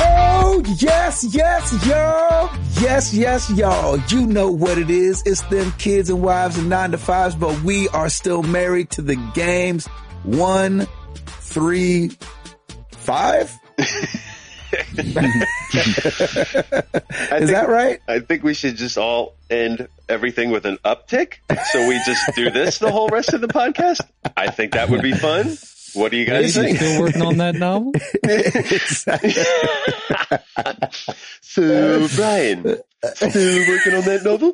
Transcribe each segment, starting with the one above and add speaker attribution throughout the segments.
Speaker 1: Oh, Yes, yes, y'all. Yes, yes, y'all. You know what it is. It's them kids and wives and nine to fives, but we are still married to the games. One, three, five. Is that right?
Speaker 2: I think we should just all end everything with an uptick. So we just do this the whole rest of the podcast. I think that would be fun. What do you guys
Speaker 3: Is he
Speaker 2: think?
Speaker 3: still working on that novel?
Speaker 2: So Uh, Brian, still working on that novel?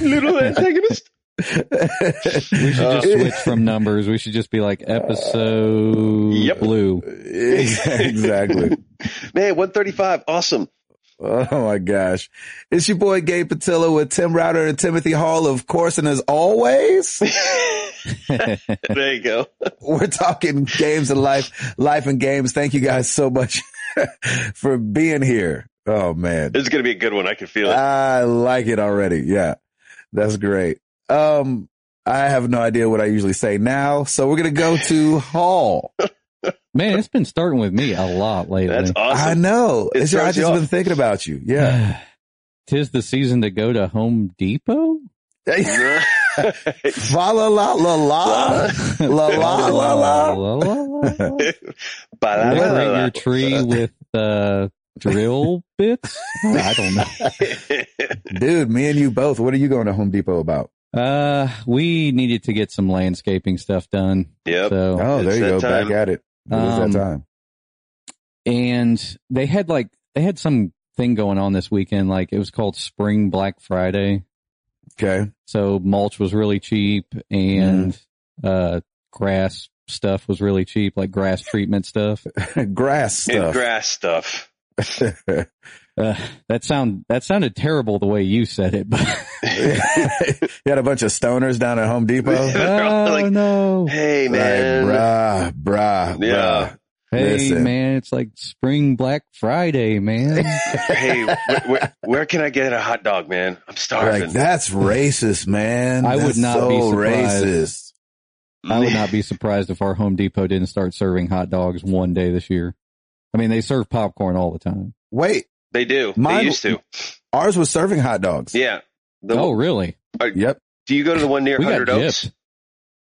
Speaker 2: Little antagonist.
Speaker 3: We should just switch from numbers. We should just be like episode
Speaker 2: Yep.
Speaker 3: blue.
Speaker 1: exactly.
Speaker 2: Man, one thirty-five. Awesome.
Speaker 1: Oh my gosh. It's your boy Gabe Patillo with Tim Router and Timothy Hall, of course. And as always,
Speaker 2: There you go.
Speaker 1: we're talking games and life, life and games. Thank you guys so much for being here. Oh man.
Speaker 2: This is gonna be a good one. I can feel it.
Speaker 1: I like it already. Yeah. That's great. Um, I have no idea what I usually say now. So we're going to go to Hall.
Speaker 3: Man, it's been starting with me a lot lately.
Speaker 2: That's
Speaker 1: I
Speaker 2: awesome.
Speaker 1: know.
Speaker 2: It
Speaker 1: It's, I've
Speaker 2: throws you
Speaker 1: just
Speaker 2: off.
Speaker 1: been thinking about you. Yeah.
Speaker 3: Tis the season to go to Home Depot?
Speaker 1: Fa la la la la la la la la.
Speaker 3: La, la, la, la. Decorate your
Speaker 2: Ba-la-la-la-la.
Speaker 3: tree with uh, drill bits? I don't know.
Speaker 1: Dude, me and you both. What are you going to Home Depot about?
Speaker 3: Uh, we needed to get some landscaping stuff done.
Speaker 2: Yep.
Speaker 3: So,
Speaker 1: Oh, there
Speaker 2: It's
Speaker 1: you go.
Speaker 2: that
Speaker 1: Back
Speaker 2: time.
Speaker 1: at it. It is
Speaker 3: Um,
Speaker 1: that time.
Speaker 3: and they had like, they had some thing going on this weekend. Like it was called Spring Black Friday.
Speaker 1: Okay.
Speaker 3: So mulch was really cheap and,
Speaker 2: Mm-hmm.
Speaker 3: uh, grass stuff was really cheap, like grass treatment stuff.
Speaker 1: Grass
Speaker 2: And
Speaker 1: stuff.
Speaker 2: grass stuff.
Speaker 3: Uh, that sound, that sounded terrible the way you said it, but
Speaker 1: you had a bunch of stoners down at Home Depot.
Speaker 2: They're all
Speaker 3: oh
Speaker 2: like,
Speaker 3: no.
Speaker 2: Hey
Speaker 1: Like,
Speaker 2: man.
Speaker 1: bruh, bruh,
Speaker 2: Yeah.
Speaker 3: Hey
Speaker 1: Listen.
Speaker 3: man, it's like Spring Black Friday, man.
Speaker 2: hey, where, where, where can I get a hot dog, man? I'm
Speaker 1: bruh.
Speaker 2: starving.
Speaker 1: Like that's racist, man.
Speaker 3: I would
Speaker 1: That's
Speaker 3: not be
Speaker 1: so
Speaker 3: surprised.
Speaker 1: racist.
Speaker 3: I would not be surprised if our Home Depot didn't start serving hot dogs one day this year. I mean, they serve popcorn all the time.
Speaker 1: Wait,
Speaker 2: They do.
Speaker 1: Mine-
Speaker 2: they used to.
Speaker 1: ours was serving hot dogs.
Speaker 2: Yeah. The,
Speaker 3: oh, really?
Speaker 1: Yep.
Speaker 2: Do you go to the one near
Speaker 3: We got
Speaker 2: Hundred Oaks?
Speaker 3: gypped.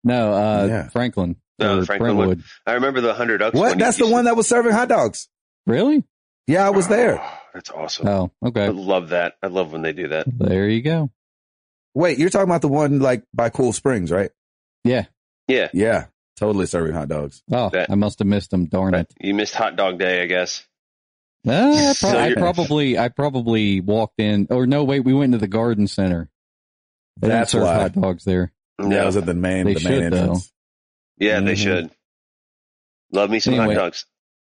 Speaker 3: No, uh,
Speaker 1: Yeah.
Speaker 3: Franklin.
Speaker 2: No,
Speaker 3: or
Speaker 2: Franklin would-
Speaker 3: Brentwood.
Speaker 2: I remember the Hundred Oaks.
Speaker 1: What?
Speaker 2: one.
Speaker 1: That's
Speaker 2: You
Speaker 1: the
Speaker 2: used
Speaker 1: one that was serving hot dogs.
Speaker 3: Really?
Speaker 1: Yeah, I
Speaker 2: to-
Speaker 1: was there. Uh,
Speaker 2: Oh, that's awesome.
Speaker 3: Oh,
Speaker 2: I
Speaker 3: okay.
Speaker 2: love that. I love when they do that.
Speaker 3: There you go.
Speaker 1: Wait, you're talking about the one like by Cool Springs, right?
Speaker 3: Yeah.
Speaker 2: Yeah.
Speaker 1: Yeah. Totally serving hot dogs.
Speaker 3: Oh,
Speaker 2: That-
Speaker 3: I must have missed them. Darn it.
Speaker 2: You missed hot dog day, I guess.
Speaker 3: Uh, I, pro-
Speaker 2: So
Speaker 3: I
Speaker 2: you're-
Speaker 3: probably, I probably walked in. Or no, wait, we went to the garden center. They
Speaker 1: That's
Speaker 3: don't serve
Speaker 1: why.
Speaker 3: hot dogs there.
Speaker 1: Yeah, I was at the main,
Speaker 3: They
Speaker 1: the main
Speaker 3: should, though.
Speaker 1: entrance.
Speaker 2: Yeah, they
Speaker 1: Mhm.
Speaker 2: should. Love me some
Speaker 3: Anyway.
Speaker 2: hot dogs.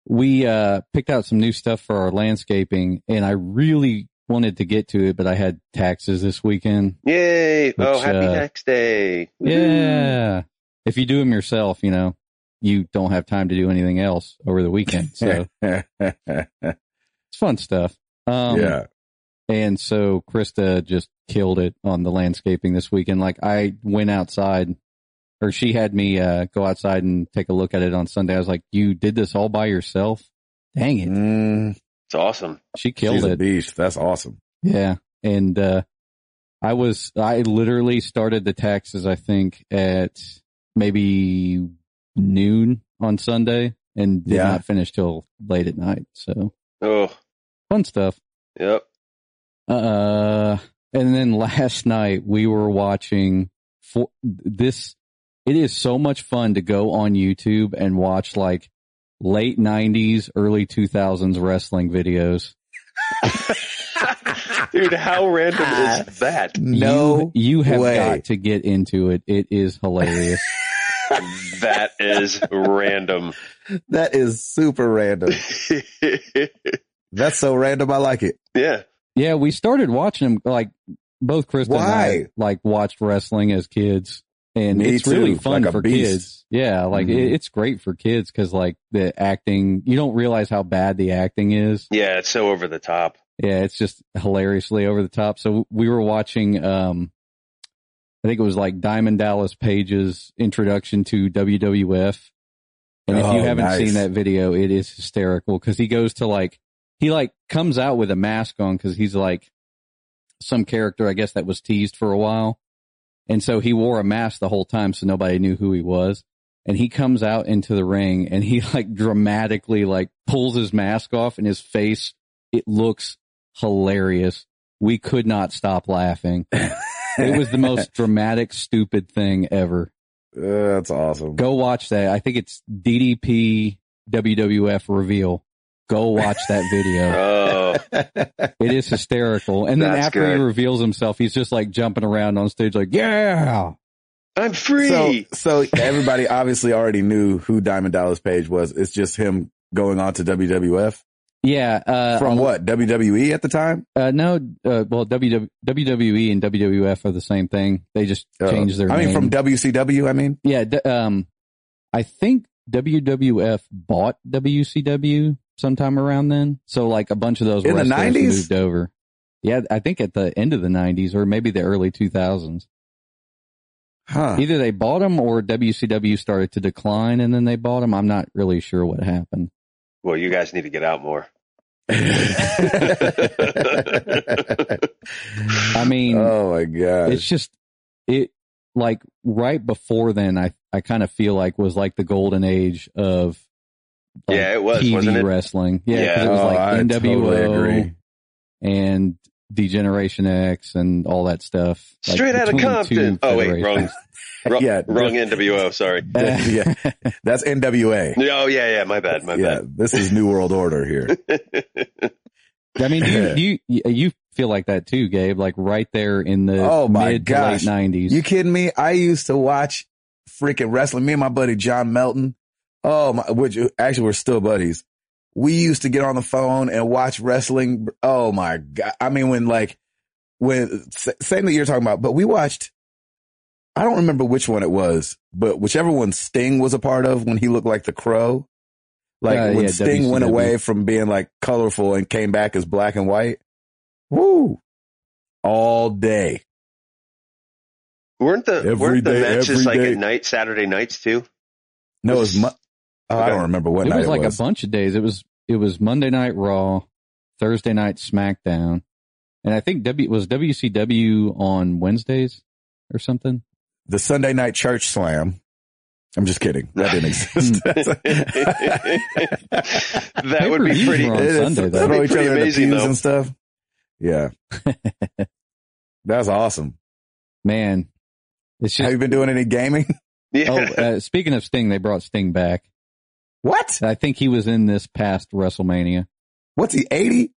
Speaker 3: we uh picked out some new stuff for our landscaping and I really wanted to get to it, but I had taxes this weekend.
Speaker 2: Yay. oh,
Speaker 3: Which,
Speaker 2: happy
Speaker 3: uh,
Speaker 2: tax day. Woo.
Speaker 3: Yeah. If you do them yourself, you know, you don't have time to do anything else over the weekend. So it's fun stuff. Um,
Speaker 1: yeah.
Speaker 3: and so Krista just killed it on the landscaping this weekend. Like I went outside or she had me, uh, go outside and take a look at it on Sunday. I was like, you did this all by yourself. Dang it.
Speaker 1: Mm,
Speaker 2: It's awesome.
Speaker 3: She killed
Speaker 1: she's
Speaker 3: it.
Speaker 1: a beast. That's awesome.
Speaker 3: Yeah. And, uh, I was, I literally started the taxes, I think at maybe noon on Sunday and did
Speaker 1: Yeah.
Speaker 3: not finish till late at night. So
Speaker 2: Oh,
Speaker 3: fun stuff.
Speaker 2: yep.
Speaker 3: Uh, and then last night we were watching for this. It is so much fun to go on YouTube and watch like late nineties, early two thousands wrestling videos.
Speaker 2: Dude, how random is that?
Speaker 1: No.
Speaker 3: you, you have
Speaker 1: way.
Speaker 3: got to get into it. It is hilarious.
Speaker 2: That is random.
Speaker 1: that is super random. That's so random. I like it.
Speaker 2: yeah.
Speaker 3: yeah, we started watching them like both Krista and
Speaker 1: Why?
Speaker 3: I like watched wrestling as kids, and
Speaker 1: Me
Speaker 3: it's really
Speaker 1: too,
Speaker 3: fun
Speaker 1: like a
Speaker 3: for
Speaker 1: beast.
Speaker 3: kids. Yeah, like
Speaker 1: Mhm.
Speaker 3: it, it's great for kids because like the acting, you don't realize how bad the acting is.
Speaker 2: Yeah, it's so over the top.
Speaker 3: Yeah, it's just hilariously over the top. So we were watching, um, I think it was like Diamond Dallas Page's introduction to WWF. And if
Speaker 1: Oh,
Speaker 3: you haven't
Speaker 1: nice.
Speaker 3: seen that video, it is hysterical because he goes to like he like comes out with a mask on because he's like some character, I guess that was teased for a while. And so he wore a mask the whole time. So nobody knew who he was. And he comes out into the ring and he like dramatically like pulls his mask off and his face, it looks hilarious. We could not stop laughing. it was the most dramatic, stupid thing ever.
Speaker 1: Uh, that's awesome.
Speaker 3: Go watch that. I think it's DDP WWF reveal. Go watch that video.
Speaker 2: Oh,
Speaker 3: It is hysterical. And then
Speaker 2: That's
Speaker 3: after he
Speaker 2: good.
Speaker 3: reveals himself, he's just like jumping around on stage, like, yeah.
Speaker 2: I'm free.
Speaker 1: So, so everybody obviously already knew who Diamond Dallas Page was. It's just him going on to WWF
Speaker 3: Yeah. Uh,
Speaker 1: from
Speaker 3: a-
Speaker 1: what WWE at the time.
Speaker 3: Uh, no, uh, well, WW, WWE E and WWF are the same thing. They just
Speaker 2: Oh.
Speaker 1: Uh,
Speaker 3: changed their
Speaker 1: I mean,
Speaker 3: name.
Speaker 1: from WCW. I mean,
Speaker 3: yeah. D- um, I think WWF bought WCW sometime around then. So like a bunch of those
Speaker 1: In the
Speaker 3: wrestlers
Speaker 1: 90s?
Speaker 3: moved over. Yeah. I think at the end of the nineties or maybe the early two thousands,
Speaker 1: huh?
Speaker 3: either they bought them or WCW started to decline and then they bought them. I'm not really sure what happened.
Speaker 2: well, you guys need to get out more.
Speaker 1: Oh
Speaker 3: I mean,
Speaker 1: oh my
Speaker 3: it's
Speaker 1: gosh.
Speaker 3: just it like right before then i i kind of feel like was like the golden age of like,
Speaker 2: Yeah, it was,
Speaker 3: tv
Speaker 2: wasn't it?
Speaker 3: wrestling yeah, 'cause it was
Speaker 1: Oh,
Speaker 3: like
Speaker 1: I
Speaker 3: nwo
Speaker 1: totally agree.
Speaker 3: and degeneration x and all that stuff Like,
Speaker 2: Straight out of
Speaker 3: between
Speaker 2: Compton.
Speaker 3: two
Speaker 2: Oh wait, wrong,
Speaker 3: federations.
Speaker 2: wrong,
Speaker 1: Yeah.
Speaker 2: wrong NWO. Sorry.
Speaker 1: That- yeah, that's NWA.
Speaker 2: Oh yeah, yeah. My bad. My
Speaker 1: Yeah, this is New World Order here.
Speaker 2: bad.
Speaker 3: i mean do you, do you you feel like that too gabe like right there in the
Speaker 1: Oh, my
Speaker 3: mid
Speaker 1: gosh.
Speaker 3: to late 90s
Speaker 1: You kidding me? I used to watch freaking wrestling. Me and my buddy John Melton. Oh my, which actually we're still buddies. We used to get on the phone and watch wrestling. Oh my god! I mean, when like when s- same that you're talking about, but we watched. I don't remember which one it was, but whichever one Sting was a part of when he looked like the Crow, like
Speaker 3: Uh,
Speaker 1: when
Speaker 3: yeah,
Speaker 1: Sting went
Speaker 3: WCW.
Speaker 1: away from being like colorful and came back as black and white. Woo! All day.
Speaker 2: weren't the
Speaker 1: Every
Speaker 2: weren't the
Speaker 1: day,
Speaker 2: matches
Speaker 1: every
Speaker 2: like
Speaker 1: day.
Speaker 2: at night Saturday nights too?
Speaker 1: No, it was. Mu- oh, I
Speaker 2: Okay.
Speaker 1: don't remember what
Speaker 3: it
Speaker 1: night
Speaker 3: was like
Speaker 1: it was.
Speaker 3: a bunch of days. It was it was Monday Night Raw, Thursday Night SmackDown, and I think W was WCW on Wednesdays or something.
Speaker 1: the Sunday night church slam. I'm just kidding. That didn't exist.
Speaker 2: that would be
Speaker 3: Pay-per-views
Speaker 2: pretty.
Speaker 3: were on
Speaker 1: It's-
Speaker 3: Sunday, though.
Speaker 1: Throw
Speaker 2: That'd be
Speaker 1: each
Speaker 2: pretty
Speaker 1: other in the
Speaker 2: amazing,
Speaker 1: pews
Speaker 2: though.
Speaker 1: and stuff. Yeah. That's awesome.
Speaker 3: Man, it's
Speaker 1: Have
Speaker 3: just.
Speaker 1: you been doing any gaming?
Speaker 2: Yeah.
Speaker 3: Oh, uh, speaking of Sting, they brought Sting back.
Speaker 1: What?
Speaker 3: I think he was in this past WrestleMania.
Speaker 1: What's he, 80?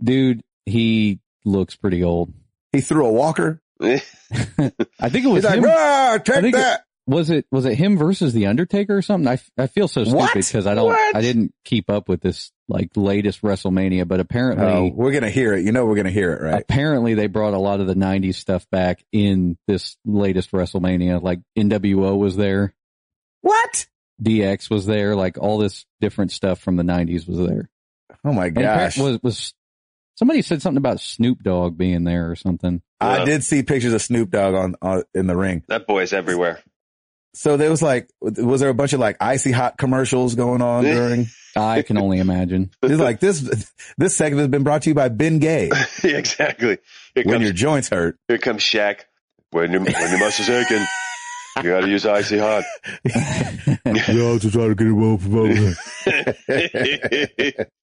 Speaker 3: Dude, he looks pretty old.
Speaker 1: He threw a walker.
Speaker 3: I think it was
Speaker 1: He's like,
Speaker 3: him.
Speaker 1: ah,
Speaker 3: I
Speaker 1: take
Speaker 3: think
Speaker 1: that.
Speaker 3: was it was it him versus the Undertaker or something? I, f- I feel so
Speaker 1: What?
Speaker 3: stupid because I don't
Speaker 1: What?
Speaker 3: I didn't keep up with this like latest WrestleMania, but apparently
Speaker 1: Oh, we're going to hear it. You know, we're going to hear it, right?
Speaker 3: apparently they brought a lot of the 90s stuff back in this latest WrestleMania. Like NWO was there,
Speaker 1: What?
Speaker 3: DX was there, like all this different stuff from the 90s was there.
Speaker 1: Oh my
Speaker 3: And apparent-
Speaker 1: gosh.
Speaker 3: was was somebody said something about Snoop Dogg being there or something.
Speaker 1: I
Speaker 2: Yeah.
Speaker 1: did see pictures of Snoop Dogg on, on in the ring.
Speaker 2: that boy's everywhere.
Speaker 1: So there was like, was there a bunch of like icy hot commercials going on during?
Speaker 3: I can only imagine.
Speaker 1: It's like this, this segment has been brought to you by Ben Gay.
Speaker 2: Yeah, exactly. Here
Speaker 1: when your
Speaker 2: comes
Speaker 1: joints hurt.
Speaker 2: here comes Shaq. When your when your muscles aching, you got to use icy hot.
Speaker 1: Yeah, to try to get it well promoted.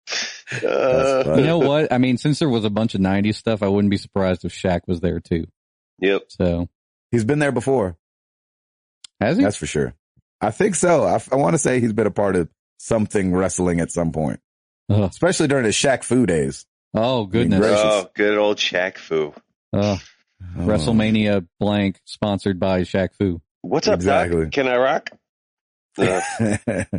Speaker 2: Uh,
Speaker 3: You know what? I mean, since there was a bunch of 90s stuff, I wouldn't be surprised if Shaq was there too.
Speaker 2: yep.
Speaker 3: So,
Speaker 1: He's been there before.
Speaker 3: has he?
Speaker 1: That's for sure. I think so. I, want to say he's been a part of something wrestling at some point,
Speaker 3: Ugh.
Speaker 1: especially during his Shaq Fu days.
Speaker 3: Oh, goodness.
Speaker 1: Gracious.
Speaker 2: Oh, good old Shaq Fu.
Speaker 3: Ugh.
Speaker 1: Oh.
Speaker 3: WrestleMania blank sponsored by Shaq Fu.
Speaker 2: What's up,
Speaker 1: Exactly.
Speaker 2: Doc? Can I rock? Uh,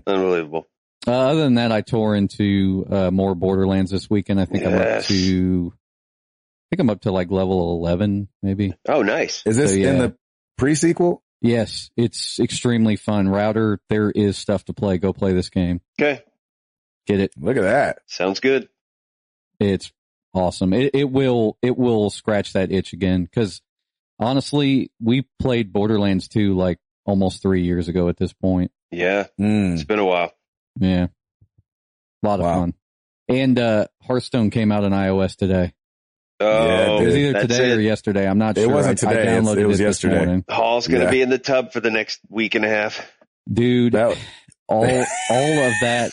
Speaker 2: unbelievable.
Speaker 3: Uh, other than that, I tore into uh, more Borderlands this weekend. I think I'm up
Speaker 2: Yes.
Speaker 3: to, I think I'm up to like level eleven, maybe.
Speaker 2: Oh, nice.
Speaker 1: Is this
Speaker 3: So, yeah.
Speaker 1: in the pre sequel?
Speaker 3: Yes, it's extremely fun. Router, there is stuff to play. Go play this game.
Speaker 2: Okay,
Speaker 3: Get it?
Speaker 1: Look at that.
Speaker 2: sounds good.
Speaker 3: It's awesome. It, it will it will scratch that itch again because honestly, we played Borderlands two like almost three years ago at this point.
Speaker 2: Yeah,
Speaker 1: Mm.
Speaker 2: it's been a while.
Speaker 3: Yeah, a lot of
Speaker 1: Wow.
Speaker 3: fun. And uh, Hearthstone came out on iOS today.
Speaker 2: Oh,
Speaker 3: It was either
Speaker 2: that's
Speaker 3: today or
Speaker 2: it.
Speaker 3: yesterday. I'm not
Speaker 1: It
Speaker 3: sure.
Speaker 1: wasn't
Speaker 3: I, I
Speaker 1: today. It's-
Speaker 3: downloaded
Speaker 1: it was
Speaker 3: this
Speaker 1: yesterday.
Speaker 3: morning.
Speaker 2: Hall's going to
Speaker 1: Yeah.
Speaker 2: be in the tub for the next week and a half.
Speaker 3: Dude,
Speaker 1: That-
Speaker 3: all all of that.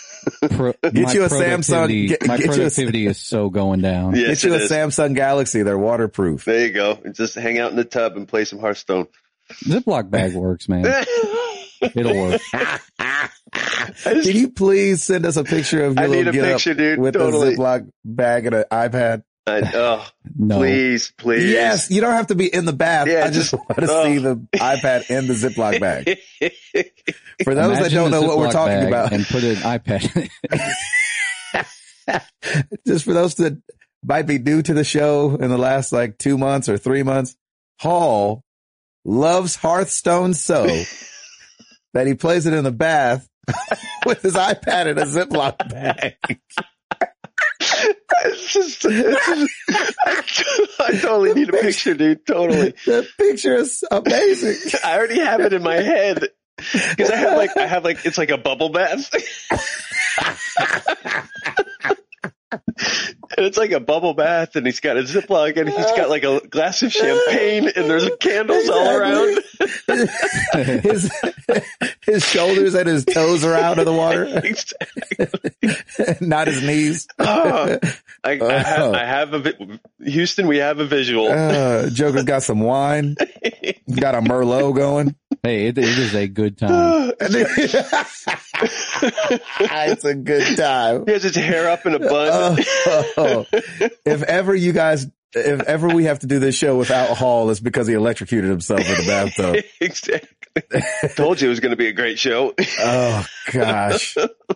Speaker 3: Pro,
Speaker 1: Get
Speaker 3: my
Speaker 1: you a Samsung-
Speaker 3: productivity-
Speaker 1: get-
Speaker 3: my
Speaker 1: get you a-
Speaker 3: productivity is so going down.
Speaker 2: Yes,
Speaker 1: Get you
Speaker 2: it
Speaker 1: a
Speaker 2: is.
Speaker 1: Samsung Galaxy. They're waterproof.
Speaker 2: There you go. Just hang out in the tub and play some Hearthstone.
Speaker 3: Ziploc bag works,
Speaker 2: Hmm.
Speaker 3: man.
Speaker 2: I
Speaker 3: It'll work.
Speaker 2: just-
Speaker 1: Can you please send us a picture of your
Speaker 2: I need
Speaker 1: little
Speaker 2: a
Speaker 1: get up
Speaker 2: picture, dude.
Speaker 1: with
Speaker 2: totally.
Speaker 1: a Ziploc bag and an iPad?
Speaker 2: I- oh,
Speaker 3: No.
Speaker 2: please, please.
Speaker 1: Yes, you don't have to be in the bath.
Speaker 2: Yeah,
Speaker 1: I just,
Speaker 2: just-
Speaker 1: want to
Speaker 2: oh.
Speaker 1: see the iPad in the Ziploc bag. For those that
Speaker 3: Imagine
Speaker 1: don't
Speaker 3: a
Speaker 1: know what we're
Speaker 3: Ziploc
Speaker 1: talking
Speaker 3: bag
Speaker 1: about,
Speaker 3: And put an iPad in it.
Speaker 1: just for those that might be new to the show in the last like two months or three months, Hall loves Hearthstone so that he plays it in the bath with his iPad in a Ziploc bag.
Speaker 2: It's just- it's just- I, totally need a picture, dude. Totally.
Speaker 1: The picture is amazing.
Speaker 2: I already have it in my head because I have like I have like it's like a bubble bath. And it's like a bubble bath, and he's got a Ziploc, and he's got like a glass of champagne, and there's candles all around.
Speaker 1: His his shoulders and his toes are out of the water, not his knees.
Speaker 2: Oh, I, I have,
Speaker 1: Oh.
Speaker 2: I have a vi- Houston. We have a visual.
Speaker 1: Uh, Joker's got some wine, got a Merlot going.
Speaker 3: Hey, it, it is a good time.
Speaker 1: And then- it's a good time.
Speaker 2: He has his hair up in a bun.
Speaker 1: Oh, if ever you guys, if ever we have to do this show without Hall, it's because he electrocuted himself in the bathtub.
Speaker 2: exactly. Told you it was going to be a great show.
Speaker 1: Oh gosh, that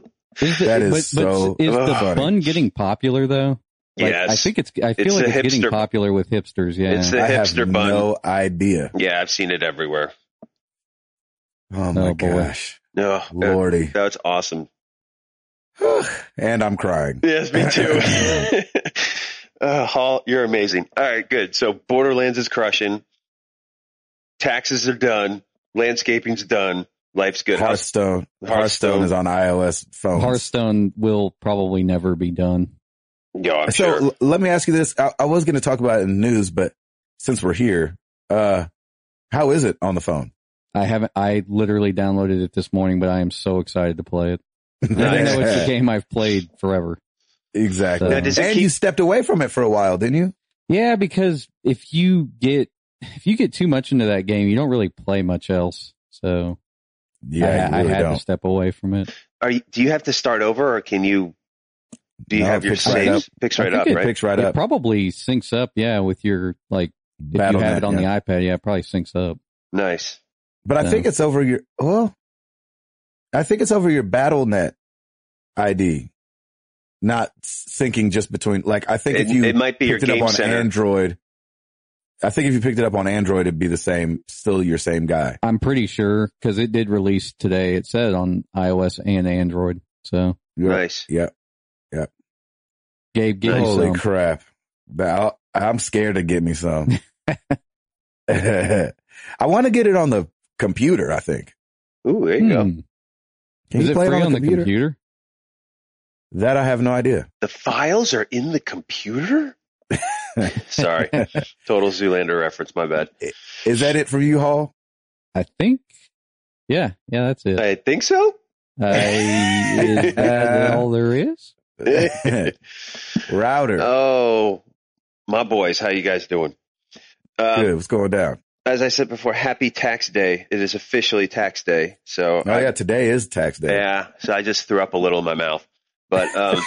Speaker 1: is so
Speaker 3: is the
Speaker 1: funny.
Speaker 3: fun getting popular though? Like,
Speaker 2: yes,
Speaker 3: I think it's. I feel
Speaker 2: It's
Speaker 3: like
Speaker 2: a
Speaker 3: it's getting
Speaker 2: hipster-
Speaker 3: popular with hipsters. Yeah.
Speaker 2: It's a-
Speaker 1: I have
Speaker 2: hipster bun.
Speaker 1: no idea.
Speaker 2: yeah, I've seen it everywhere.
Speaker 1: Oh my
Speaker 3: Oh, boy.
Speaker 1: gosh,
Speaker 2: No,
Speaker 1: lordy,
Speaker 2: Oh, that's awesome.
Speaker 1: and I'm crying.
Speaker 2: Yes, me too. uh, Hall, you're amazing. All right, good. So Borderlands is crushing. Taxes are done. Landscaping's done. Life's good. How's-
Speaker 1: Hearthstone, Hearthstone is on iOS phones.
Speaker 3: Hearthstone will probably never be done.
Speaker 2: Yo, I'm
Speaker 1: so
Speaker 2: sure.
Speaker 1: l- let me ask you this. I, I was going to talk about it in the news, but since we're here, uh, how is it on the phone?
Speaker 3: I haven't. I literally downloaded it this morning, but I am so excited to play it. I know it's the game I've played forever.
Speaker 1: Exactly.
Speaker 3: Now,
Speaker 1: And
Speaker 2: does it
Speaker 1: you
Speaker 2: keep-
Speaker 1: stepped away from it for a while, didn't you?
Speaker 3: Yeah, because if you get if you get too much into that game, you don't really play much else. So I, I had to step away from it.
Speaker 2: Are you, do you have to start over, or can you? Do you
Speaker 1: No,
Speaker 2: have
Speaker 1: it
Speaker 2: your
Speaker 1: picks right
Speaker 2: saves? Picks
Speaker 3: I
Speaker 2: right
Speaker 3: think
Speaker 2: up,
Speaker 3: it
Speaker 2: right?
Speaker 1: Picks right
Speaker 3: it
Speaker 1: up.
Speaker 3: probably syncs up, yeah, with your like if you have
Speaker 1: Battle.net,
Speaker 3: it on
Speaker 1: yeah.
Speaker 3: the iPad, yeah, it probably syncs up.
Speaker 2: Nice.
Speaker 1: But I
Speaker 3: Yeah.
Speaker 1: think it's over your, well, I think it's over your BattleNet ID, not syncing just between, like, I think
Speaker 2: It,
Speaker 1: if you
Speaker 2: it might be your
Speaker 1: picked it up
Speaker 2: game
Speaker 1: on
Speaker 2: center.
Speaker 1: Android, I think if you picked it up on Android, it'd be the same, still your same guy.
Speaker 3: I'm pretty sure because it did release today. It said on iOS and Android. So
Speaker 1: You're-
Speaker 2: nice.
Speaker 3: Gabe, get
Speaker 2: Nice.
Speaker 3: you
Speaker 1: Holy
Speaker 3: some.
Speaker 1: crap. Now, I'm scared to get me some. I want to get it on the computer, I think.
Speaker 2: Ooh, there you go.
Speaker 3: Hmm.
Speaker 1: Can
Speaker 3: Is
Speaker 1: you
Speaker 3: it
Speaker 1: play
Speaker 3: free
Speaker 1: it
Speaker 3: on the computer?
Speaker 1: That I have no idea.
Speaker 2: The files are in the computer. Sorry, total Zoolander reference. My bad.
Speaker 1: Is that it for you, Hall?
Speaker 3: I think. Yeah, yeah, that's it.
Speaker 2: I think so.
Speaker 3: I, is that all there is?
Speaker 1: Router.
Speaker 2: Oh, my boys, how you guys doing? Um,
Speaker 1: Good. What's going down?
Speaker 2: As I said before, happy tax day. It is officially tax day. So
Speaker 1: Oh
Speaker 2: I-
Speaker 1: yeah, today is tax day.
Speaker 2: uh, Yeah, so I just threw up a little in my mouth, but um,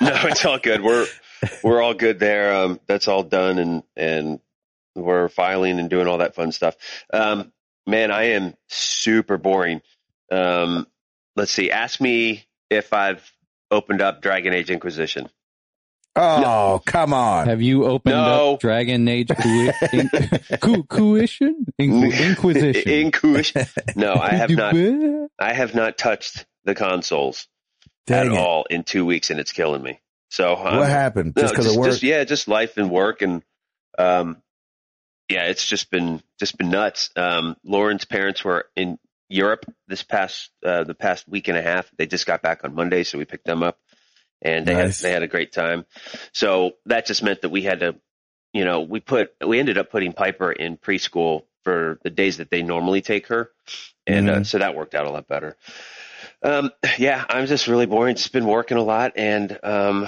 Speaker 2: no, it's all good. We're we're all good there. Um, that's all done, and and we're filing and doing all that fun stuff. Um, man, I am super boring. Um, let's see. Ask me if I've opened up Dragon Age Inquisition.
Speaker 1: Oh, come on.
Speaker 3: Have you opened
Speaker 2: No.
Speaker 3: up Dragon Age Cui- in- Cu- Cuition? Inqu- Inquisition?
Speaker 2: Inquisition. No, I have not.
Speaker 3: not.
Speaker 2: I have not touched the consoles
Speaker 1: Dang
Speaker 2: at
Speaker 1: it.
Speaker 2: all in two weeks, and it's killing me. So um,
Speaker 1: What happened? Just
Speaker 2: No,
Speaker 1: because of work?
Speaker 2: just- yeah, just life and work and um yeah, it's just been just been nuts. Um Lauren's parents were in Europe this past uh the past week and a half. They just got back on Monday, so we picked them up and they
Speaker 1: Nice.
Speaker 2: had they had a great time. So that just meant that we had to, you know, we put we ended up putting Piper in preschool for the days that they normally take her, and
Speaker 1: Mm-hmm.
Speaker 2: uh, so that worked out a lot better. Um, yeah, I'm just really boring. Just been working a lot and um,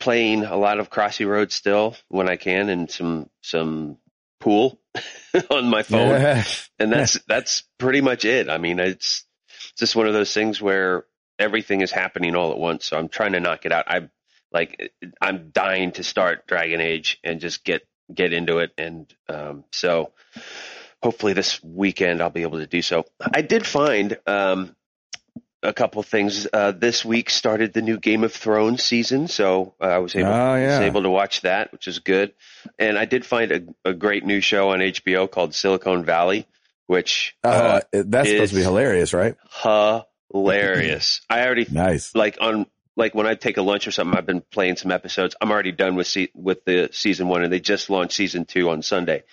Speaker 2: playing a lot of Crossy Road still when I can, and some some pool on my phone
Speaker 1: Yeah.
Speaker 2: and that's that's pretty much it. I mean, it's it's just one of those things where everything is happening all at once. So I'm trying to knock it out. I'm like I'm dying to start Dragon Age and just get get into it. And um, so hopefully this weekend I'll be able to do so. I did find um, a couple things uh, this week. Started the new Game of Thrones season, so uh, I was able
Speaker 1: Oh
Speaker 2: was
Speaker 1: yeah.
Speaker 2: able to watch that, which is good. And I did find a, a great new show on HBO called Silicon Valley, which
Speaker 1: Uh,
Speaker 2: Oh,
Speaker 1: that's supposed to be
Speaker 2: it's-
Speaker 1: hilarious, right?
Speaker 2: uh, hilarious. I already
Speaker 1: Nice.
Speaker 2: like on like when I take a lunch or something. I've been playing some episodes. I'm already done with se- with the season one, and they just launched season two on Sunday.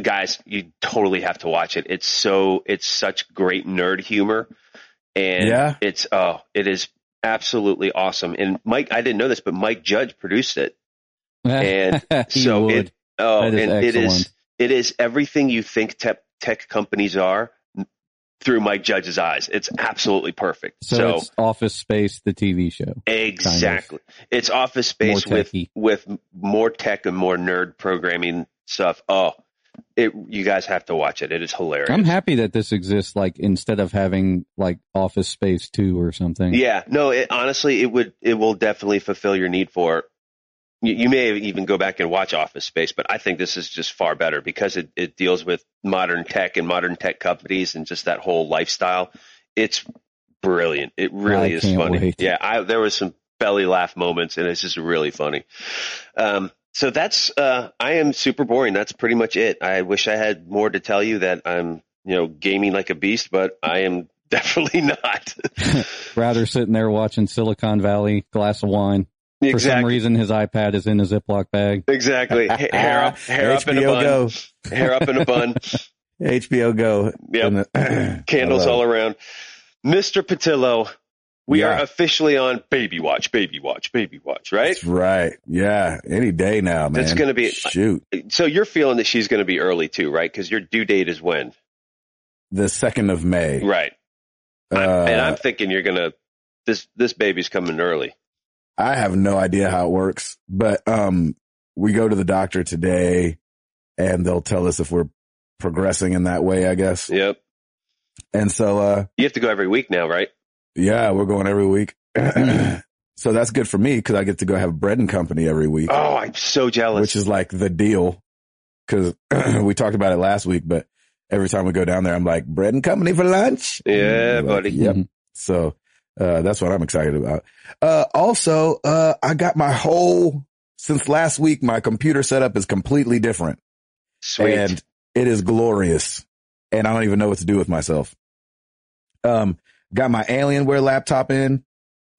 Speaker 2: Guys, you totally have to watch it. It's so it's such great nerd humor, and
Speaker 1: Yeah.
Speaker 2: it's oh, it is absolutely awesome. And Mike, I didn't know this, but Mike Judge produced it. And
Speaker 3: He
Speaker 2: so
Speaker 3: would.
Speaker 2: it- Oh,
Speaker 3: That is
Speaker 2: and it
Speaker 3: excellent.
Speaker 2: is it is everything you think tech tech companies are through Mike Judge's eyes. It's absolutely perfect.
Speaker 3: so,
Speaker 2: So,
Speaker 3: it's Office Space, the TV show.
Speaker 2: exactly, it's Office Space
Speaker 3: More
Speaker 2: with
Speaker 3: techy.
Speaker 2: with more tech and more nerd programming stuff. Oh, it you guys have to watch it. It is hilarious.
Speaker 3: I'm happy that this exists. Like instead of having like Office Space two or something.
Speaker 2: Yeah, no, it, honestly, it would it will definitely fulfill your need for. You, you may even go back and watch Office Space, but I think this is just far better because it, it deals with modern tech and modern tech companies and just that whole lifestyle. It's brilliant. It really
Speaker 3: I
Speaker 2: is
Speaker 3: can't
Speaker 2: funny.
Speaker 3: wait.
Speaker 2: Yeah, I, there was some belly laugh moments, and it's just really funny. Um, so that's uh, I am super boring. That's pretty much it. I wish I had more to tell you that I'm you know gaming like a beast, but I am definitely not.
Speaker 3: Rather sitting there watching Silicon Valley, glass of wine. For some
Speaker 2: exactly.
Speaker 3: reason, his iPad is in a Ziploc bag.
Speaker 2: Exactly. Ha- hair up, hair up in a bun.
Speaker 1: Go.
Speaker 2: Hair up in a bun.
Speaker 1: HBO Go.
Speaker 2: Yep.
Speaker 1: And the-
Speaker 2: Candles
Speaker 1: I love
Speaker 2: all around. Mr. Patillo, we
Speaker 1: Yeah.
Speaker 2: are officially on baby watch, baby watch, baby watch, right?
Speaker 1: That's right. Yeah. Any day now, man.
Speaker 2: That's gonna be-
Speaker 1: shoot
Speaker 2: So you're feeling that she's going to be early too, right? Because your due date is when,
Speaker 1: the second of May.
Speaker 2: right?
Speaker 1: Uh,
Speaker 2: and I'm thinking you're going to this this baby's coming early.
Speaker 1: I have no idea how it works, but um, we go to the doctor today, and they'll tell us if we're progressing in that way, I guess.
Speaker 2: Yep.
Speaker 1: And so, uh,
Speaker 2: You have to go every week now, right?
Speaker 1: yeah, we're going every week. so that's good for me because I get to go have bread and company every week.
Speaker 2: Oh, I'm so jealous.
Speaker 1: which is like the deal. Cause we talked about it last week, but every time we go down there, I'm like bread and company for lunch.
Speaker 2: Yeah,
Speaker 1: Like,
Speaker 2: buddy.
Speaker 1: Yep.
Speaker 3: Mhm.
Speaker 1: So, uh, that's what I'm excited about. Uh, also, uh, I got my whole, since last week, my computer setup is completely different
Speaker 2: Sweet.
Speaker 1: and it is glorious. And I don't even know what to do with myself. Um, got my Alienware laptop in.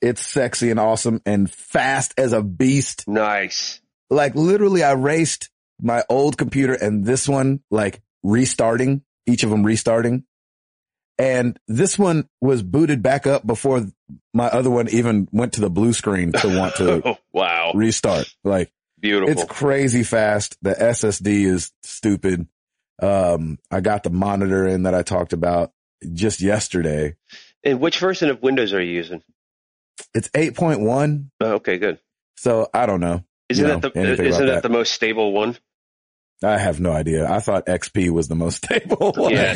Speaker 1: It's sexy and awesome and fast as a beast
Speaker 2: nice.
Speaker 1: like literally I raced my old computer and this one like restarting, each of them restarting. And this one was booted back up before my other one even went to the blue screen to want to
Speaker 2: wow.
Speaker 1: restart. Like
Speaker 2: Beautiful.
Speaker 1: it's crazy fast. The SSD is stupid. Um, I got the monitor in that I talked about just yesterday.
Speaker 2: and which version of Windows are you using?
Speaker 1: It's 8.1.
Speaker 2: Oh, okay, good.
Speaker 1: So I don't know.
Speaker 2: Isn't
Speaker 1: You know,
Speaker 2: that the
Speaker 1: anything
Speaker 2: isn't
Speaker 1: about
Speaker 2: that,
Speaker 1: that.
Speaker 2: the most stable one?
Speaker 1: I have no idea. I thought XP was the most stable one.
Speaker 2: Yeah,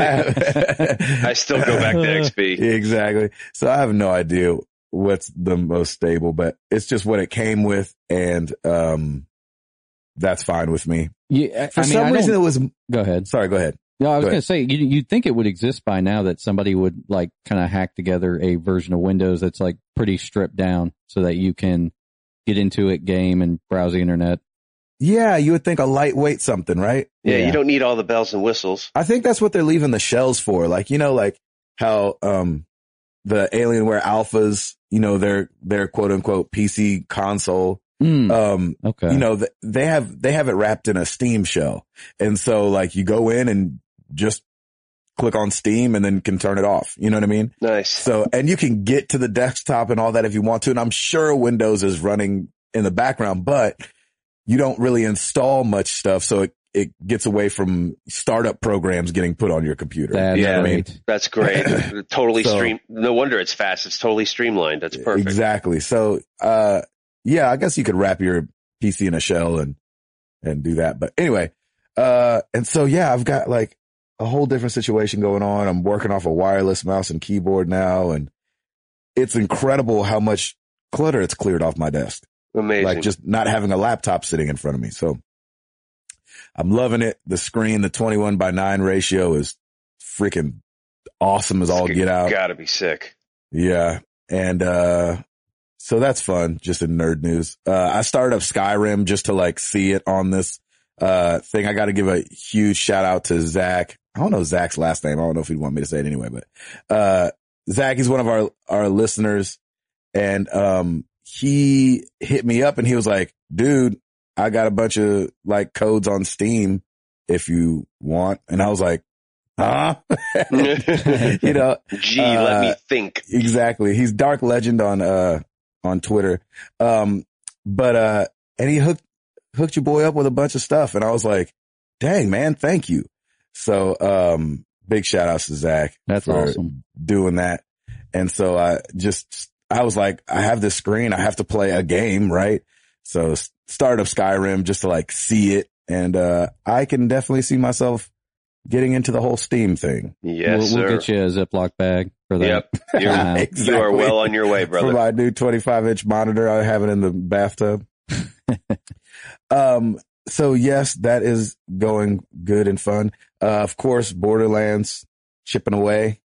Speaker 2: I
Speaker 1: I
Speaker 2: still go back to XP.
Speaker 1: Exactly. So I have no idea what's the most stable, but it's just what it came with. And, um, that's fine with me.
Speaker 3: Yeah, I-
Speaker 1: For
Speaker 3: I mean,
Speaker 1: some
Speaker 3: I don't-
Speaker 1: reason it was,
Speaker 3: go ahead.
Speaker 1: sorry, go ahead.
Speaker 3: No, I was
Speaker 1: Go
Speaker 3: going
Speaker 1: ahead.
Speaker 3: to say you, you'd think it would exist by now that somebody would like kind of hack together a version of Windows that's like pretty stripped down so that you can get into it, game, and browse the internet.
Speaker 1: Yeah. You would think a lightweight something, right?
Speaker 2: Yeah,
Speaker 3: Yeah.
Speaker 2: you don't need all the bells and whistles.
Speaker 1: I think that's what they're leaving the shells for. Like, you know, like how, um, the Alienware alphas, you know, their, their quote unquote PC console,
Speaker 3: Mm,
Speaker 1: um,
Speaker 3: okay.
Speaker 1: you know, th- they have, they have it wrapped in a steam shell. And so like you go in and just click on Steam and then can turn it off. You know what I mean?
Speaker 2: Nice.
Speaker 1: So, and you can get to the desktop and all that if you want to. And I'm sure Windows is running in the background, but you don't really install much stuff. So it, it gets away from startup programs getting put on your computer.
Speaker 3: That's
Speaker 2: Yeah, I
Speaker 1: mean-
Speaker 3: great.
Speaker 2: That's great. totally
Speaker 1: So-
Speaker 2: stream. No wonder it's fast. It's totally streamlined. That's perfect.
Speaker 1: Exactly. So, uh, yeah, I guess you could wrap your PC in a shell and, and do that. But anyway, uh, and so yeah, I've got like a whole different situation going on. I'm working off a wireless mouse and keyboard now and it's incredible how much clutter it's cleared off my desk.
Speaker 2: Amazing.
Speaker 1: Like just not having a laptop sitting in front of me. So I'm loving it. The screen, the 21 by nine ratio is freaking awesome as all
Speaker 2: It's
Speaker 1: get out.
Speaker 2: Gotta be sick.
Speaker 1: Yeah. And, uh, so that's fun. Just in nerd news. Uh, I started up Skyrim just to like see it on this, uh, thing. I got to give a huge shout out to Zach. I don't know Zach's last name. I don't know if he'd want me to say it anyway, but, uh, Zach is one of our, our listeners and, um, he hit me up and he was like, dude, I got a bunch of like codes on Steam if you want. And I was like, huh? you know,
Speaker 2: Gee, let me
Speaker 1: Uh,
Speaker 2: think.
Speaker 1: Exactly. He's Dark Legend on uh on Twitter. Um but uh and he hooked hooked your boy up with a bunch of stuff and I was like, "Dang, man, thank you." So, um big shout outs to Zach
Speaker 3: That's
Speaker 1: for
Speaker 3: awesome.
Speaker 1: doing that. And so I just I was like, I have this screen, I have to play a game, right? So s- start up Skyrim just to like see it and uh I can definitely see myself getting into the whole Steam thing.
Speaker 2: Yes,
Speaker 3: we'll,
Speaker 2: sir.
Speaker 3: we'll get you a Ziploc bag for that.
Speaker 2: Yep. You're,
Speaker 3: Uh,
Speaker 2: you are well on your way,
Speaker 1: for
Speaker 2: brother.
Speaker 1: my new 25 inch monitor. I have it in the bathtub. um, so yes, that is going good and fun. Uh, of course, Borderlands chipping away.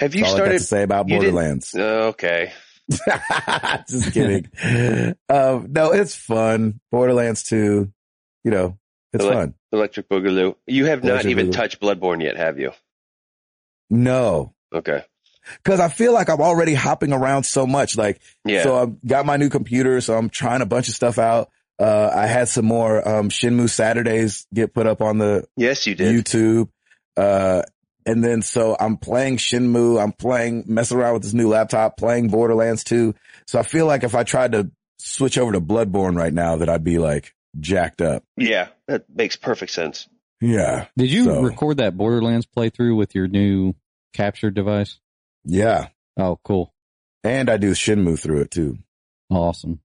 Speaker 2: Have you
Speaker 1: That's all I got
Speaker 2: started?
Speaker 1: to say about
Speaker 2: you didn't-
Speaker 1: Borderlands.
Speaker 2: Oh, okay.
Speaker 1: Just kidding. um, no, it's fun. Borderlands 2, you know, it's
Speaker 2: Ele-
Speaker 1: fun.
Speaker 2: Electric Boogaloo. You have not
Speaker 1: Electric
Speaker 2: even
Speaker 1: Boogaloo.
Speaker 2: touched Bloodborne yet, have you?
Speaker 1: No,
Speaker 2: Okay.
Speaker 1: cause I feel like I'm already hopping around so much. Like
Speaker 2: Yeah.
Speaker 1: So I've got my new computer, so I'm trying a bunch of stuff out. Uh, I had some more, um, Shinmu Saturdays get put up on the
Speaker 2: yes, you did.
Speaker 1: YouTube. Uh, and then so I'm playing Shinmu, I'm playing, messing around with this new laptop, playing Borderlands 2. So I feel like if I tried to switch over to Bloodborne right now, that I'd be like jacked up.
Speaker 2: yeah, that makes perfect sense.
Speaker 1: Yeah.
Speaker 3: Did you
Speaker 1: So-
Speaker 3: record that Borderlands playthrough with your new capture device?
Speaker 1: Yeah.
Speaker 3: Oh, cool.
Speaker 1: And I do Shinmu through it too.
Speaker 3: Awesome.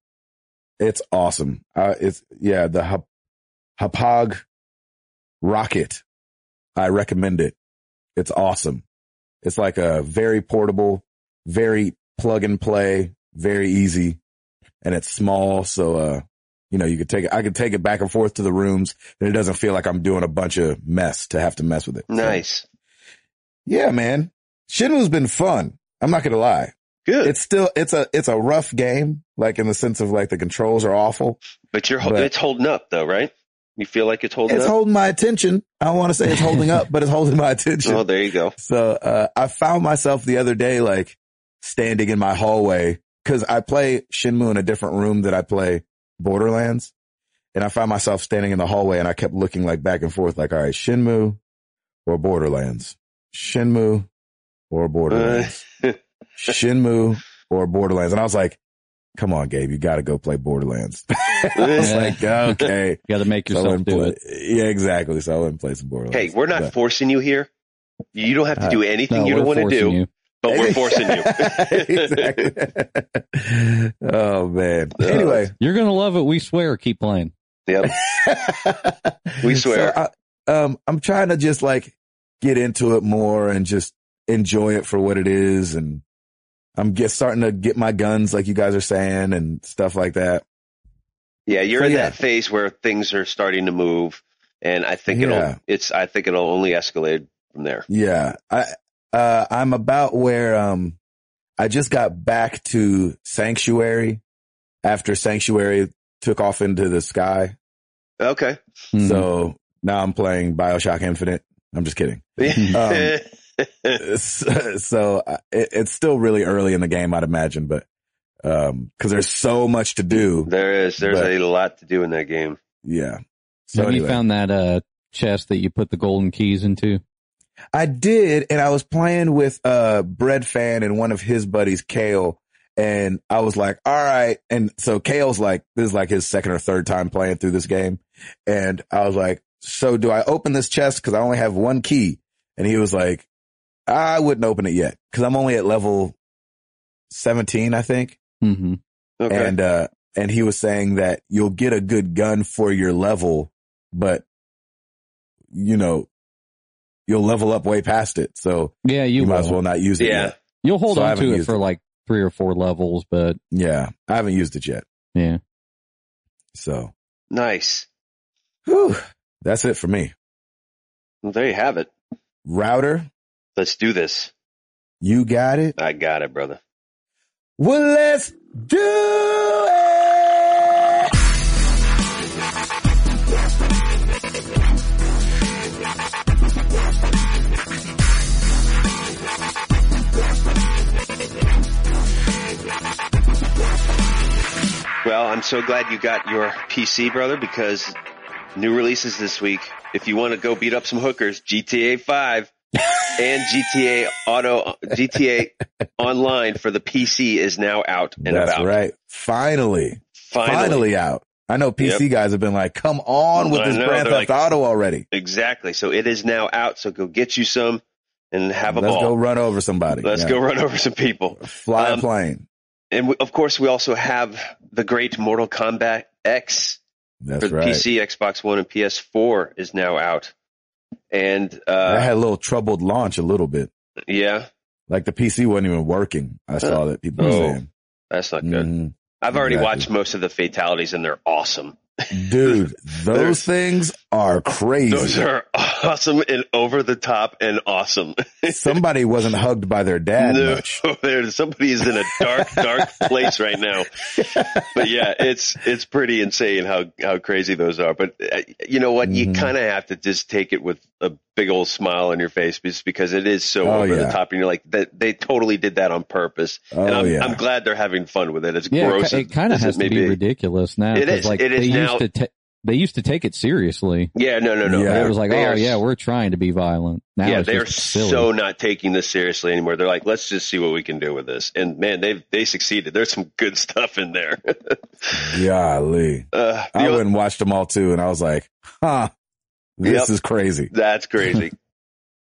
Speaker 1: It's awesome. Uh, it's yeah, the Hap- Hapag Rocket. I recommend it. It's awesome. It's like a very portable, very plug and play, very easy, and it's small. So, uh, you know, you could take it. I could take it back and forth to the rooms, and it doesn't feel like I'm doing a bunch of mess to have to mess with it. So,
Speaker 2: Nice.
Speaker 1: yeah, man. Shinmu's been fun. I'm not gonna lie.
Speaker 2: Good.
Speaker 1: It's still it's a it's a rough game, like in the sense of like the controls are awful.
Speaker 2: but you're,
Speaker 1: but-
Speaker 2: it's holding up though, right? You feel like it's holding
Speaker 1: it's
Speaker 2: up?
Speaker 1: holding my attention. I don't want to say it's holding up, but it's holding my attention.
Speaker 2: oh, there you go.
Speaker 1: So, uh, I found myself the other day, like standing in my hallway because I play Shinmu in a different room that I play Borderlands. And I found myself standing in the hallway and I kept looking like back and forth, like, all right, Shinmu or Borderlands, Shinmu or Borderlands,
Speaker 2: Uh,
Speaker 1: Shinmu or Borderlands. And I was like, come on, Gabe, you got to go play Borderlands. I was
Speaker 3: Yeah.
Speaker 1: like, okay.
Speaker 3: You got to make
Speaker 1: So I
Speaker 3: yourself
Speaker 1: wouldn't
Speaker 3: do
Speaker 1: play-
Speaker 3: it.
Speaker 1: Yeah, exactly. So I wouldn't play some Borderlands.
Speaker 2: hey, we're not
Speaker 1: But-
Speaker 2: forcing you here. You don't have to do anything
Speaker 3: No,
Speaker 2: you don't
Speaker 3: we're
Speaker 2: want to
Speaker 3: forcing
Speaker 2: do,
Speaker 3: you.
Speaker 2: but we're forcing you.
Speaker 1: exactly. oh man.
Speaker 2: Uh,
Speaker 1: Anyway,
Speaker 3: You're going to love it. We swear. Keep playing.
Speaker 2: Yep. We swear.
Speaker 1: So I, um, I'm trying to just like get into it more and just enjoy it for what it is, and I'm get starting to get my guns, like you guys are saying, and stuff like that.
Speaker 2: Yeah, you're
Speaker 1: So,
Speaker 2: in
Speaker 1: yeah.
Speaker 2: that phase where things are starting to move, and I think
Speaker 1: Yeah.
Speaker 2: it'll it's I think it'll only escalate from there.
Speaker 1: Yeah. I, uh, I'm about where, um, I just got back to Sanctuary after Sanctuary took off into the sky.
Speaker 2: Okay.
Speaker 3: Mhm.
Speaker 1: So now I'm playing Bioshock Infinite. I'm just kidding.
Speaker 3: Eh.
Speaker 1: so so I- it, it's still really early in the game, I'd imagine, but, um, cause there's so much to do.
Speaker 2: there is there's
Speaker 1: but-
Speaker 2: a lot to do in that game.
Speaker 1: Yeah. So
Speaker 3: Have you
Speaker 1: anyway,
Speaker 3: found that uh, chest that you put the golden keys into?
Speaker 1: I did, and I was playing with uh Bread Fan and one of his buddies, Kale, and I was like, all right. And so Kale's like, this is like his second or third time playing through this game. And I was like, so do I open this chest? Cause I only have one key. And he was like, I wouldn't open it yet. Cause I'm only at level 17, I think.
Speaker 3: Mm-hmm.
Speaker 2: Okay.
Speaker 1: And, uh, and he was saying that you'll get a good gun for your level, but you know, you'll level up way past it. So
Speaker 3: Yeah,
Speaker 1: you,
Speaker 3: you,
Speaker 1: might
Speaker 3: will.
Speaker 1: as well not use it
Speaker 2: yeah.
Speaker 1: yet.
Speaker 3: You'll hold
Speaker 1: So I
Speaker 3: on
Speaker 1: haven't
Speaker 3: to it
Speaker 1: used
Speaker 3: for
Speaker 1: it.
Speaker 3: like three or four levels, but
Speaker 1: Yeah. I haven't used it yet.
Speaker 3: yeah.
Speaker 1: So
Speaker 2: Nice.
Speaker 1: whew, that's it for me.
Speaker 2: Well, there you have it.
Speaker 1: Router,
Speaker 2: Let's do this.
Speaker 1: you got it.
Speaker 2: I got it, brother.
Speaker 1: Well, let's do it.
Speaker 2: Well, I'm so glad you got your PC, brother, because new releases this week. If you want to go beat up some hookers, GTA 5 and GTA Auto, GTA Online for the PC is now out and
Speaker 1: That's
Speaker 2: about.
Speaker 1: right. Finally,
Speaker 2: Finally.
Speaker 1: finally, out. I know PC guys have been like, come on with
Speaker 2: I
Speaker 1: this
Speaker 2: know,
Speaker 1: Grand
Speaker 2: they're
Speaker 1: Theft Auto already.
Speaker 2: Exactly. So it is now out. So go get you some and have a
Speaker 1: Let's go
Speaker 2: ball.
Speaker 1: run over somebody.
Speaker 2: Let's
Speaker 1: Yeah.
Speaker 2: go run over some people.
Speaker 1: Fly
Speaker 2: um,
Speaker 1: a plane.
Speaker 2: And we, of course, we also have the great Mortal Kombat X
Speaker 1: That's
Speaker 2: for the
Speaker 1: right.
Speaker 2: PC, Xbox One, and PS4 is now out. And
Speaker 1: I
Speaker 2: uh,
Speaker 1: had a little troubled launch a little bit.
Speaker 2: yeah,
Speaker 1: Like the PC wasn't even working. I saw that people were
Speaker 2: Oh,
Speaker 1: saying.
Speaker 2: that's not good.
Speaker 1: Mhm.
Speaker 2: I've already
Speaker 1: exactly.
Speaker 2: watched most of the fatalities, and they're awesome.
Speaker 1: Dude, those things are crazy.
Speaker 2: Those are awesome and over the top and awesome.
Speaker 1: Somebody wasn't hugged by their dad
Speaker 2: No,
Speaker 1: much.
Speaker 2: there, somebody is in a dark, dark place right now. But yeah, it's it's pretty insane how how crazy those are. But uh, you know what? You
Speaker 1: Mhm.
Speaker 2: kind of have to just take it with a big old smile on your face, just because it is so
Speaker 1: Oh,
Speaker 2: over the
Speaker 1: yeah.
Speaker 2: top, and you're like, that they totally did that on purpose.
Speaker 1: Oh
Speaker 2: and I'm,
Speaker 1: yeah.
Speaker 2: I'm glad they're having fun with it. It's
Speaker 3: Yeah,
Speaker 2: gross.
Speaker 3: it, kind of
Speaker 2: as
Speaker 3: has
Speaker 2: it
Speaker 3: to
Speaker 2: may
Speaker 3: be, ridiculous now.
Speaker 2: It
Speaker 3: 'cause,
Speaker 2: is-
Speaker 3: Like,
Speaker 2: it is
Speaker 3: they
Speaker 2: now-
Speaker 3: Used to ta- they used to take it seriously.
Speaker 2: Yeah, no, no, no.
Speaker 1: Yeah.
Speaker 3: It
Speaker 2: They're-
Speaker 3: was like,
Speaker 2: they
Speaker 3: oh
Speaker 2: are
Speaker 3: yeah, we're trying to be violent. Now
Speaker 2: yeah,
Speaker 3: it's
Speaker 2: they're
Speaker 3: just silly.
Speaker 2: so not taking this seriously anymore. They're like, let's just see what we can do with this. And man, they have they succeeded. There's some good stuff in there. uh,
Speaker 1: Golly.
Speaker 2: the
Speaker 1: I
Speaker 2: o-
Speaker 1: went and watched them all too, and I was like, huh, this
Speaker 2: Yep.
Speaker 1: is crazy.
Speaker 2: that's crazy.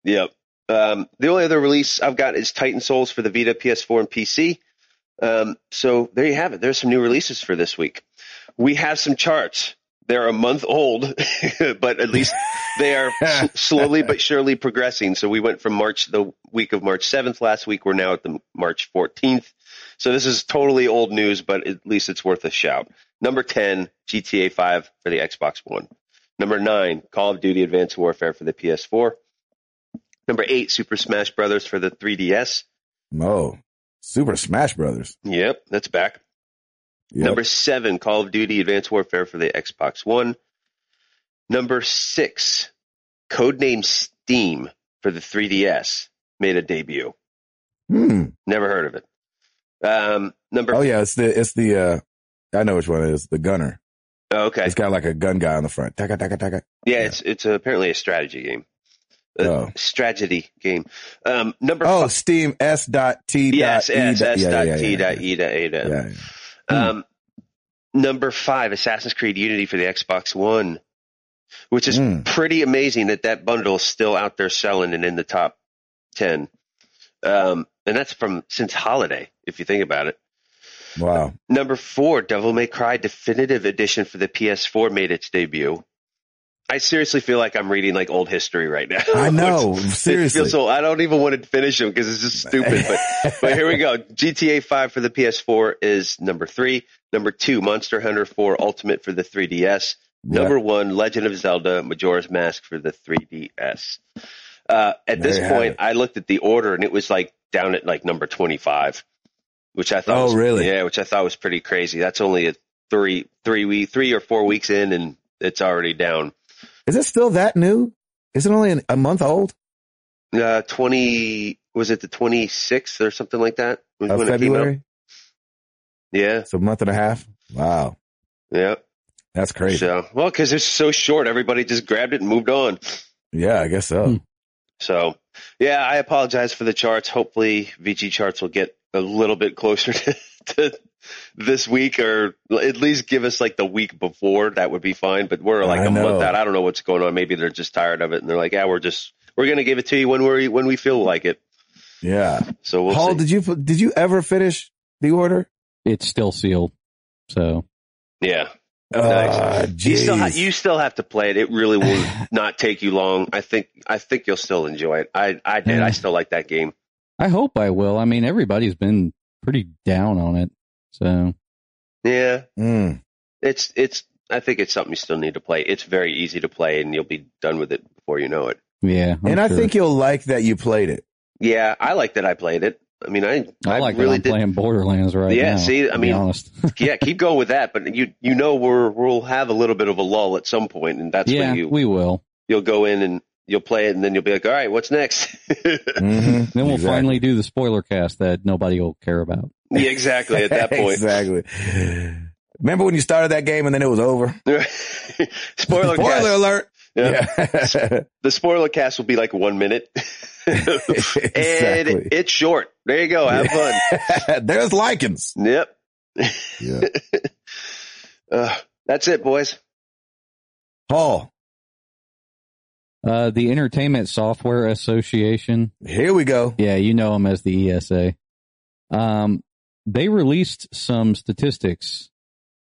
Speaker 2: yep. Um, the only other release I've got is Titan Souls for the Vita, PS4, and PC. Um, so there you have it. There's some new releases for this week. We have some charts. They're a month old, but at least they are s- slowly but surely progressing. So we went from March, the week of March 7th last week. We're now at the March 14th. So this is totally old news, but at least it's worth a shout. Number 10, GTA 5 for the Xbox One. Number 9, Call of Duty Advanced Warfare for the PS4. Number 8, Super Smash Brothers for the 3DS.
Speaker 1: Oh, Super Smash Brothers.
Speaker 2: Yep, that's back.
Speaker 1: Yep.
Speaker 2: Number seven, Call of Duty Advanced Warfare for the Xbox One. Number six, Codename Steam for the 3DS made a debut.
Speaker 1: Hmm.
Speaker 2: Never heard of it. Um, number
Speaker 1: Oh yeah, it's the it's the uh, I know which one it is. The gunner.
Speaker 2: oh, okay,
Speaker 1: It's got like a gun guy on the front. Taka taka taka.
Speaker 2: yeah, it's it's apparently a strategy game, a
Speaker 1: Oh.
Speaker 2: strategy game. Um, number
Speaker 1: Oh, Steam S dot T.
Speaker 2: yes,
Speaker 1: dot E
Speaker 2: S
Speaker 1: dot-
Speaker 2: S
Speaker 1: yeah,
Speaker 2: dot
Speaker 1: yeah,
Speaker 2: T
Speaker 1: yeah,
Speaker 2: dot E dot A dot.
Speaker 1: yeah,
Speaker 2: M.
Speaker 1: yeah, yeah.
Speaker 2: Um, number five, Assassin's Creed Unity for the Xbox One, which is
Speaker 1: Mm.
Speaker 2: pretty amazing that that bundle is still out there selling and in the top ten. Um, and that's from since holiday, if you think about it.
Speaker 1: Wow.
Speaker 2: Number four, Devil May Cry Definitive Edition for the PS4 made its debut. I seriously feel like I'm reading like old history right now.
Speaker 1: I know.
Speaker 2: It
Speaker 1: Seriously.
Speaker 2: feels so, I don't even want to finish them because it's just stupid. But but here we go. GTA 5 for the PS4 is number three. Number two, Monster Hunter 4 Ultimate for the 3DS. Number one, Legend of Zelda Majora's Mask for the 3DS. Uh, at
Speaker 1: There
Speaker 2: this
Speaker 1: you have
Speaker 2: point,
Speaker 1: it.
Speaker 2: I looked at the order and it was like down at like number 25, which I thought.
Speaker 1: Oh,
Speaker 2: was,
Speaker 1: really?
Speaker 2: Yeah, which I thought was pretty crazy. That's only a three, three week, three or four weeks in, and it's already down.
Speaker 1: Is it still that new? Is it only an, a month old?
Speaker 2: Uh, 20 was it the 26th or something like that? Was
Speaker 1: Of
Speaker 2: when it came out?
Speaker 1: February?
Speaker 2: Yeah,
Speaker 1: It's a month and a half. Wow.
Speaker 2: yeah.
Speaker 1: That's crazy.
Speaker 2: So, well, because it's so short, everybody just grabbed it and moved on.
Speaker 1: Yeah, I guess so.
Speaker 3: Hmm.
Speaker 2: So, yeah, I apologize for the charts. Hopefully, VG charts will get a little bit closer to, to this week, or at least give us like the week before. That would be fine. But we're like
Speaker 1: I
Speaker 2: a month
Speaker 1: know.
Speaker 2: out. I don't know what's going on. Maybe they're just tired of it, and they're like, "Yeah, we're just we're gonna give it to you when we when we feel like it."
Speaker 1: Yeah.
Speaker 2: So we'll
Speaker 1: Paul,
Speaker 2: see.
Speaker 1: did you did you ever finish the order?
Speaker 3: It's still sealed. So
Speaker 2: yeah,
Speaker 1: Ah,
Speaker 2: you still ha-
Speaker 1: jeez.
Speaker 2: you still have to play it. It really will not take you long. I think I think you'll still enjoy it. I I did. I still like that game.
Speaker 3: I hope I will. I mean, everybody's been pretty down on it. So
Speaker 2: Yeah,
Speaker 1: Mm.
Speaker 2: it's it's I think it's something you still need to play. It's very easy to play and you'll be done with it before you know it.
Speaker 3: yeah. I'm
Speaker 1: And I
Speaker 3: sure.
Speaker 1: think you'll like that you played it.
Speaker 2: Yeah, I like that I played it. I mean, I
Speaker 3: I like
Speaker 2: really
Speaker 3: that I'm playing Borderlands right
Speaker 2: Yeah,
Speaker 3: now.
Speaker 2: see, I
Speaker 3: to be
Speaker 2: mean-
Speaker 3: honest.
Speaker 2: did. yeah, keep going with that, but you you know we're we'll have a little bit of a lull at some point and that's
Speaker 3: yeah,
Speaker 2: when you
Speaker 3: we will.
Speaker 2: you'll go in and you'll play it and then you'll be like, "All right, what's next?"
Speaker 1: Mm-hmm.
Speaker 3: Then we'll finally do the spoiler cast that nobody will care about.
Speaker 2: yeah, exactly, at that point.
Speaker 1: exactly. Remember when you started that game and then it was over?
Speaker 2: spoiler cast.
Speaker 1: Spoiler alert.
Speaker 2: Yeah.
Speaker 1: Yeah.
Speaker 2: The spoiler cast will be like 1 minute. and
Speaker 1: Exactly.
Speaker 2: it's short. There you go. Have fun.
Speaker 1: There's lichens.
Speaker 2: Yep.
Speaker 1: Yeah.
Speaker 2: Uh, that's it, boys.
Speaker 1: Paul,
Speaker 3: Uh, the Entertainment Software Association.
Speaker 1: here we go.
Speaker 3: Yeah, you know them as the ESA. Um, they released some statistics,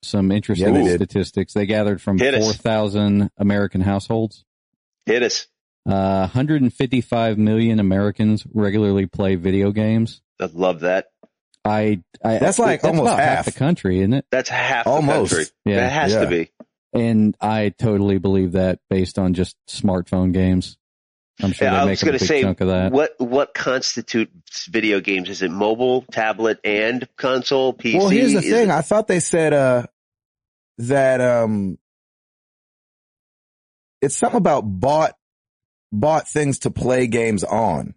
Speaker 3: some interesting
Speaker 1: Yeah, they did.
Speaker 3: statistics they gathered from
Speaker 2: Hit us.
Speaker 3: 4,000 American households.
Speaker 2: Hit us.
Speaker 3: Uh, 155 million Americans regularly play video games.
Speaker 2: I love that.
Speaker 3: I, I
Speaker 1: That's like almost
Speaker 3: about
Speaker 1: half.
Speaker 3: the country, isn't it?
Speaker 2: That's half
Speaker 1: Almost.
Speaker 2: the country.
Speaker 3: Yeah.
Speaker 2: that has
Speaker 1: Yeah.
Speaker 2: to be.
Speaker 3: And I totally believe that based on just smartphone games. I'm sure
Speaker 2: Yeah, I
Speaker 3: they
Speaker 2: was
Speaker 3: make up a
Speaker 2: gonna
Speaker 3: big
Speaker 2: say,
Speaker 3: chunk of that.
Speaker 2: What what constitutes video games? Is it mobile, tablet, and console, PC?
Speaker 1: Well, here's the
Speaker 2: Is
Speaker 1: thing.
Speaker 2: it-
Speaker 1: I thought they said, uh, that, um, it's something about bought, bought things to play games on.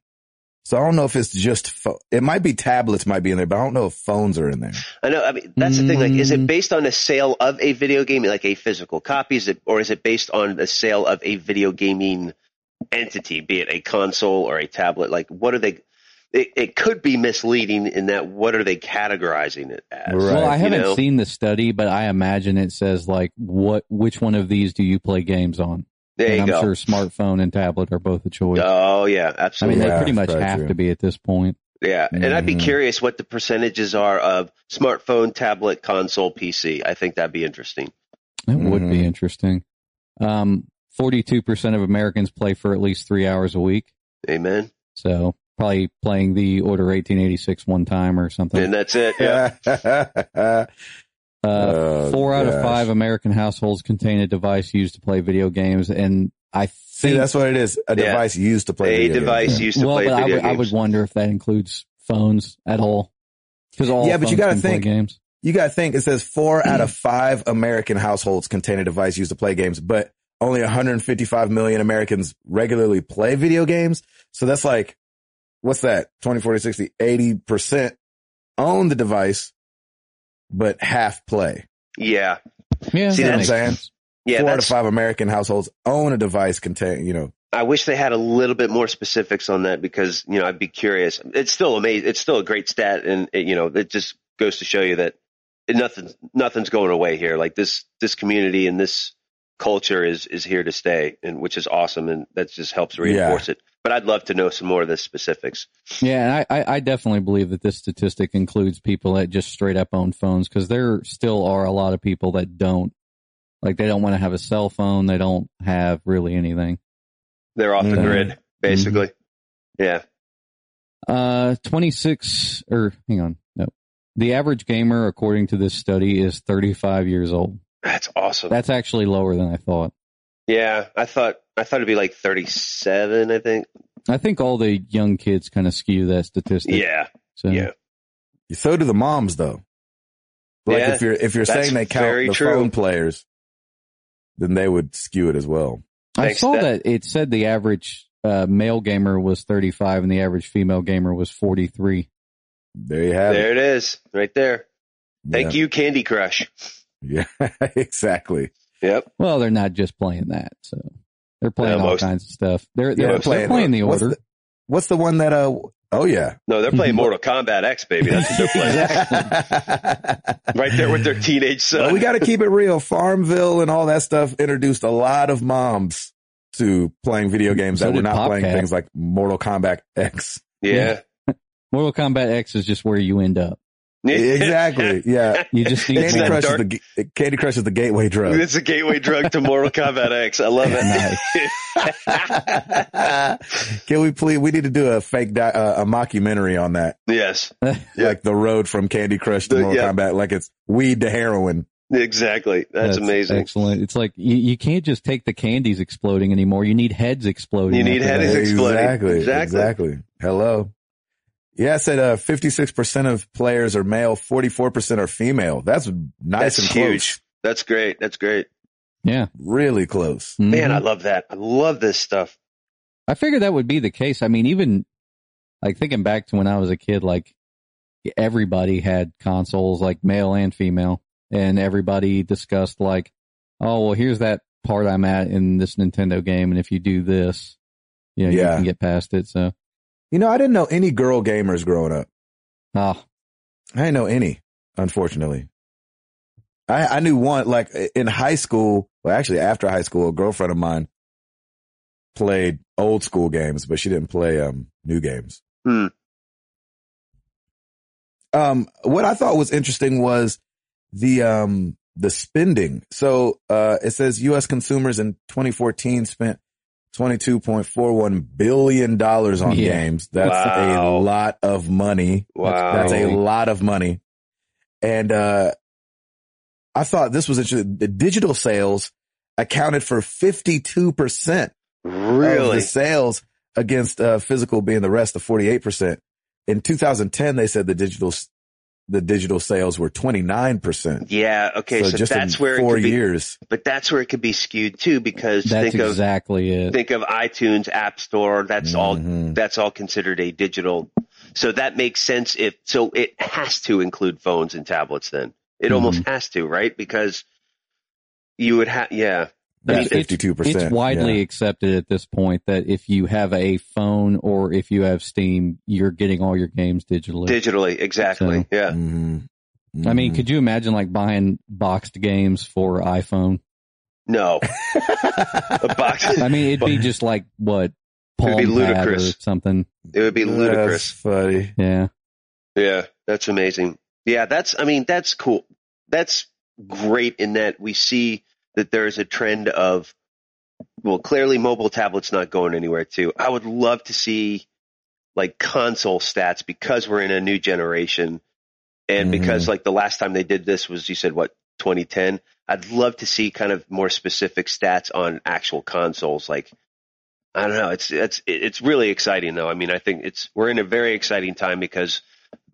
Speaker 1: So I don't know if it's just, pho- it might be tablets might be in there, but I don't know if phones are in there.
Speaker 2: I know. I mean, that's the thing. Like, is it
Speaker 3: Mm.
Speaker 2: based on a sale of a video game, like a physical copy, is it, or is it based on the sale of a video gaming entity, be it a console or a tablet? Like, what are they? It, it could be misleading in that. What are they categorizing it as?
Speaker 1: Right.
Speaker 3: Well, I
Speaker 2: you
Speaker 3: haven't
Speaker 2: know?
Speaker 3: seen the study, but I imagine it says like what which one of these do you play games on?
Speaker 2: There
Speaker 3: and
Speaker 2: you
Speaker 3: I'm
Speaker 2: go.
Speaker 3: sure smartphone and tablet are both a choice.
Speaker 2: Oh yeah,
Speaker 3: I mean,
Speaker 2: absolutely.
Speaker 3: they
Speaker 1: Yeah,
Speaker 3: pretty much
Speaker 1: that's
Speaker 3: have
Speaker 1: true.
Speaker 3: to be at this point.
Speaker 2: yeah, and I'd be
Speaker 1: Mhm.
Speaker 2: curious what the percentages are of smartphone, tablet, console, PC. I think that'd be interesting.
Speaker 3: That would be
Speaker 1: Mhm.
Speaker 3: interesting. Um, 42% of Americans play for at least three hours a week.
Speaker 2: Amen.
Speaker 3: So probably playing the Order 1886 one time or something.
Speaker 2: And that's it. Yeah.
Speaker 1: Yeah.
Speaker 3: Uh,
Speaker 1: Oh,
Speaker 3: four out of
Speaker 1: gosh.
Speaker 3: five American households contain a device used to play video games. And I think
Speaker 1: See, that's what it is. A
Speaker 2: Yeah.
Speaker 1: device used to play
Speaker 2: a
Speaker 1: video
Speaker 2: device
Speaker 1: games.
Speaker 2: used to
Speaker 3: well,
Speaker 2: play
Speaker 3: but I
Speaker 2: video
Speaker 3: would- I
Speaker 2: games.
Speaker 3: would wonder if that includes phones at all. Because all
Speaker 1: Yeah, but you
Speaker 3: phones
Speaker 1: gotta
Speaker 3: can play
Speaker 1: think-
Speaker 3: games.
Speaker 1: You got to think it says four out of five American households contain a device used to play games, but only 155 million Americans regularly play video games. So that's like, what's that? 20, 40, 60, 80% own the device, but half play.
Speaker 2: yeah,
Speaker 3: Yeah,
Speaker 2: See,
Speaker 3: that
Speaker 2: that's-
Speaker 3: makes sense.
Speaker 2: yeah.
Speaker 1: four out of
Speaker 2: That's,
Speaker 1: five American households own a device contain, you know,
Speaker 2: I wish they had a little bit more specifics on that because you know I'd be curious. It's still amazing. It's still a great stat, and it, you know it just goes to show you that nothing nothing's going away here. Like this this community and this culture is is here to stay, and which is awesome, and that just helps reinforce it. But I'd love to know some more of the specifics.
Speaker 3: Yeah, and I, I, I definitely believe that this statistic includes people that just straight up own phones because there still are a lot of people that don't. Like they don't want to have a cell phone. They don't have really anything.
Speaker 2: They're off the
Speaker 1: Mhm.
Speaker 2: grid, basically. Yeah,
Speaker 3: Uh, 26 or hang on. No, the average gamer, according to this study is 35 years old.
Speaker 2: that's awesome.
Speaker 3: That's actually lower than I thought.
Speaker 2: yeah, I thought I thought it'd be like thirty seven. I think.
Speaker 3: I think all the young kids kind of skew that statistic.
Speaker 2: Yeah,
Speaker 3: So,
Speaker 2: yeah.
Speaker 1: so do the moms though. Like
Speaker 2: Yeah,
Speaker 1: if you're, if you're
Speaker 2: that's
Speaker 1: saying they count
Speaker 2: very
Speaker 1: the
Speaker 2: true.
Speaker 1: phone players, then they would skew it as well.
Speaker 3: I
Speaker 2: Thanks,
Speaker 3: saw
Speaker 2: Steph.
Speaker 3: that it said the average uh, male gamer was 35 and the average female gamer was 43.
Speaker 1: There you have it.
Speaker 2: There it is, right there. Thank you, Candy Crush.
Speaker 1: Yeah, exactly.
Speaker 2: Yep.
Speaker 3: Well, they're not just playing that. So They're playing
Speaker 2: Yeah,
Speaker 3: all
Speaker 2: most-
Speaker 3: kinds of stuff. They're they're,
Speaker 2: Yeah,
Speaker 3: they're
Speaker 2: most-
Speaker 3: playing, the
Speaker 1: what's
Speaker 3: order.
Speaker 1: the- What's the one that? Uh, oh yeah,
Speaker 2: No, they're playing Mortal Kombat X, baby. That's what they're playing right there with their teenage son.
Speaker 1: But we got to keep it real. Farmville and all that stuff introduced a lot of moms to playing video games
Speaker 3: Mm-hmm. So
Speaker 1: that were
Speaker 3: did
Speaker 1: not playing
Speaker 3: Popcat.
Speaker 1: things like Mortal Kombat X.
Speaker 2: yeah.
Speaker 3: Mortal Kombat X is just where you end up.
Speaker 1: exactly. Yeah.
Speaker 3: You just need
Speaker 1: Candy
Speaker 2: that
Speaker 3: more.
Speaker 1: Crush, is
Speaker 2: dark-
Speaker 1: the, g- Candy Crush is the gateway drug.
Speaker 2: It's a gateway drug to Mortal Kombat X. I love it.
Speaker 1: Can we please? We need to do a fake di- uh, a mockumentary on that,
Speaker 2: yes, Yeah.
Speaker 1: like the road from Candy Crush to
Speaker 2: The-
Speaker 1: Mortal
Speaker 2: yeah.
Speaker 1: Kombat, like it's weed to heroin.
Speaker 2: exactly. That's, amazing.
Speaker 3: Excellent. It's like you, you can't just take the candies exploding anymore. You need heads exploding.
Speaker 2: You need
Speaker 3: after
Speaker 2: heads
Speaker 3: that.
Speaker 2: ex- exploding.
Speaker 1: Exactly,
Speaker 2: Exactly.
Speaker 1: exactly. Hello. Yeah, I said uh, 56% of players are male, 44% are female. That's nice
Speaker 2: That's
Speaker 1: and
Speaker 2: huge.
Speaker 1: close.
Speaker 2: That's great. That's great.
Speaker 3: Yeah.
Speaker 1: Really close.
Speaker 3: Mhm.
Speaker 2: Man, I love that. I love this stuff.
Speaker 3: I figured that would be the case. I mean, even like thinking back to when I was a kid, like everybody had consoles, like male and female, and everybody discussed like, oh, well, here's that part I'm at in this Nintendo game, and if you do this, you know,
Speaker 1: Yeah.
Speaker 3: you can get past it. So,
Speaker 1: You know, I didn't know any girl gamers growing up.
Speaker 3: ah,
Speaker 1: I didn't know any, unfortunately. I, I knew one, like in high school, well, actually after high school, a girlfriend of mine played old school games, but she didn't play, um, new games.
Speaker 2: Hmm.
Speaker 1: Um, what I thought was interesting was the, um, the spending. So, uh, it says U.S. consumers in 2014 spent $22.41 billion dollars on
Speaker 3: Yeah.
Speaker 1: games. That's
Speaker 2: Wow.
Speaker 1: a lot of money.
Speaker 2: Wow.
Speaker 1: That's a lot of money. And, uh, I thought this was interesting. The digital sales accounted for 52% of
Speaker 2: really?
Speaker 1: the sales against, uh, physical being the rest of 48%. In 2010, they said the digital, s- the digital sales were 29%.
Speaker 2: Yeah. Okay. So,
Speaker 1: just
Speaker 2: that's
Speaker 1: in
Speaker 2: where it
Speaker 1: four
Speaker 2: could be,
Speaker 1: years.
Speaker 2: but that's where it could be skewed too, because
Speaker 3: that's
Speaker 2: think of
Speaker 3: exactly it.
Speaker 2: think of iTunes, App Store. That's all
Speaker 1: Mhm.
Speaker 2: that's all considered a digital. So that makes sense if so it has to include phones and tablets then. It
Speaker 1: Mm-hmm.
Speaker 2: almost has to, right? Because you would have yeah.
Speaker 3: I
Speaker 1: Yeah,
Speaker 3: mean, it's-
Speaker 1: 52%.
Speaker 3: It's widely
Speaker 1: Yeah.
Speaker 3: accepted at this point that if you have a phone or if you have Steam, you're getting all your games digitally.
Speaker 2: Digitally, exactly. Yeah.
Speaker 1: Mhm.
Speaker 3: I mean,
Speaker 2: Mm-hmm.
Speaker 1: Mhm.
Speaker 3: could you imagine like buying boxed games for iPhone?
Speaker 2: No.
Speaker 1: Mm-hmm.
Speaker 2: a box
Speaker 3: I mean, it'd be just like what
Speaker 2: It'd
Speaker 3: palm
Speaker 2: be
Speaker 3: pad or
Speaker 2: ludicrous.
Speaker 3: something.
Speaker 2: it would be
Speaker 1: That's
Speaker 2: ludicrous.
Speaker 1: funny.
Speaker 3: Yeah,
Speaker 2: Yeah, that's amazing. Yeah, that's I mean, that's cool. That's great in that we see that there is a trend of well, clearly mobile tablets not going anywhere too. I would love to see like console stats because we're in a new generation and because like the last time they did this was you said what 2010. I'd love to see kind of more specific stats on actual consoles like I don't know. It's it's it's really exciting though. I mean, I think it's we're in a very exciting time because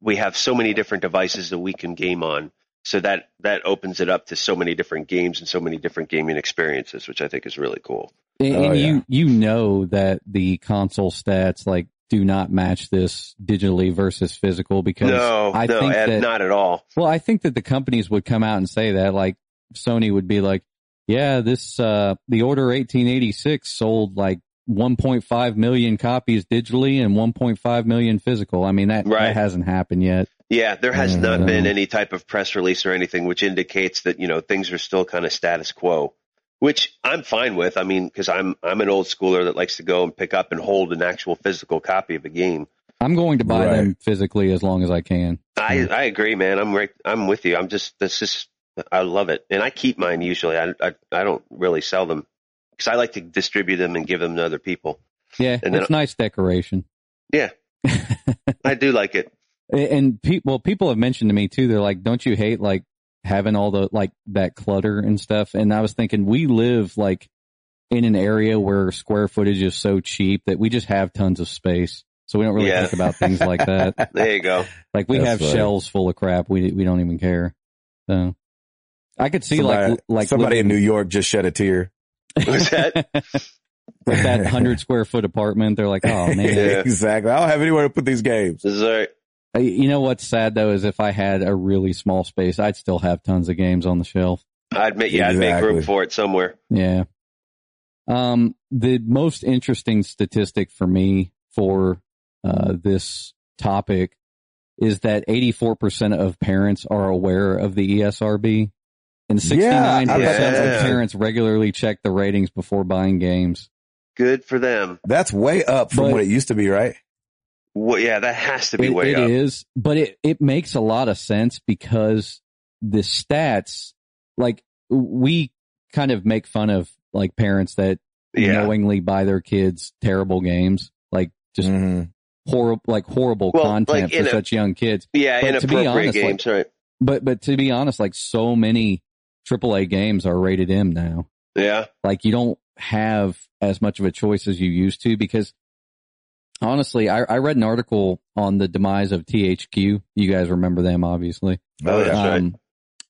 Speaker 2: we have so many different devices that we can game on. So that that opens it up to so many different games and so many different gaming experiences, which I think is really cool.
Speaker 3: and,
Speaker 1: Oh,
Speaker 3: and you you know that the console stats like do not match this digitally versus physical because
Speaker 2: No,
Speaker 3: I
Speaker 2: no,
Speaker 3: think
Speaker 2: Ed,
Speaker 3: that
Speaker 2: not at all.
Speaker 3: well, I think that the companies would come out and say that like Sony would be like, yeah, this uh the order 1886 sold like 1.5 million copies digitally and 1.5 million physical. I mean that
Speaker 2: Right.
Speaker 3: that hasn't happened yet.
Speaker 2: Yeah, there has not
Speaker 3: Mhm.
Speaker 2: been any type of press release or anything, which indicates that you know things are still kind of status quo, which I'm fine with. I mean, because I'm I'm an old schooler that likes to go and pick up and hold an actual physical copy of a game.
Speaker 3: I'm going to buy
Speaker 1: Right.
Speaker 3: them physically as long as I can.
Speaker 2: I, I agree, man. I'm right. I'm with you. I'm just this is I love it, and I keep mine usually. I I, I don't really sell them because I like to distribute them and give them to other people.
Speaker 3: Yeah,
Speaker 2: And then-
Speaker 3: it's nice decoration.
Speaker 2: Yeah, I do like it.
Speaker 3: And people, well, people have mentioned to me too. They're like, "Don't you hate like having all the like that clutter and stuff?" And I was thinking, we live like in an area where square footage is so cheap that we just have tons of space, so we don't really
Speaker 2: Yeah.
Speaker 3: think about things like that.
Speaker 2: There you go.
Speaker 3: Like we
Speaker 1: That's
Speaker 3: have
Speaker 1: right.
Speaker 3: shelves full of crap. We we don't even care. So I could see
Speaker 1: somebody,
Speaker 3: like like
Speaker 1: somebody
Speaker 3: living-
Speaker 1: in New York just shed a tear.
Speaker 2: What's that?
Speaker 3: like that hundred square foot apartment. They're like, "Oh man."
Speaker 2: Yeah.
Speaker 1: exactly. I don't have anywhere to put these games.
Speaker 2: This is all right.
Speaker 3: I- You know what's sad though is if I had a really small space, I'd still have tons of games on the shelf.
Speaker 2: I admit, yeah, I'd make room
Speaker 1: Exactly.
Speaker 2: for it somewhere.
Speaker 3: Yeah. Um, the most interesting statistic for me for uh, this topic is that 84% of parents are aware of the E ESRB and 69%
Speaker 2: Yeah.
Speaker 3: of parents regularly check the ratings before buying games.
Speaker 2: Good for them.
Speaker 1: That's way up from
Speaker 3: But-
Speaker 1: what it used to be, right?
Speaker 2: Well, yeah, that has to be
Speaker 3: It-
Speaker 2: way up.
Speaker 3: it is, but it, it makes a lot of sense because the stats, like we kind of make fun of like parents that
Speaker 2: Yeah.
Speaker 3: knowingly buy their kids terrible games, like just
Speaker 1: Mhm.
Speaker 3: horrible, like horrible
Speaker 2: Mm. Well,
Speaker 3: content
Speaker 2: like
Speaker 3: for
Speaker 2: in a-
Speaker 3: such young kids.
Speaker 2: Yeah,
Speaker 3: But to be
Speaker 2: inappropriate
Speaker 3: honest, like-
Speaker 2: games, right?
Speaker 3: But, but to be honest, like so many AAA games are rated M now.
Speaker 2: Yeah.
Speaker 3: like you don't have as much of a choice as you used to because honestly, I, I read an article on the demise of THQ. You guys remember them, obviously.
Speaker 2: Oh,
Speaker 3: uh,
Speaker 2: that's right.
Speaker 3: Um,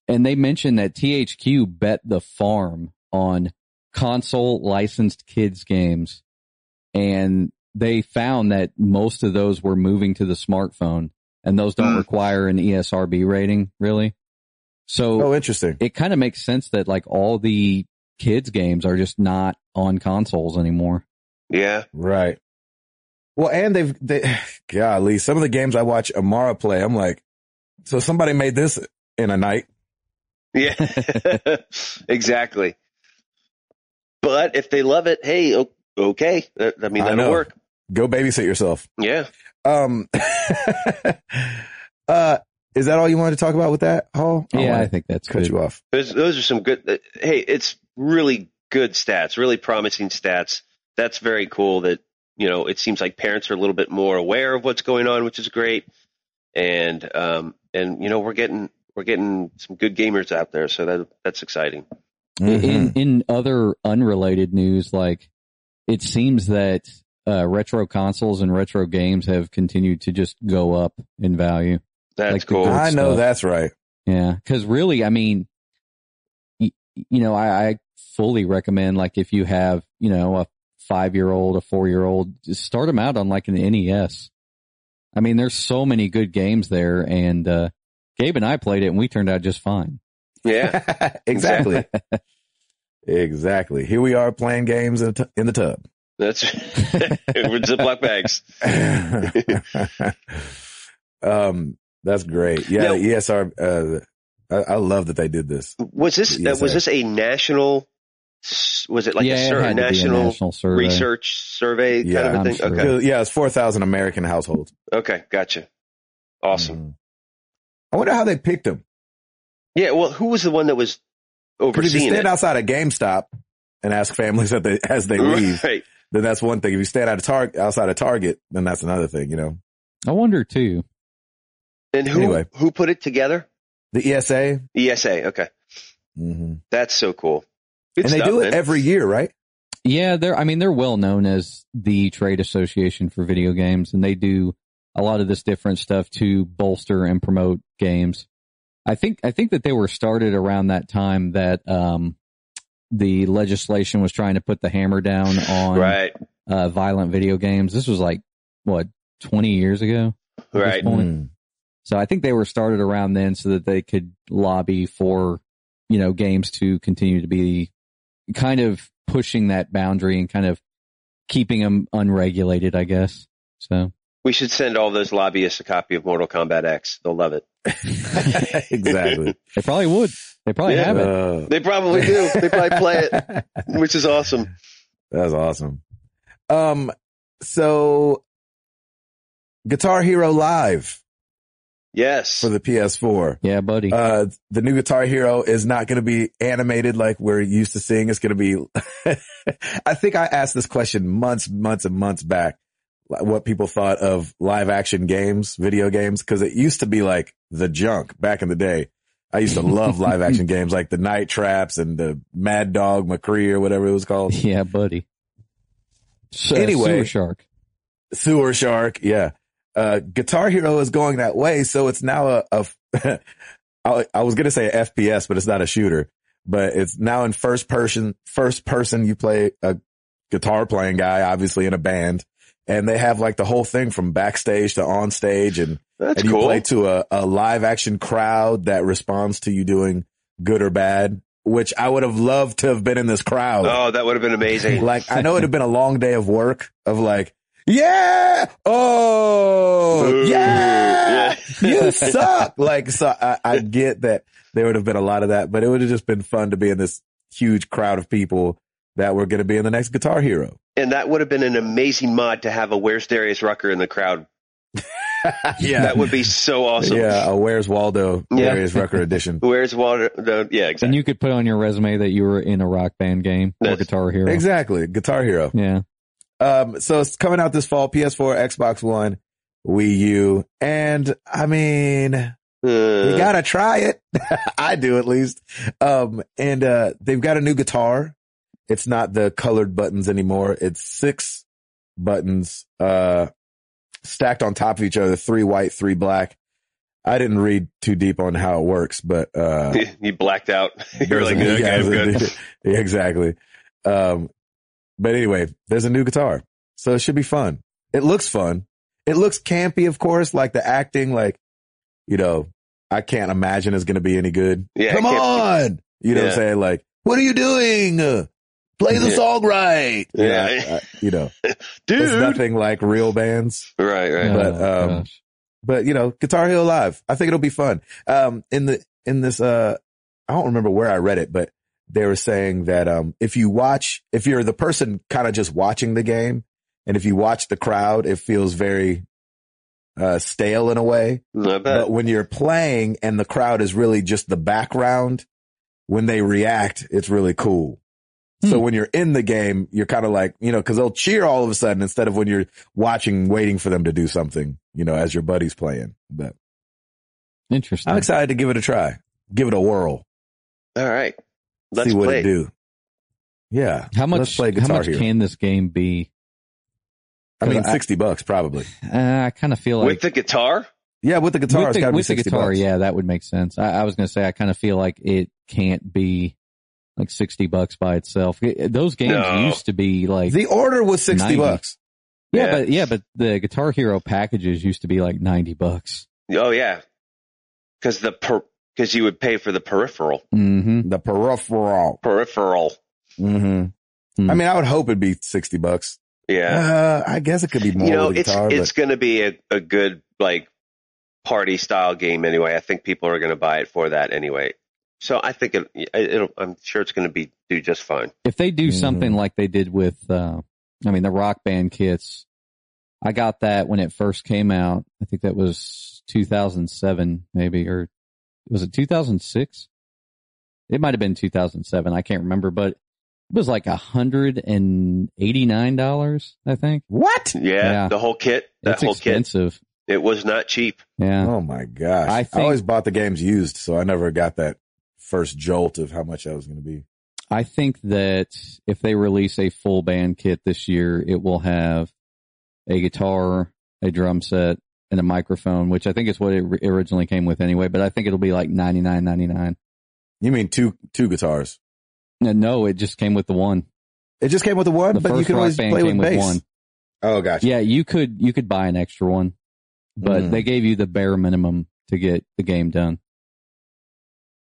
Speaker 3: And they mentioned that THQ bet the farm on console licensed kids games and they found that most of those were moving to the smartphone and those don't
Speaker 2: Hmm.
Speaker 3: require an E ESRB rating really. So
Speaker 1: Oh, interesting.
Speaker 3: it kind of makes sense that like all the kids games are just not on consoles anymore.
Speaker 2: Yeah.
Speaker 1: Right. Well, and they've, they, golly, some of the games I watch Amara play, I'm like, so somebody made this in a night.
Speaker 2: Yeah. exactly. But if they love it, hey, o- okay. That- I mean,
Speaker 1: I
Speaker 2: that'll
Speaker 1: know.
Speaker 2: work.
Speaker 1: Go babysit yourself.
Speaker 2: Yeah.
Speaker 1: Um, uh, is that all you wanted to talk about with that, Hall? Oh, I
Speaker 3: yeah,
Speaker 1: wanted
Speaker 3: Oh, I think that's
Speaker 1: to cut
Speaker 3: good.
Speaker 1: you off.
Speaker 2: Those, those are some good. uh, hey, it's really good stats, really promising stats. That's very cool. That you know, it seems like parents are a little bit more aware of what's going on, which is great. And um, and you know, we're getting we're getting some good gamers out there, so that that's exciting.
Speaker 1: Mhm.
Speaker 3: In in other unrelated news, like it seems that uh, retro consoles and retro games have continued to just go up in value.
Speaker 2: That's
Speaker 3: Like the
Speaker 2: cool.
Speaker 3: gold-
Speaker 1: I know
Speaker 3: stuff.
Speaker 1: that's right.
Speaker 3: Yeah, because really, I mean, y- you know, I, I fully recommend like if you have you know a five year old, a four year old, just start them out on like an NES. I mean, there's so many good games there, and uh, Gabe and I played it, and we turned out just fine.
Speaker 2: yeah,
Speaker 1: exactly. exactly. Here we are playing games in, a tu- in the tub.
Speaker 2: that's with Ziploc bags.
Speaker 1: um, that's great. Yeah,
Speaker 2: Now-
Speaker 1: the ESR. Uh, I, I love that they did this.
Speaker 2: Was this
Speaker 1: Yes,
Speaker 2: uh, was
Speaker 1: sir.
Speaker 2: this a national? s- Was it like
Speaker 3: yeah,
Speaker 2: a
Speaker 3: it
Speaker 2: certain
Speaker 3: had to be a
Speaker 2: national,
Speaker 3: national survey.
Speaker 2: research survey
Speaker 1: Yeah,
Speaker 2: kind of a
Speaker 3: I'm
Speaker 2: thing?
Speaker 3: sure.
Speaker 2: Okay,
Speaker 3: Good.
Speaker 1: Yeah, it's four thousand American households.
Speaker 2: okay, gotcha. Awesome.
Speaker 1: Mhm. I wonder how they picked them
Speaker 2: Yeah, well, who was the one that was
Speaker 1: because if you
Speaker 2: overseeing
Speaker 1: stand
Speaker 2: it?
Speaker 1: outside a GameStop and ask families that they, as they leave,
Speaker 2: Right.
Speaker 1: then that's one thing. If you stand out of tar- outside of Target, then that's another thing. You know,
Speaker 3: I wonder too.
Speaker 2: And who
Speaker 1: Anyway.
Speaker 2: who put it together?
Speaker 1: the ESA.
Speaker 2: ESA. Okay,
Speaker 1: Mm-hmm.
Speaker 2: that's so cool. Good
Speaker 1: and they
Speaker 2: stuff,
Speaker 1: do it
Speaker 2: man.
Speaker 1: every year, right?
Speaker 3: Yeah, they're. I mean, they're well known as the trade association for video games, and they do a lot of this different stuff to bolster and promote games. I think. I think that they were started around that time that um, the legislation was trying to put the hammer down on
Speaker 2: right,
Speaker 3: uh, violent video games. This was like what twenty years ago. this
Speaker 2: right.
Speaker 3: point.
Speaker 1: Mm.
Speaker 3: So I think they were started around then so that they could lobby for, you know, games to continue to be kind of pushing that boundary and kind of keeping them unregulated, I guess. So
Speaker 2: We should send all those lobbyists a copy of Mortal Kombat X. They'll love it.
Speaker 1: exactly.
Speaker 3: they probably would. They probably
Speaker 2: Yeah.
Speaker 3: have it.
Speaker 1: Uh,
Speaker 2: They probably do. they probably play it, which is awesome.
Speaker 1: That's awesome. Um, so Guitar Hero Live
Speaker 2: Yes.
Speaker 1: for the PS4.
Speaker 3: Yeah, buddy.
Speaker 1: Uh, the new Guitar Hero is not going to be animated like we're used to seeing. It's going to be, I think I asked this question months, months and months back, like what people thought of live action games, video games, cause it used to be like the junk back in the day. I used to love live action games like the Night Traps and the Mad Dog McCree or whatever it was called.
Speaker 3: yeah, buddy. So,
Speaker 1: Anyway.
Speaker 3: Sewer Shark.
Speaker 1: sewer shark. Yeah. Uh, Guitar Hero is going that way. So it's now a, a I I was going to say FPS, but it's not a shooter, but it's now in first person, first person. You play a guitar playing guy, obviously in a band and they have like the whole thing from backstage to on stage and,
Speaker 2: that's
Speaker 1: and you
Speaker 2: cool.
Speaker 1: play to a, a live action crowd that responds to you doing good or bad which I would have loved to have been in this crowd.
Speaker 2: Oh, that would have been amazing.
Speaker 1: Like I know it'd have been a long day of work of like, yeah, oh,
Speaker 2: Boo.
Speaker 1: yeah,
Speaker 2: Yeah.
Speaker 1: you suck. Like so, I, I get that there would have been a lot of that, but it would have just been fun to be in this huge crowd of people that were going to be in the next Guitar Hero.
Speaker 2: And that would have been an amazing mod to have a Where's Darius Rucker in the crowd.
Speaker 1: yeah,
Speaker 2: That would be so awesome.
Speaker 1: yeah. A Where's Waldo?
Speaker 2: Yeah.
Speaker 1: Darius Rucker edition.
Speaker 2: Where's Water? The, yeah,
Speaker 3: And
Speaker 2: exactly.
Speaker 3: you could put on your resume that you were in a rock band game or
Speaker 2: That's-
Speaker 3: Guitar Hero.
Speaker 1: Exactly, Guitar Hero.
Speaker 3: Yeah.
Speaker 1: Um, so it's coming out this fall. PS4, Xbox One, Wii U, and I mean,
Speaker 2: Uh,
Speaker 1: you gotta try it. I do at least. Um, and, uh, they've got a new guitar. It's not the colored buttons anymore. It's six buttons, uh, stacked on top of each other, three white, three black. I didn't read too deep on how it works, but, uh,
Speaker 2: you, blacked out. You're
Speaker 1: there's
Speaker 2: like,
Speaker 1: a new-
Speaker 2: okay,
Speaker 1: yeah,
Speaker 2: I'm good.
Speaker 1: there's a new- yeah, exactly. Um, but anyway, there's a new guitar, so it should be fun. It looks fun. It looks campy, of course, like the acting, like you know, I can't imagine it's going to be any good.
Speaker 2: Yeah,
Speaker 1: Come
Speaker 2: I can't-
Speaker 1: on, you know what
Speaker 2: Yeah.
Speaker 1: I'm saying? Like, what are you doing? Play the
Speaker 2: Yeah.
Speaker 1: song right. You know,
Speaker 2: Yeah.
Speaker 1: I- I- you know, it's
Speaker 2: Dude.
Speaker 1: nothing like real bands
Speaker 2: Right, right.
Speaker 1: But,
Speaker 3: Oh,
Speaker 1: um,
Speaker 3: gosh.
Speaker 1: but you know, Guitar Hero Live. I think it'll be fun. Um, in the in this, uh, I don't remember where I read it, but they were saying that um, if you watch, if you're the person kind of just watching the game, and if you watch the crowd, it feels very uh, stale in a way.
Speaker 2: I bet.
Speaker 1: But when you're playing and the crowd is really just the background, when they react, it's really cool. So when you're in the game, you're kind of like, you know, cause they'll cheer all of a sudden instead of when you're watching, waiting for them to do something, you know, as your buddy's playing. But
Speaker 3: interesting.
Speaker 1: I'm excited to give it a try, give it a whirl,
Speaker 2: All right. Let's
Speaker 1: see what
Speaker 2: play.
Speaker 1: it do. Yeah.
Speaker 3: how much?
Speaker 1: Let's play Guitar
Speaker 3: how much
Speaker 1: Hero.
Speaker 3: can this game be?
Speaker 1: I mean,
Speaker 3: 'cause I-
Speaker 1: 60 bucks probably.
Speaker 3: Uh, I kind of feel like
Speaker 2: With the guitar?
Speaker 1: Yeah. With the guitar,
Speaker 3: with
Speaker 1: it's
Speaker 3: the,
Speaker 1: gotta be
Speaker 3: with the
Speaker 1: 60
Speaker 3: guitar,
Speaker 1: bucks.
Speaker 3: yeah, that would make sense. I, I was gonna say I kind of feel like it can't be like sixty bucks by itself. It- those games
Speaker 2: No.
Speaker 3: used to be like
Speaker 1: The order was 60
Speaker 3: 90.
Speaker 1: bucks.
Speaker 3: yeah,
Speaker 2: Yeah.
Speaker 3: but yeah, but the Guitar Hero packages used to be like ninety bucks.
Speaker 2: Oh, yeah. Because the per- cause you would pay for the peripheral.
Speaker 3: Mm-hmm.
Speaker 1: The peripheral.
Speaker 2: Peripheral.
Speaker 1: Mm-hmm.
Speaker 3: Mm.
Speaker 1: I mean, I would hope it'd be 60 bucks.
Speaker 2: Yeah.
Speaker 1: Uh, I guess it could be more
Speaker 2: you know,
Speaker 1: with the
Speaker 2: it's
Speaker 1: guitar,
Speaker 2: it's going to be a, a good like party style game anyway. I think people are going to buy it for that anyway. So I think it, it'll. I'm sure it's going to be do just fine.
Speaker 3: If they do
Speaker 1: Mhm.
Speaker 3: something like they did with, uh, I mean, the Rock Band kits. I got that when it first came out. I think that was 2007, maybe, or was it 2006? It might have been 2007. I can't remember, but it was like $189, I think.
Speaker 1: what?
Speaker 2: Yeah,
Speaker 3: Yeah.
Speaker 2: the whole kit, that
Speaker 3: it's
Speaker 2: whole
Speaker 3: expensive.
Speaker 2: kit, it was not cheap.
Speaker 3: Yeah.
Speaker 1: Oh my gosh!
Speaker 3: I
Speaker 1: I,
Speaker 3: think-
Speaker 1: always bought the games used, so I never got that first jolt of how much that was going to be.
Speaker 3: I think that if they release a full band kit this year, it will have a guitar, a drum set, and a microphone, which I think is what it ri- originally came with anyway, but I think it'll be like 99.99.
Speaker 1: You mean two two guitars?
Speaker 3: No, No, it just came with the one.
Speaker 1: It just came with the one,
Speaker 3: The
Speaker 1: but you
Speaker 3: first
Speaker 1: can
Speaker 3: rock
Speaker 1: always
Speaker 3: band
Speaker 1: play
Speaker 3: came
Speaker 1: with
Speaker 3: with
Speaker 1: bass.
Speaker 3: one.
Speaker 1: Oh, gotcha.
Speaker 3: Yeah, you could you could buy an extra one, but
Speaker 1: Mm.
Speaker 3: they gave you the bare minimum to get the game done.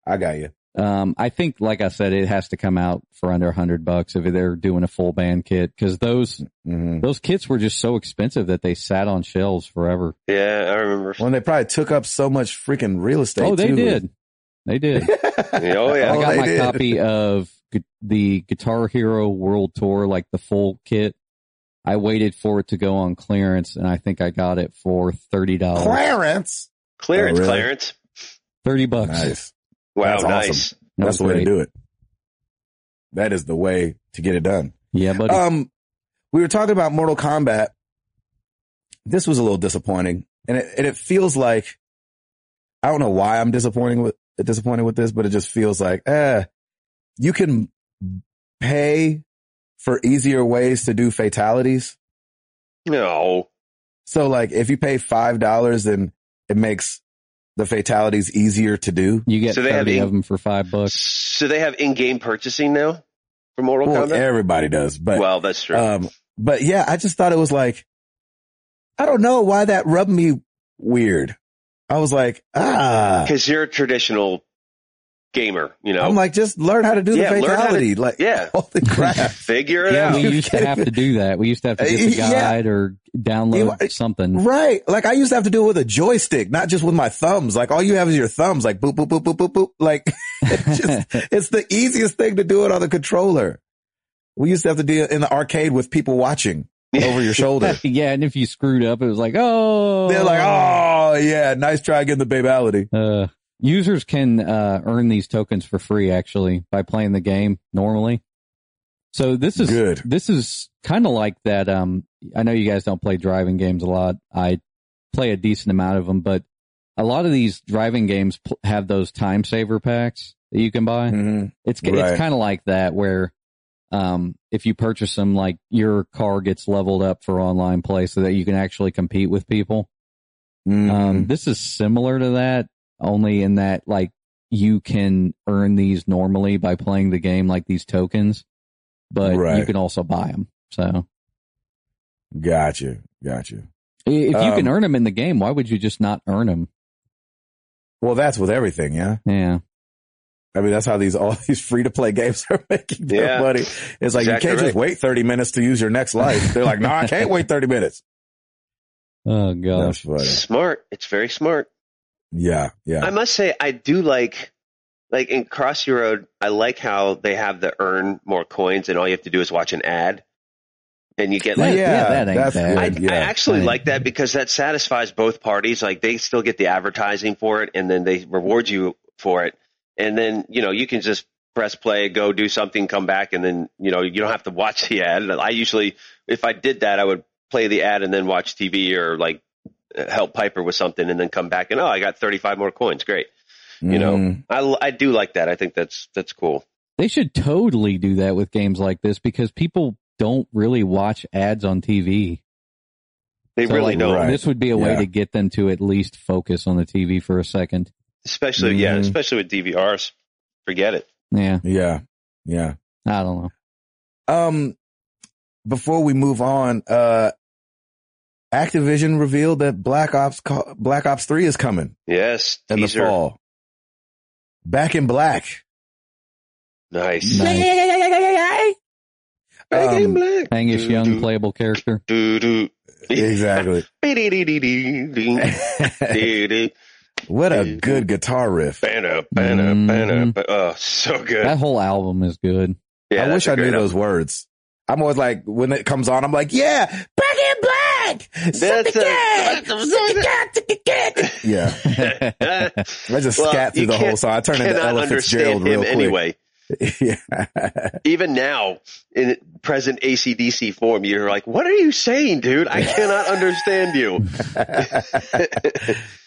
Speaker 1: I got you.
Speaker 3: Um, I think, like I said, it has to come out for under a hundred bucks if they're doing a full band kit because those
Speaker 1: hmm
Speaker 3: those kits were just so expensive that they sat on shelves forever.
Speaker 2: Yeah, I remember.
Speaker 1: Well, and they probably took up so much freaking real estate.
Speaker 3: oh, they
Speaker 1: too.
Speaker 3: did. They did.
Speaker 2: oh yeah,
Speaker 3: I
Speaker 1: Oh,
Speaker 3: got
Speaker 1: they
Speaker 3: my
Speaker 1: did.
Speaker 3: copy of gu- the Guitar Hero World Tour, like the full kit. I waited for it to go on clearance, and I think I got it for thirty dollars,
Speaker 1: Clarence.
Speaker 2: clearance,
Speaker 1: Oh, really?
Speaker 2: clearance.
Speaker 3: thirty bucks.
Speaker 1: Nice.
Speaker 2: Wow,
Speaker 1: That's awesome.
Speaker 2: nice.
Speaker 3: That
Speaker 1: That's
Speaker 3: was
Speaker 1: the way to
Speaker 3: great.
Speaker 1: do it. That is the way to get it done.
Speaker 3: Yeah, buddy.
Speaker 1: Um, we were talking about Mortal Kombat. This was a little disappointing, and it and it feels like I don't know why I'm disappointing with disappointed with this, but it just feels like eh, you can pay for easier ways to do fatalities.
Speaker 2: No,
Speaker 1: So like if you pay five dollars, then it makes the fatalities easier to do.
Speaker 3: you get
Speaker 2: so they have
Speaker 3: thirty
Speaker 2: ink-
Speaker 3: of them for five bucks.
Speaker 2: so they have in-game purchasing now for Mortal
Speaker 1: Well,
Speaker 2: Kombat.
Speaker 1: everybody does, but
Speaker 2: Well, that's true.
Speaker 1: Um, but yeah, I just thought it was like, I don't know why that rubbed me weird. I was like, ah,
Speaker 2: Because you're a traditional gamer. You know,
Speaker 1: I'm like, just learn how to do
Speaker 2: Yeah,
Speaker 1: the
Speaker 2: learn how to-
Speaker 1: fatality. like,
Speaker 2: yeah,
Speaker 1: holy crap.
Speaker 2: figure it
Speaker 3: Yeah,
Speaker 2: out.
Speaker 3: we used to have to do that. We used to have to get the
Speaker 1: Yeah.
Speaker 3: guide or download
Speaker 1: You-
Speaker 3: something.
Speaker 1: Right. Like I used to have to do it with a joystick, not just with my thumbs. Like all you have is your thumbs, like boop, boop, boop, boop, boop, boop. Like it's just, it's the easiest thing to do it on the controller. We used to have to do it in the arcade with people watching over your shoulder.
Speaker 3: yeah, and if you screwed up, it was like, oh,
Speaker 1: They're like, oh yeah, nice try getting the babality.
Speaker 3: Uh, users can uh, earn these tokens for free actually by playing the game normally. So this is
Speaker 1: Good.
Speaker 3: this is kind of like that. Um, I know you guys don't play driving games a lot. I play a decent amount of them, but a lot of these driving games pl- have those time saver packs that you can buy.
Speaker 1: Mhm.
Speaker 3: It's
Speaker 1: Right.
Speaker 3: it's kind of like that where um if you purchase them like your car gets leveled up for online play so that you can actually compete with people.
Speaker 1: Mhm.
Speaker 3: Um this is similar to that only in that like you can earn these normally by playing the game like these tokens but you
Speaker 1: Right.
Speaker 3: can also buy them. So
Speaker 2: Mm-hmm.
Speaker 1: gotcha. Gotcha.
Speaker 3: i- if you can
Speaker 1: Um,
Speaker 3: earn them in the game, why would you just not earn them?
Speaker 1: Well, that's with everything. Yeah.
Speaker 3: Yeah.
Speaker 1: I mean, that's how these, all these free to play games are making their
Speaker 2: Yeah.
Speaker 1: money. It's like, you
Speaker 2: Exactly
Speaker 1: can't
Speaker 2: right.
Speaker 1: just wait 30 minutes to use your next life. They're like, no, I can't wait 30 minutes.
Speaker 3: Oh
Speaker 1: That's
Speaker 3: gosh.
Speaker 1: funny.
Speaker 2: Smart. It's very smart.
Speaker 1: Yeah. Yeah.
Speaker 2: I must say, I do like, like in Crossy Road, I like how they have the earn more coins, and all you have to do is watch an ad, and you get
Speaker 3: Yeah,
Speaker 2: like.
Speaker 3: yeah, that ain't
Speaker 1: that's
Speaker 3: bad.
Speaker 2: I,
Speaker 1: good, yeah.
Speaker 2: I actually
Speaker 3: I-
Speaker 2: like that because that satisfies both parties. Like they still get the advertising for it, and then they reward you for it, and then you know you can just press play, go do something, come back, and then you know you don't have to watch the ad. I usually, if I did that, I would play the ad and then watch TV or like help Piper with something, and then come back and oh, I got thirty five more coins. Great. you know.
Speaker 1: Mhm.
Speaker 2: I, l- I do like that. I think that's that's cool.
Speaker 3: They should totally do that with games like this because people don't really watch ads on TV.
Speaker 2: They
Speaker 3: So,
Speaker 2: really
Speaker 3: like,
Speaker 2: don't,
Speaker 1: Right.
Speaker 3: This would be a way
Speaker 1: Yeah.
Speaker 3: to get them to at least focus on the TV for a second.
Speaker 2: especially yeah,
Speaker 1: Mhm.
Speaker 2: especially with DVRs. Forget it.
Speaker 3: Yeah,
Speaker 1: Yeah. Yeah.
Speaker 3: I don't know.
Speaker 1: Um, before we move on, uh, Activision revealed that Black Ops, co- Black Ops 3 is coming
Speaker 2: Yes,
Speaker 1: in
Speaker 2: teaser.
Speaker 1: the fall. Back in black.
Speaker 2: Nice.
Speaker 3: Nice.
Speaker 1: Um,
Speaker 3: Angus
Speaker 2: Do,
Speaker 3: Young,
Speaker 2: do,
Speaker 3: playable character.
Speaker 2: do, do.
Speaker 1: exactly.
Speaker 2: Be-de-de-de-de-de. Do-do.
Speaker 1: What a good guitar riff.
Speaker 2: Banner, banner,
Speaker 3: Mhm.
Speaker 2: banner. ba- Oh, so
Speaker 3: That
Speaker 2: good.
Speaker 3: whole album is good.
Speaker 2: Yeah,
Speaker 1: I
Speaker 2: that's
Speaker 1: wish
Speaker 2: a
Speaker 1: I knew
Speaker 2: great
Speaker 1: those words. I'm always like, when it comes on, I'm like, yeah, back in black. Set the
Speaker 2: That's a-
Speaker 1: cat. Set the cat, set the cat. Yeah.
Speaker 2: album.
Speaker 1: I just
Speaker 2: Well,
Speaker 1: scat
Speaker 2: you
Speaker 1: through the whole
Speaker 2: can't-
Speaker 1: song. I turn into
Speaker 2: Cannot
Speaker 1: Ella Fitzgerald
Speaker 2: understand him
Speaker 1: real quick.
Speaker 2: anyway.
Speaker 1: yeah.
Speaker 2: Even now, in present ACDC form, you're like, what are you saying, dude? I cannot understand you.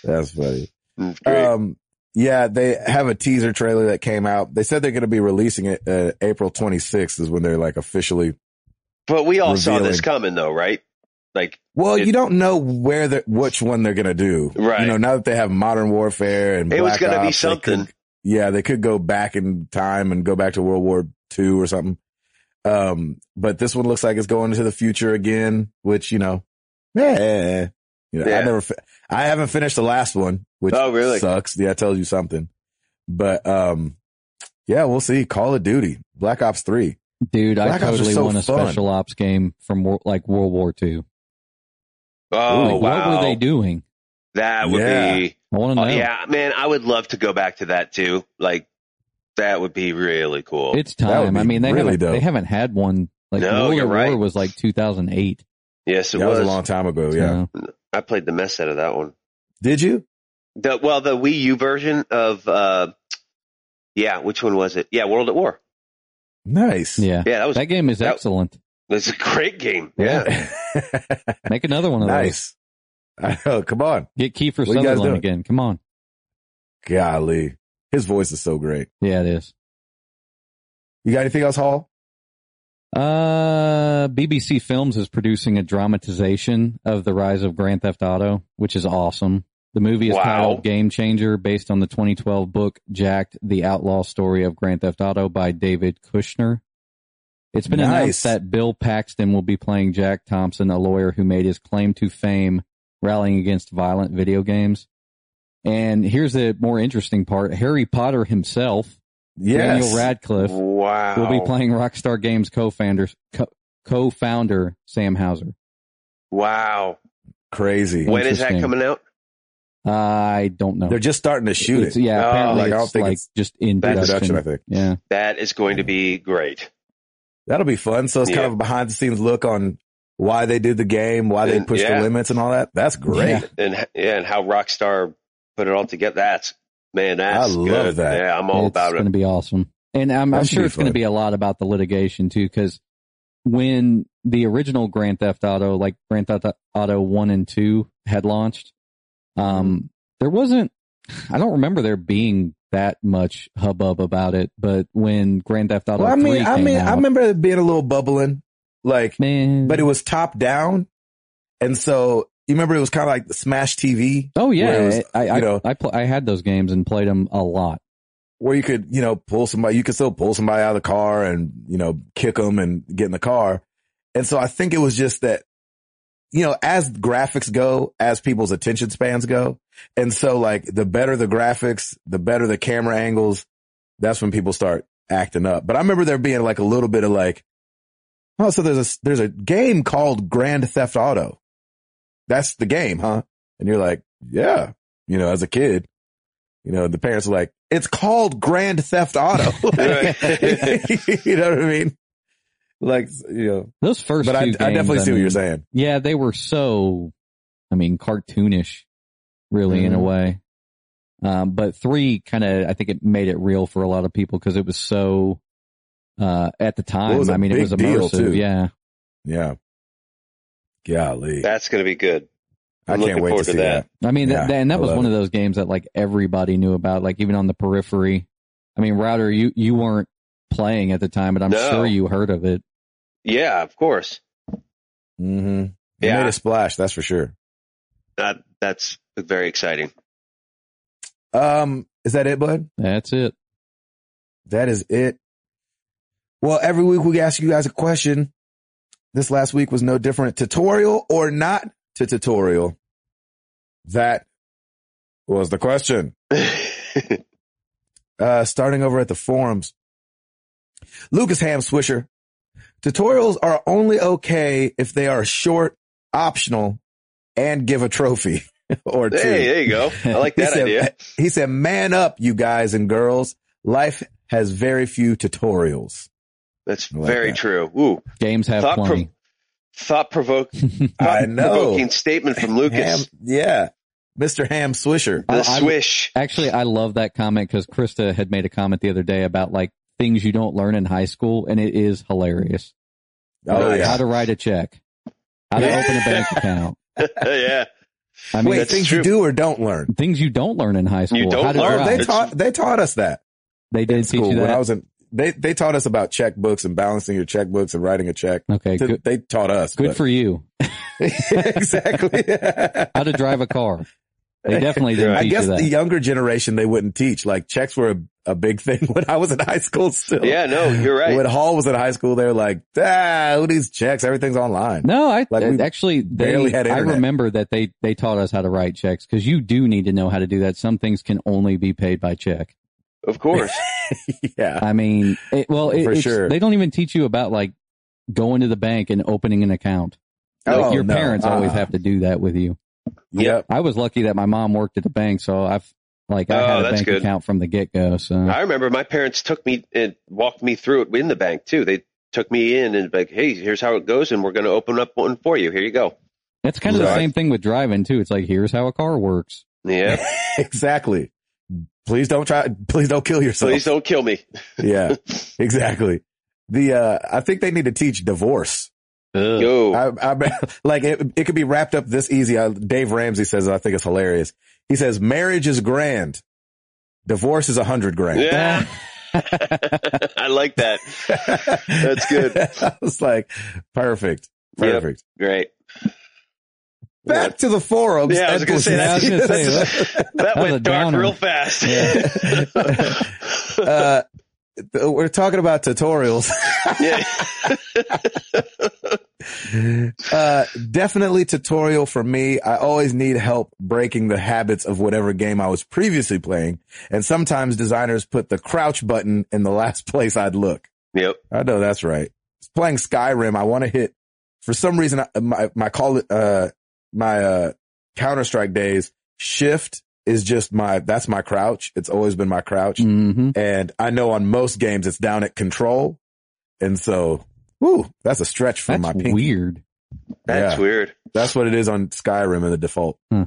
Speaker 1: That's funny.
Speaker 2: It's Great.
Speaker 1: Um, yeah, they have a teaser trailer that came out. They said they're going to be releasing it uh, April 26th is when they're like officially.
Speaker 2: but we all saw this
Speaker 1: revealing.
Speaker 2: coming, though, right? Like,
Speaker 1: Well,
Speaker 2: It-
Speaker 1: you don't know where the which one they're going to do.
Speaker 2: Right.
Speaker 1: You know, now that they have Modern Warfare and
Speaker 2: It was
Speaker 1: going
Speaker 2: gonna
Speaker 1: to
Speaker 2: be something.
Speaker 1: yeah, they could go back in time and go back to World War II or something. Um, but this one looks like it's going into the future again, which, you know, eh, you know,
Speaker 2: Yeah.
Speaker 1: I never, fi- I haven't finished the last one, which
Speaker 2: Oh, really?
Speaker 1: sucks. Yeah, it tells you something. But, um, yeah, we'll see. Call of Duty, Black Ops 3.
Speaker 3: Dude,
Speaker 1: Black
Speaker 3: I
Speaker 1: Ops is
Speaker 3: totally
Speaker 1: so
Speaker 3: want a
Speaker 1: fun.
Speaker 3: special ops game from wor- like World War II.
Speaker 2: oh, wow.
Speaker 3: Like, What were they doing?
Speaker 2: That would
Speaker 1: Yeah.
Speaker 2: be.
Speaker 3: I want to
Speaker 2: Oh,
Speaker 3: know.
Speaker 2: yeah, man, I would love to go back to that too. Like, that would be really cool.
Speaker 3: It's
Speaker 1: That would
Speaker 3: time. I
Speaker 1: be
Speaker 3: mean, they,
Speaker 1: really
Speaker 3: haven't,
Speaker 1: dope.
Speaker 3: they haven't had one. Like
Speaker 2: No,
Speaker 3: World
Speaker 2: you're
Speaker 3: at
Speaker 2: right.
Speaker 3: War was like 2008.
Speaker 2: yes, it
Speaker 1: that
Speaker 2: was.
Speaker 1: was a long time ago. Oh, Yeah.
Speaker 3: So,
Speaker 2: I played the mess out of that one.
Speaker 1: Did you?
Speaker 2: The well, the Wii U version of uh, yeah, which one was it? Yeah, World at War.
Speaker 1: Nice.
Speaker 3: yeah.
Speaker 2: Yeah, that was
Speaker 3: That game is
Speaker 2: that-
Speaker 3: excellent.
Speaker 2: that's a great game.
Speaker 1: Yeah.
Speaker 2: Yeah,
Speaker 3: Make another one of those.
Speaker 1: nice. I know. Come on.
Speaker 3: Get Kiefer
Speaker 1: What you guys
Speaker 3: Sutherland
Speaker 1: doing?
Speaker 3: again. Come on.
Speaker 1: Golly. His voice is so great.
Speaker 3: Yeah, it is.
Speaker 1: You got anything else, Hall?
Speaker 3: Uh, BBC Films is producing a dramatization of the rise of Grand Theft Auto, which is awesome. The movie is
Speaker 2: Wow.
Speaker 3: titled Game Changer, based on the 2012 book Jacked: The Outlaw Story of Grand Theft Auto by David Kushner. It's been
Speaker 1: Nice.
Speaker 3: announced that Bill Paxton will be playing Jack Thompson, a lawyer who made his claim to fame rallying against violent video games. And here's the more interesting part. Harry Potter himself, Daniel
Speaker 1: Yes.
Speaker 3: Radcliffe,
Speaker 2: Wow.
Speaker 3: will be playing Rockstar Games co-founder, co- co-founder Sam Hauser.
Speaker 2: Wow.
Speaker 1: Crazy.
Speaker 2: When is that
Speaker 3: Interesting.
Speaker 2: coming out?
Speaker 3: I don't know.
Speaker 1: They're just starting to shoot
Speaker 3: It's-
Speaker 1: it.
Speaker 3: Yeah,
Speaker 2: Oh,
Speaker 3: apparently
Speaker 1: like, I don't
Speaker 3: it's
Speaker 1: think
Speaker 3: like
Speaker 1: it's-
Speaker 3: just in
Speaker 2: That's-
Speaker 3: production.
Speaker 1: Production, I think.
Speaker 3: Yeah.
Speaker 2: That is going to be great.
Speaker 1: That'll be fun. So it's kind
Speaker 2: Yeah.
Speaker 1: of a behind the scenes look on why they did the game, why they
Speaker 2: And-
Speaker 1: pushed
Speaker 2: yeah.
Speaker 1: the limits and all that. That's great.
Speaker 3: Yeah.
Speaker 2: And h- yeah, and how Rockstar put it all together. That's man,
Speaker 1: I
Speaker 2: that's
Speaker 1: love
Speaker 2: good.
Speaker 1: that.
Speaker 2: Yeah, I'm all
Speaker 3: it's
Speaker 2: about
Speaker 3: going
Speaker 2: it.
Speaker 3: to be awesome. And I'm,
Speaker 1: That
Speaker 3: I'm
Speaker 1: should
Speaker 3: sure
Speaker 1: be
Speaker 3: it's going to
Speaker 1: fun.
Speaker 3: be a lot about the litigation too, because when the original Grand Theft Auto, like Grand Theft Auto 1 and 2 had launched, um, there wasn't, I don't remember there being that much hubbub about it, but when Grand Theft Auto
Speaker 1: Well, I
Speaker 3: 3
Speaker 1: mean, I
Speaker 3: came
Speaker 1: mean, I
Speaker 3: out,
Speaker 1: remember it being a little bubbling, like,
Speaker 3: man,
Speaker 1: but it was top down. And so you remember it was kind of like the Smash TV
Speaker 3: oh yeah,
Speaker 1: where it was,
Speaker 3: I, I,
Speaker 1: you know-
Speaker 3: I, pl- I had those games and played them a lot.
Speaker 1: where you could, you know, pull somebody, you could still pull somebody out of the car and, you know, kick them and get in the car. And so I think it was just that, you know, as graphics go, as people's attention spans go. And so like the better the graphics, the better the camera angles, that's when people start acting up. But I remember there being like a little bit of like, oh, so there's a, there's a game called Grand Theft Auto. That's the game, huh? And you're like, yeah, you know, as a kid, you know, the parents are like, it's called Grand Theft Auto. you know what I mean? Like, you know,
Speaker 3: Those first
Speaker 1: but I,
Speaker 3: two
Speaker 1: I
Speaker 3: games,
Speaker 1: definitely see what you're
Speaker 3: mean,
Speaker 1: saying.
Speaker 3: Yeah, they were so, I mean, cartoonish, really, in a
Speaker 1: Mhm.
Speaker 3: way. Um, but three kind of, I think it made it real for a lot of people because it was so, uh, at the time,
Speaker 1: was a
Speaker 3: I mean, it
Speaker 1: big
Speaker 3: was
Speaker 1: deal,
Speaker 3: immersive.
Speaker 1: too.
Speaker 3: Yeah.
Speaker 1: Yeah. Golly.
Speaker 2: That's going to be good.
Speaker 1: I
Speaker 2: I'm
Speaker 1: can't
Speaker 2: looking
Speaker 1: wait to
Speaker 2: forward to
Speaker 1: see that.
Speaker 3: I mean,
Speaker 1: Yeah,
Speaker 3: that, that, and that
Speaker 1: I
Speaker 3: was
Speaker 1: love
Speaker 3: one of those games that like everybody knew about, like even on the periphery. I mean, Router, you, you weren't playing at the time, but I'm
Speaker 2: No.
Speaker 3: sure you heard of it.
Speaker 2: Yeah, of course.
Speaker 1: Mm-hmm.
Speaker 2: Yeah.
Speaker 1: Made a splash. That's for sure.
Speaker 2: That that's very exciting.
Speaker 1: Um, is that it, bud?
Speaker 3: That's it.
Speaker 1: That is it. Well, every week we ask you guys a question. This last week was no different. Tutorial or not to tutorial? That was the question. Uh, starting over at the forums. Lucas Ham Swisher. Tutorials are only okay if they are short, optional, and give a trophy or two. uh,
Speaker 2: hey, there you go. I like
Speaker 1: He
Speaker 2: that
Speaker 1: said-
Speaker 2: idea.
Speaker 1: He said, man up, you guys and girls. Life has very few tutorials.
Speaker 2: That's
Speaker 1: I like
Speaker 2: very
Speaker 1: that.
Speaker 2: true. Ooh,
Speaker 3: Games have
Speaker 2: Thought
Speaker 3: plenty.
Speaker 2: thought provoke
Speaker 1: I
Speaker 2: thought
Speaker 1: know.
Speaker 2: provoking statement from Lucas.
Speaker 1: Ham- yeah. Mr. Ham Swisher.
Speaker 2: The
Speaker 3: I- I-
Speaker 2: swish.
Speaker 3: Actually, I love that comment because Krista had made a comment the other day about like things you don't learn in high school, and it is hilarious.
Speaker 1: Oh,
Speaker 2: Nice.
Speaker 3: How
Speaker 1: yeah.
Speaker 3: to write a check, how to
Speaker 2: Yeah.
Speaker 3: open a bank account.
Speaker 2: Oh, yeah.
Speaker 3: I mean,
Speaker 1: Wait,
Speaker 2: that's
Speaker 1: things
Speaker 2: true.
Speaker 1: you do or don't learn.
Speaker 3: things you don't learn in high school.
Speaker 2: don't
Speaker 3: how to
Speaker 2: learn.
Speaker 1: Oh, they
Speaker 3: drive.
Speaker 2: It's-
Speaker 1: taught, they taught us that
Speaker 3: They
Speaker 1: in
Speaker 3: did teach
Speaker 1: school
Speaker 3: you
Speaker 1: when I
Speaker 3: that.
Speaker 1: was in, they, they taught us about checkbooks and balancing your checkbooks and writing a check.
Speaker 3: okay,
Speaker 1: Th-
Speaker 3: good,
Speaker 1: They taught us.
Speaker 3: good
Speaker 1: but-
Speaker 3: for you.
Speaker 1: exactly.
Speaker 3: How to drive a car. They definitely didn't
Speaker 2: Right.
Speaker 1: I
Speaker 3: teach
Speaker 1: guess
Speaker 3: you that.
Speaker 1: the uh, younger generation, they wouldn't teach. Like checks were a, a big thing when I was in high school still.
Speaker 2: Yeah, no, you're right.
Speaker 1: When Hall was in high school, they were like, ah, who these checks? Everything's online.
Speaker 3: no, I
Speaker 1: Like, we
Speaker 3: actually
Speaker 1: barely
Speaker 3: they,
Speaker 1: had
Speaker 3: I
Speaker 1: internet.
Speaker 3: remember that they they taught us how to write checks because you do need to know how to do that. Some things can only be paid by check.
Speaker 2: Of course.
Speaker 1: yeah.
Speaker 3: I mean, it, well, it,
Speaker 1: For
Speaker 3: it's,
Speaker 1: sure.
Speaker 3: they don't even teach you about like going to the bank and opening an account. Like, your
Speaker 1: no.
Speaker 3: parents always
Speaker 1: Uh-uh.
Speaker 3: have to do that with you.
Speaker 1: Yep.
Speaker 3: I was lucky that my mom worked at a bank, so I've like I
Speaker 2: Oh,
Speaker 3: had a
Speaker 2: that's
Speaker 3: bank
Speaker 2: good.
Speaker 3: account from the get go. So
Speaker 2: I remember my parents took me and walked me through it in the bank too. They took me in and like, hey, here's how it goes, and we're going to open up one for you. Here you go.
Speaker 3: that's kind of the
Speaker 1: Right.
Speaker 3: same thing with driving too. It's like here's how a car works.
Speaker 2: Yeah.
Speaker 1: Exactly. Please don't try. Please don't kill yourself.
Speaker 2: Please don't kill me.
Speaker 1: yeah. Exactly. The, uh, I think they need to teach divorce.
Speaker 2: Yo.
Speaker 1: I, I, like it, it could be wrapped up this easy. Uh Dave Ramsey says, I think it's hilarious. He says, marriage is grand. Divorce is a hundred grand.
Speaker 2: yeah. I like that. That's good.
Speaker 1: I was like, perfect.
Speaker 2: Yep.
Speaker 1: Perfect.
Speaker 2: Great.
Speaker 1: Back to the forums.
Speaker 2: Yeah, I was
Speaker 1: That
Speaker 2: gonna say
Speaker 3: Yeah, I was gonna say
Speaker 1: that's-
Speaker 3: that-
Speaker 2: That
Speaker 3: was a
Speaker 2: went dark
Speaker 3: downer.
Speaker 2: real fast. Yeah.
Speaker 1: uh, th- we're talking about tutorials. Uh, definitely tutorial for me. I always need help breaking the habits of whatever game I was previously playing. And sometimes designers put the crouch button in the last place I'd look.
Speaker 2: Yep.
Speaker 1: I know that's right. Playing Skyrim, I want to hit. For some reason, I- my my call uh my uh Counter Strike days shift is just my that's my crouch. It's always been my crouch,
Speaker 3: hmm
Speaker 1: and I know on most games it's down at control, and so whoo, that's a stretch for
Speaker 3: That's
Speaker 1: my pinky.
Speaker 3: weird.
Speaker 2: That's
Speaker 1: Yeah.
Speaker 2: weird.
Speaker 1: That's what it is on Skyrim in the default.
Speaker 3: Hmm.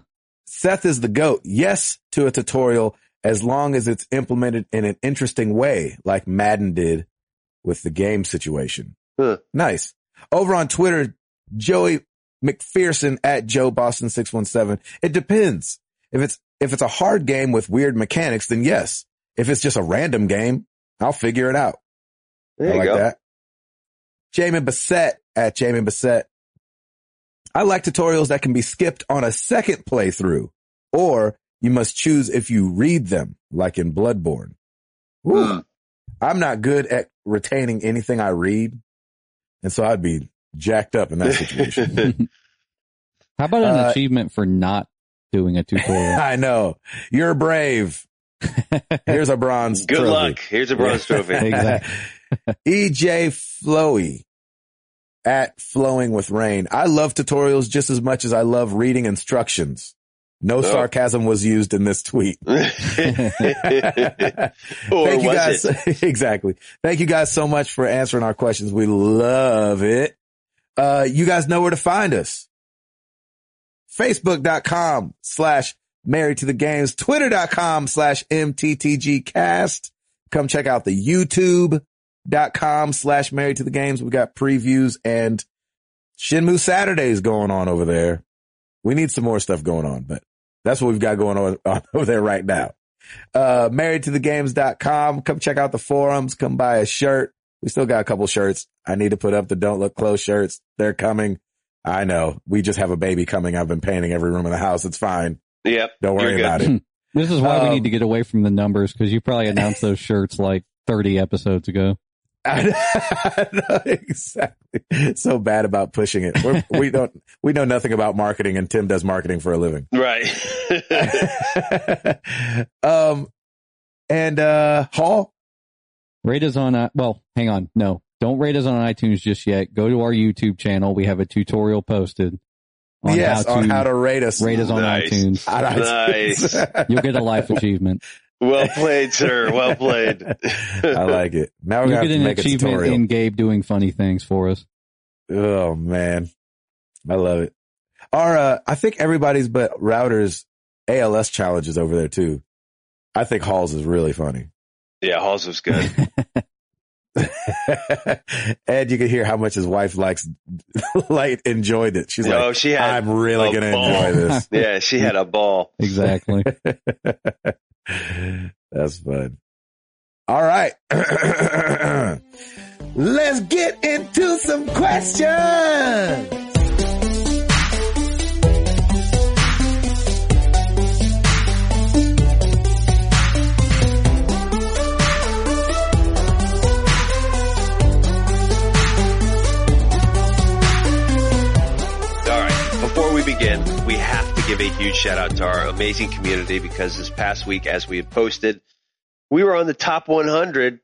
Speaker 1: Seth is the goat. Yes to a tutorial as long as it's implemented in an interesting way, like Madden did with the game situation.
Speaker 2: Huh.
Speaker 1: Nice. Over on Twitter, Joey McPherson at Joe Boston 617. It depends. If it's, if it's a hard game with weird mechanics, then yes. If it's just a random game, I'll figure it out.
Speaker 2: There
Speaker 1: I
Speaker 2: you
Speaker 1: like
Speaker 2: go.
Speaker 1: that. Jamin Bassett at Jamin Bassett. I like tutorials that can be skipped on a second playthrough, or you must choose if you read them, like in Bloodborne. Woo.
Speaker 2: Mm.
Speaker 1: I'm not good at retaining anything I read, and so I'd be jacked up in that situation.
Speaker 3: How about an
Speaker 1: Uh,
Speaker 3: achievement for not doing a tutorial?
Speaker 1: I know. You're brave. Here's a bronze.
Speaker 2: Good
Speaker 1: trophy.
Speaker 2: luck. Here's a bronze trophy.
Speaker 3: Exactly.
Speaker 1: EJ E Flowy at Flowing with Rain. I love tutorials just as much as I love reading instructions. No
Speaker 2: Oh.
Speaker 1: sarcasm was used in this tweet.
Speaker 2: or
Speaker 1: Thank you
Speaker 2: was
Speaker 1: guys.
Speaker 2: it?
Speaker 1: exactly. Thank you guys so much for answering our questions. We love it. Uh, you guys know where to find us. Facebook.com slash married to the games, twitter.com slash mttgcast. Come check out the youtube.com slash married to the games. We got previews and Shinmu Saturdays going on over there. We need some more stuff going on, but that's what we've got going on, on over there right now uh, marriedtothegames.com. Come check out the forums. Come buy a shirt. We still got a couple shirts. I need to put up the don't look close shirts. They're coming. I know. We just have a baby coming. I've been painting every room in the house. It's fine.
Speaker 2: Yep.
Speaker 1: Don't worry
Speaker 2: You're good.
Speaker 1: about it.
Speaker 3: this is why we
Speaker 1: Um,
Speaker 3: need to get away from the numbers because you probably announced those shirts like 30 episodes ago.
Speaker 1: I know, I know, exactly. So bad about pushing it. We're, we don't, we know nothing about marketing and Tim does marketing for a living.
Speaker 2: Right.
Speaker 1: um, and, uh, Hall,
Speaker 3: Rate us on, uh, well, hang on. No, don't rate us on iTunes just yet. Go to our YouTube channel. We have a tutorial posted on
Speaker 1: yes,
Speaker 3: how
Speaker 1: on
Speaker 3: to
Speaker 1: how to rate us.
Speaker 3: rate us on
Speaker 2: Nice.
Speaker 3: iTunes.
Speaker 1: on iTunes.
Speaker 3: You'll get a life achievement.
Speaker 2: well played, sir. Well played.
Speaker 1: I like it. Now we're
Speaker 3: You'll
Speaker 1: going to
Speaker 3: get an
Speaker 1: make a
Speaker 3: achievement
Speaker 1: tutorial.
Speaker 3: in Gabe doing funny things for us.
Speaker 1: oh man. I love it. Our, uh, I think everybody's but routers ALS challenges over there too. I think Halls is really funny.
Speaker 2: yeah, Halls was good.
Speaker 1: and you can hear how much his wife likes, like enjoyed it. She's
Speaker 2: No,
Speaker 1: like,
Speaker 2: she had.
Speaker 1: I'm really
Speaker 2: a
Speaker 1: going to
Speaker 2: ball.
Speaker 1: enjoy this.
Speaker 2: yeah, she had a ball.
Speaker 3: Exactly.
Speaker 1: That's fun. All right. Let's get into some questions.
Speaker 2: All right. Before we begin, we have to give a huge shout out to our amazing community because this past week, as we had posted, we were on the top 100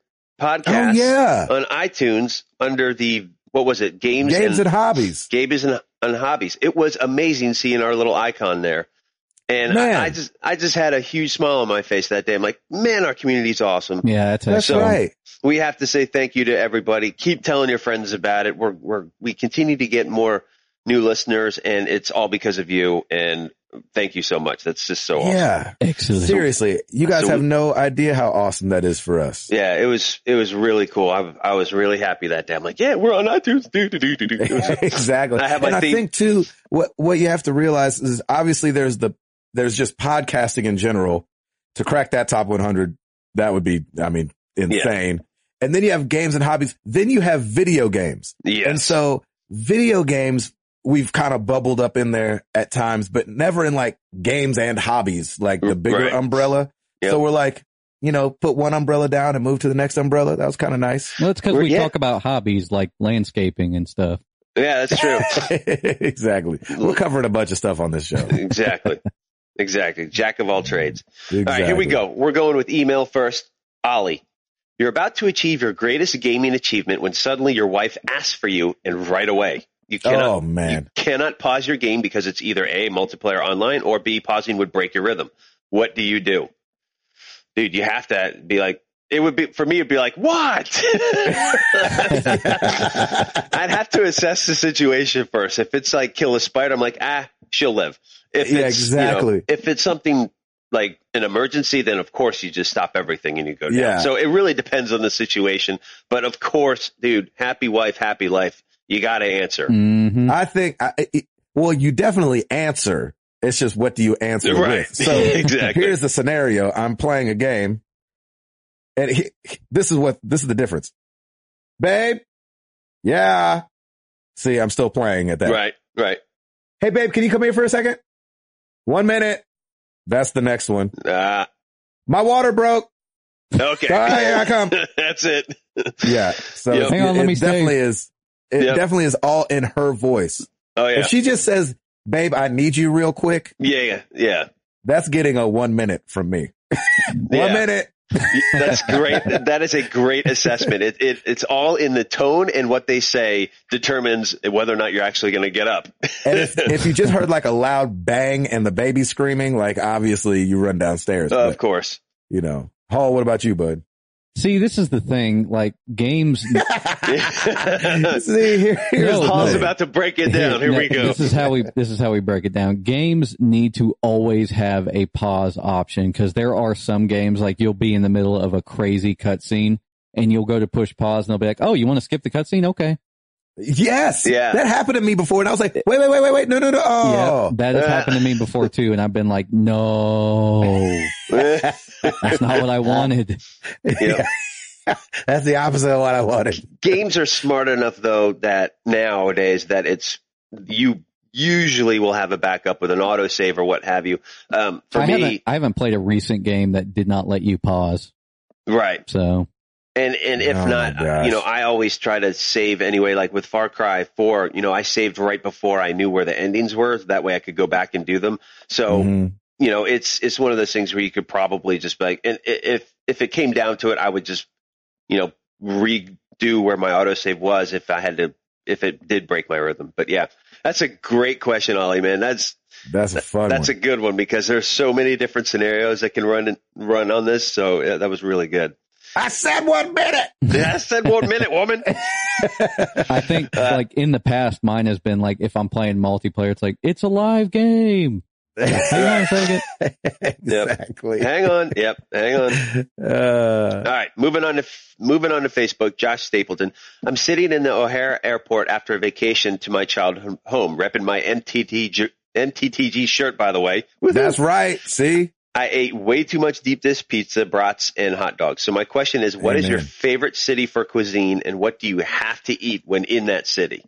Speaker 1: Oh
Speaker 2: podcast
Speaker 1: yeah.
Speaker 2: on iTunes under the what was it? Games,
Speaker 1: Games
Speaker 2: and,
Speaker 1: and hobbies.
Speaker 2: Games and, and hobbies. It was amazing seeing our little icon there. And
Speaker 1: Man.
Speaker 2: I, I just I just had a huge smile on my face that day. I'm like, man, our community's awesome.
Speaker 3: Yeah, that's,
Speaker 1: That's
Speaker 3: excellent.
Speaker 1: right.
Speaker 2: we have to say thank you to everybody. Keep telling your friends about it. We're we're we continue to get more new listeners, and it's all because of you. And thank you so much. That's just so awesome. Yeah,
Speaker 1: Yeah.
Speaker 3: Excellent.
Speaker 1: Seriously, you guys
Speaker 2: So-
Speaker 1: have no idea how awesome that is for us.
Speaker 2: it was it was really cool. I I was really happy that day. I'm like, yeah, we're on iTunes. Do do do do do. It was-
Speaker 1: exactly.
Speaker 2: I have my
Speaker 1: and I
Speaker 2: theme.
Speaker 1: think too, what, what you have to realize is obviously there's the, there's just podcasting in general to crack that top 100. That would be, I mean, insane. And then you have games and hobbies. Then you have video games. And
Speaker 2: Yes.
Speaker 1: so video games, we've kind of bubbled up in there at times, but never in like games and hobbies, like the bigger
Speaker 2: Right.
Speaker 1: umbrella.
Speaker 2: Yep.
Speaker 1: So we're like, you know, put one umbrella down and move to the next umbrella. That was kind of nice.
Speaker 3: No, it's because
Speaker 2: We're-
Speaker 3: we
Speaker 2: yeah.
Speaker 3: talk about hobbies like landscaping and stuff.
Speaker 2: Yeah, that's true.
Speaker 1: exactly. We're covering a bunch of stuff on this show.
Speaker 2: exactly. Exactly. Jack of all trades.
Speaker 1: Exactly.
Speaker 2: All right, here we go. We're going with email first. Ollie, you're about to achieve your greatest gaming achievement when suddenly your wife asks for you and right away. You cannot
Speaker 1: Oh man.
Speaker 2: cannot pause your game because it's either A, multiplayer online, or B, pausing would break your rhythm. What do you do? Dude, you have to be like, it would be, for me, it'd be like, what? I'd have to assess the situation first. If it's like kill a spider, I'm like, ah, she'll live. If
Speaker 1: Yeah,
Speaker 2: it's, you know,
Speaker 1: exactly.
Speaker 2: if it's something like an emergency, then of course you just stop everything and you go down.
Speaker 1: Yeah.
Speaker 2: So it really depends on the situation. But of course, dude, happy wife, happy life. You got to answer.
Speaker 3: hmm
Speaker 1: I think. I, it- well, you definitely answer. It's just what do you answer
Speaker 2: Right.
Speaker 1: with? So
Speaker 2: exactly.
Speaker 1: here's the scenario. I'm playing a game and he, this is what, this is the difference. Babe. Yeah. See, I'm still playing at that.
Speaker 2: Right, right.
Speaker 1: Hey, babe, can you come here for a second? One minute. That's the next one.
Speaker 2: Ah,
Speaker 1: My water broke.
Speaker 2: okay.
Speaker 1: All right, here I come.
Speaker 2: That's it.
Speaker 1: Yeah. So
Speaker 2: Yep.
Speaker 1: it's-
Speaker 3: Hang on,
Speaker 1: it,
Speaker 3: let me stay.
Speaker 1: definitely is, it
Speaker 2: Yep.
Speaker 1: definitely is all in her voice.
Speaker 2: Oh yeah,
Speaker 1: If she just says, babe, I need you real quick,
Speaker 2: yeah, yeah, yeah.
Speaker 1: that's getting a one minute from me. One
Speaker 2: Yeah.
Speaker 1: minute.
Speaker 2: That's great. that is a great assessment. It, it it's all in the tone and what they say determines whether or not you're actually going to get up.
Speaker 1: And if, if you just heard like a loud bang and the baby screaming, like obviously you run downstairs.
Speaker 2: of
Speaker 1: but,
Speaker 2: course.
Speaker 1: you know, Hall, what about you, bud?
Speaker 3: See, this is the thing. Like games.
Speaker 1: See, here, here's
Speaker 3: No,
Speaker 1: the
Speaker 2: Paul's
Speaker 1: thing.
Speaker 2: about to break it down. Here we go.
Speaker 3: This is how we. This is how we break it down. Games need to always have a pause option because there are some games like you'll be in the middle of a crazy cutscene and you'll go to push pause and they'll be like, "Oh, you want to skip the cutscene? Okay."
Speaker 1: Yes.
Speaker 2: Yeah.
Speaker 1: That happened to me before. And I was like, wait, wait, wait, wait, wait. No, no, no.
Speaker 3: Yeah,
Speaker 1: Oh,
Speaker 3: that has
Speaker 2: Uh.
Speaker 3: happened to me before too, and I've been like, "No, that's not what I wanted."
Speaker 2: Yeah.
Speaker 1: that's the opposite of what I wanted.
Speaker 2: Games are smart enough though that nowadays that it's you usually will have a backup with an autosave or what have you. Um, for
Speaker 3: I haven't,
Speaker 2: me,
Speaker 3: I haven't played a recent game that did not let you pause.
Speaker 2: right.
Speaker 3: So
Speaker 2: And and if
Speaker 1: Oh, my
Speaker 2: not, uh,
Speaker 1: gosh.
Speaker 2: you know, I always try to save anyway. Like with Far Cry Four, you know, I saved right before I knew where the endings were. That way, I could go back and do them. So
Speaker 1: Mhm.
Speaker 2: you know, it's it's one of those things where you could probably just be like, and i- if if it came down to it, I would just you know redo where my autosave was if I had to if it did break my rhythm. But yeah, that's a great question, Ollie. Man, that's
Speaker 1: That's a fun
Speaker 2: that's
Speaker 1: one.
Speaker 2: a good one because there's so many different scenarios that can run run on this. So yeah, that was really good.
Speaker 1: I said one minute.
Speaker 2: I said one minute, woman.
Speaker 3: I think like in the past, mine has been like if I'm playing multiplayer, it's like it's a live game. Hang on a second.
Speaker 1: exactly.
Speaker 2: Hang on. Yep. Hang on.
Speaker 1: Uh,
Speaker 2: All right. Moving on to moving on to Facebook. Josh Stapleton. I'm sitting in the O'Hare Airport after a vacation to my childhood home, repping my MTTG, MTTG shirt. By the way, Woohoo.
Speaker 1: that's right. See,
Speaker 2: I ate way too much deep dish pizza, brats, and hot dogs. So my question is, what is your
Speaker 1: Amen.
Speaker 2: favorite city for cuisine, and what do you have to eat when in that city?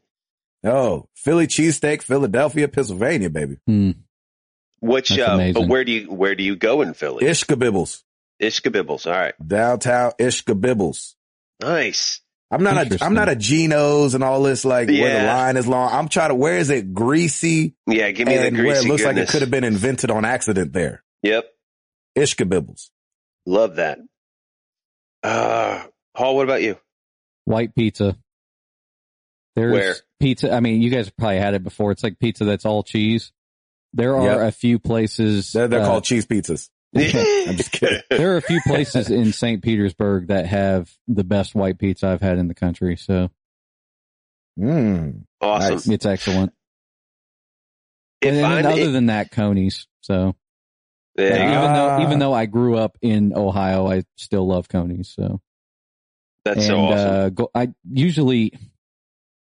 Speaker 1: oh, Philly cheesesteak, Philadelphia, Pennsylvania, baby.
Speaker 3: Hmm.
Speaker 2: Which
Speaker 3: That's
Speaker 2: uh,
Speaker 3: amazing.
Speaker 2: where do you where do you go in Philly?
Speaker 1: Ishkabibbles,
Speaker 2: Ishkabibbles. All right.
Speaker 1: downtown Ishkabibbles.
Speaker 2: Nice.
Speaker 1: I'm not a,
Speaker 3: Interesting.
Speaker 1: I'm not a Geno's and all this like where the
Speaker 2: Yeah.
Speaker 1: line is long. I'm trying to, where is it greasy
Speaker 2: Yeah. Give me
Speaker 1: and
Speaker 2: the
Speaker 1: where it
Speaker 2: greasy
Speaker 1: looks like it
Speaker 2: goodness.
Speaker 1: could have been invented on accident there.
Speaker 2: Yep.
Speaker 1: Ishkabibbles.
Speaker 2: Love that. Uh, Paul, what about you?
Speaker 3: White pizza. There's
Speaker 2: Where?
Speaker 3: pizza. I mean, you guys probably had it before. It's like pizza that's all cheese. There are
Speaker 1: Yep.
Speaker 3: a few places.
Speaker 1: They're, they're
Speaker 3: uh,
Speaker 1: called cheese pizzas.
Speaker 2: I'm
Speaker 1: just kidding.
Speaker 3: there are a few places in St. Petersburg that have the best white pizza I've had in the country. So
Speaker 1: Mm.
Speaker 2: Awesome.
Speaker 1: Nice.
Speaker 3: it's excellent.
Speaker 2: If
Speaker 3: and then
Speaker 2: I'm,
Speaker 3: other than that, Coney's. So
Speaker 2: there you
Speaker 3: even
Speaker 2: go.
Speaker 1: Ah.
Speaker 3: though even though I grew up in Ohio, I still love Coney's. So
Speaker 2: That's
Speaker 3: and
Speaker 2: so awesome.
Speaker 3: uh, go, I usually,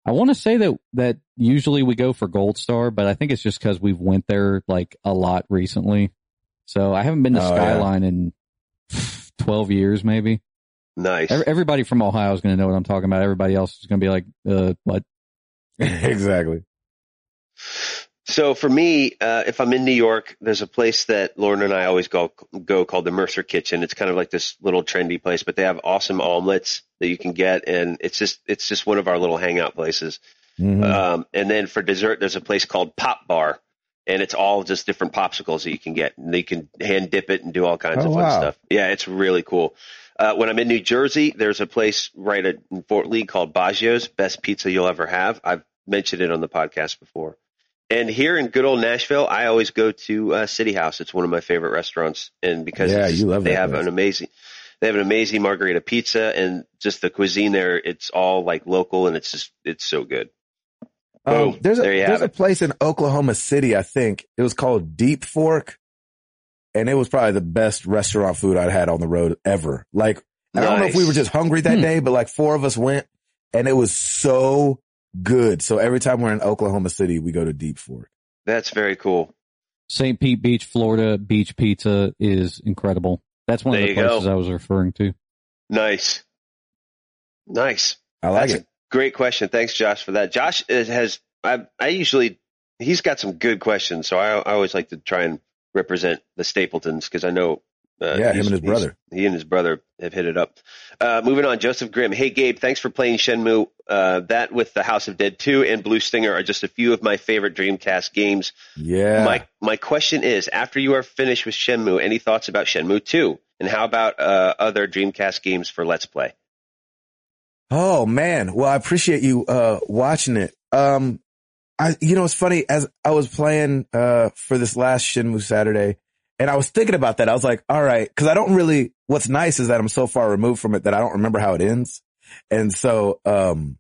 Speaker 3: I want to say that that usually we go for Gold Star, but I think it's just because we've went there like a lot recently. So I haven't been to
Speaker 1: Oh, yeah.
Speaker 3: Skyline in twelve years, maybe.
Speaker 2: nice.
Speaker 3: Ev- Everybody from Ohio is going to know what I'm talking about. Everybody else is going to be like, uh, "What?"
Speaker 1: exactly.
Speaker 2: so for me, uh, if I'm in New York, there's a place that Lauren and I always go go called the Mercer Kitchen. It's kind of like this little trendy place, but they have awesome omelets that you can get, and it's just it's just one of our little hangout places.
Speaker 1: Mhm.
Speaker 2: Um, and then for dessert, there's a place called Pop Bar, and it's all just different popsicles that you can get. And they can hand dip it and do all kinds
Speaker 1: Oh,
Speaker 2: of fun
Speaker 1: wow.
Speaker 2: stuff. Yeah, it's really cool. Uh, when I'm in New Jersey, there's a place right at in Fort Lee called Baggio's, best pizza you'll ever have. I've mentioned it on the podcast before. And here in good old Nashville, I always go to uh, City House. It's one of my favorite restaurants, and because
Speaker 1: Yeah,
Speaker 2: it's-
Speaker 1: you love
Speaker 2: they
Speaker 1: that
Speaker 2: have
Speaker 1: place.
Speaker 2: an amazing they have an amazing margarita pizza and just the cuisine there. It's all like local and it's just it's so good.
Speaker 1: Um,
Speaker 2: Boom.
Speaker 1: there's a
Speaker 2: There you
Speaker 1: there's
Speaker 2: have
Speaker 1: a place in Oklahoma City, I think. It was called Deep Fork, and it was probably the best restaurant food I'd had on the road ever. Like, and I don't know if
Speaker 2: Nice.
Speaker 1: we were just hungry that
Speaker 3: Hmm.
Speaker 1: day, but like four of us went, and it was so good. So every time we're in Oklahoma City, we go to Deep Fork.
Speaker 2: That's very cool.
Speaker 3: St. Pete Beach, Florida, beach pizza is incredible. That's one
Speaker 2: There
Speaker 3: of the
Speaker 2: you
Speaker 3: places
Speaker 2: go.
Speaker 3: I was referring to.
Speaker 2: Nice. Nice.
Speaker 1: I like
Speaker 2: That's
Speaker 1: it.
Speaker 2: Great question. Thanks, Josh, for that. Josh is, has I I usually he's got some good questions, so I, I always like to try and represent the Stapletons because I know uh,
Speaker 1: yeah, him
Speaker 2: he's-
Speaker 1: and his
Speaker 2: he's-
Speaker 1: brother.
Speaker 2: he and his brother have hit it up. Uh, moving on, Joseph Grimm. Hey, Gabe, thanks for playing Shenmue. Uh, that with the House of Dead 2 and Blue Stinger are just a few of my favorite Dreamcast games.
Speaker 1: Yeah,
Speaker 2: My my question is: After you are finished with Shenmue, any thoughts about Shenmue 2? And how about uh, other Dreamcast games for Let's Play?
Speaker 1: Oh man. Well, I appreciate you, uh, watching it. Um, I, you know, it's funny as I was playing, uh, for this last Shinmu Saturday and I was thinking about that. I was like, all right. Cause I don't really, what's nice is that I'm so far removed from it that I don't remember how it ends. And so, um,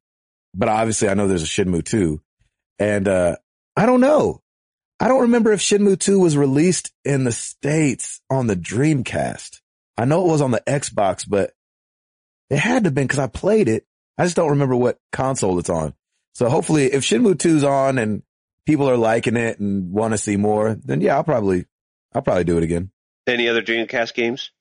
Speaker 1: but obviously I know there's a Shinmu 2 and, uh, I don't know. I don't remember if Shinmu 2 was released in the States on the Dreamcast. I know it was on the Xbox, but it had to have been because I played it. I just don't remember what console it's on. So hopefully if Shinmu 2's on and people are liking it and want to see more, then yeah, I'll probably, I'll probably do it again.
Speaker 2: Any other Dreamcast games?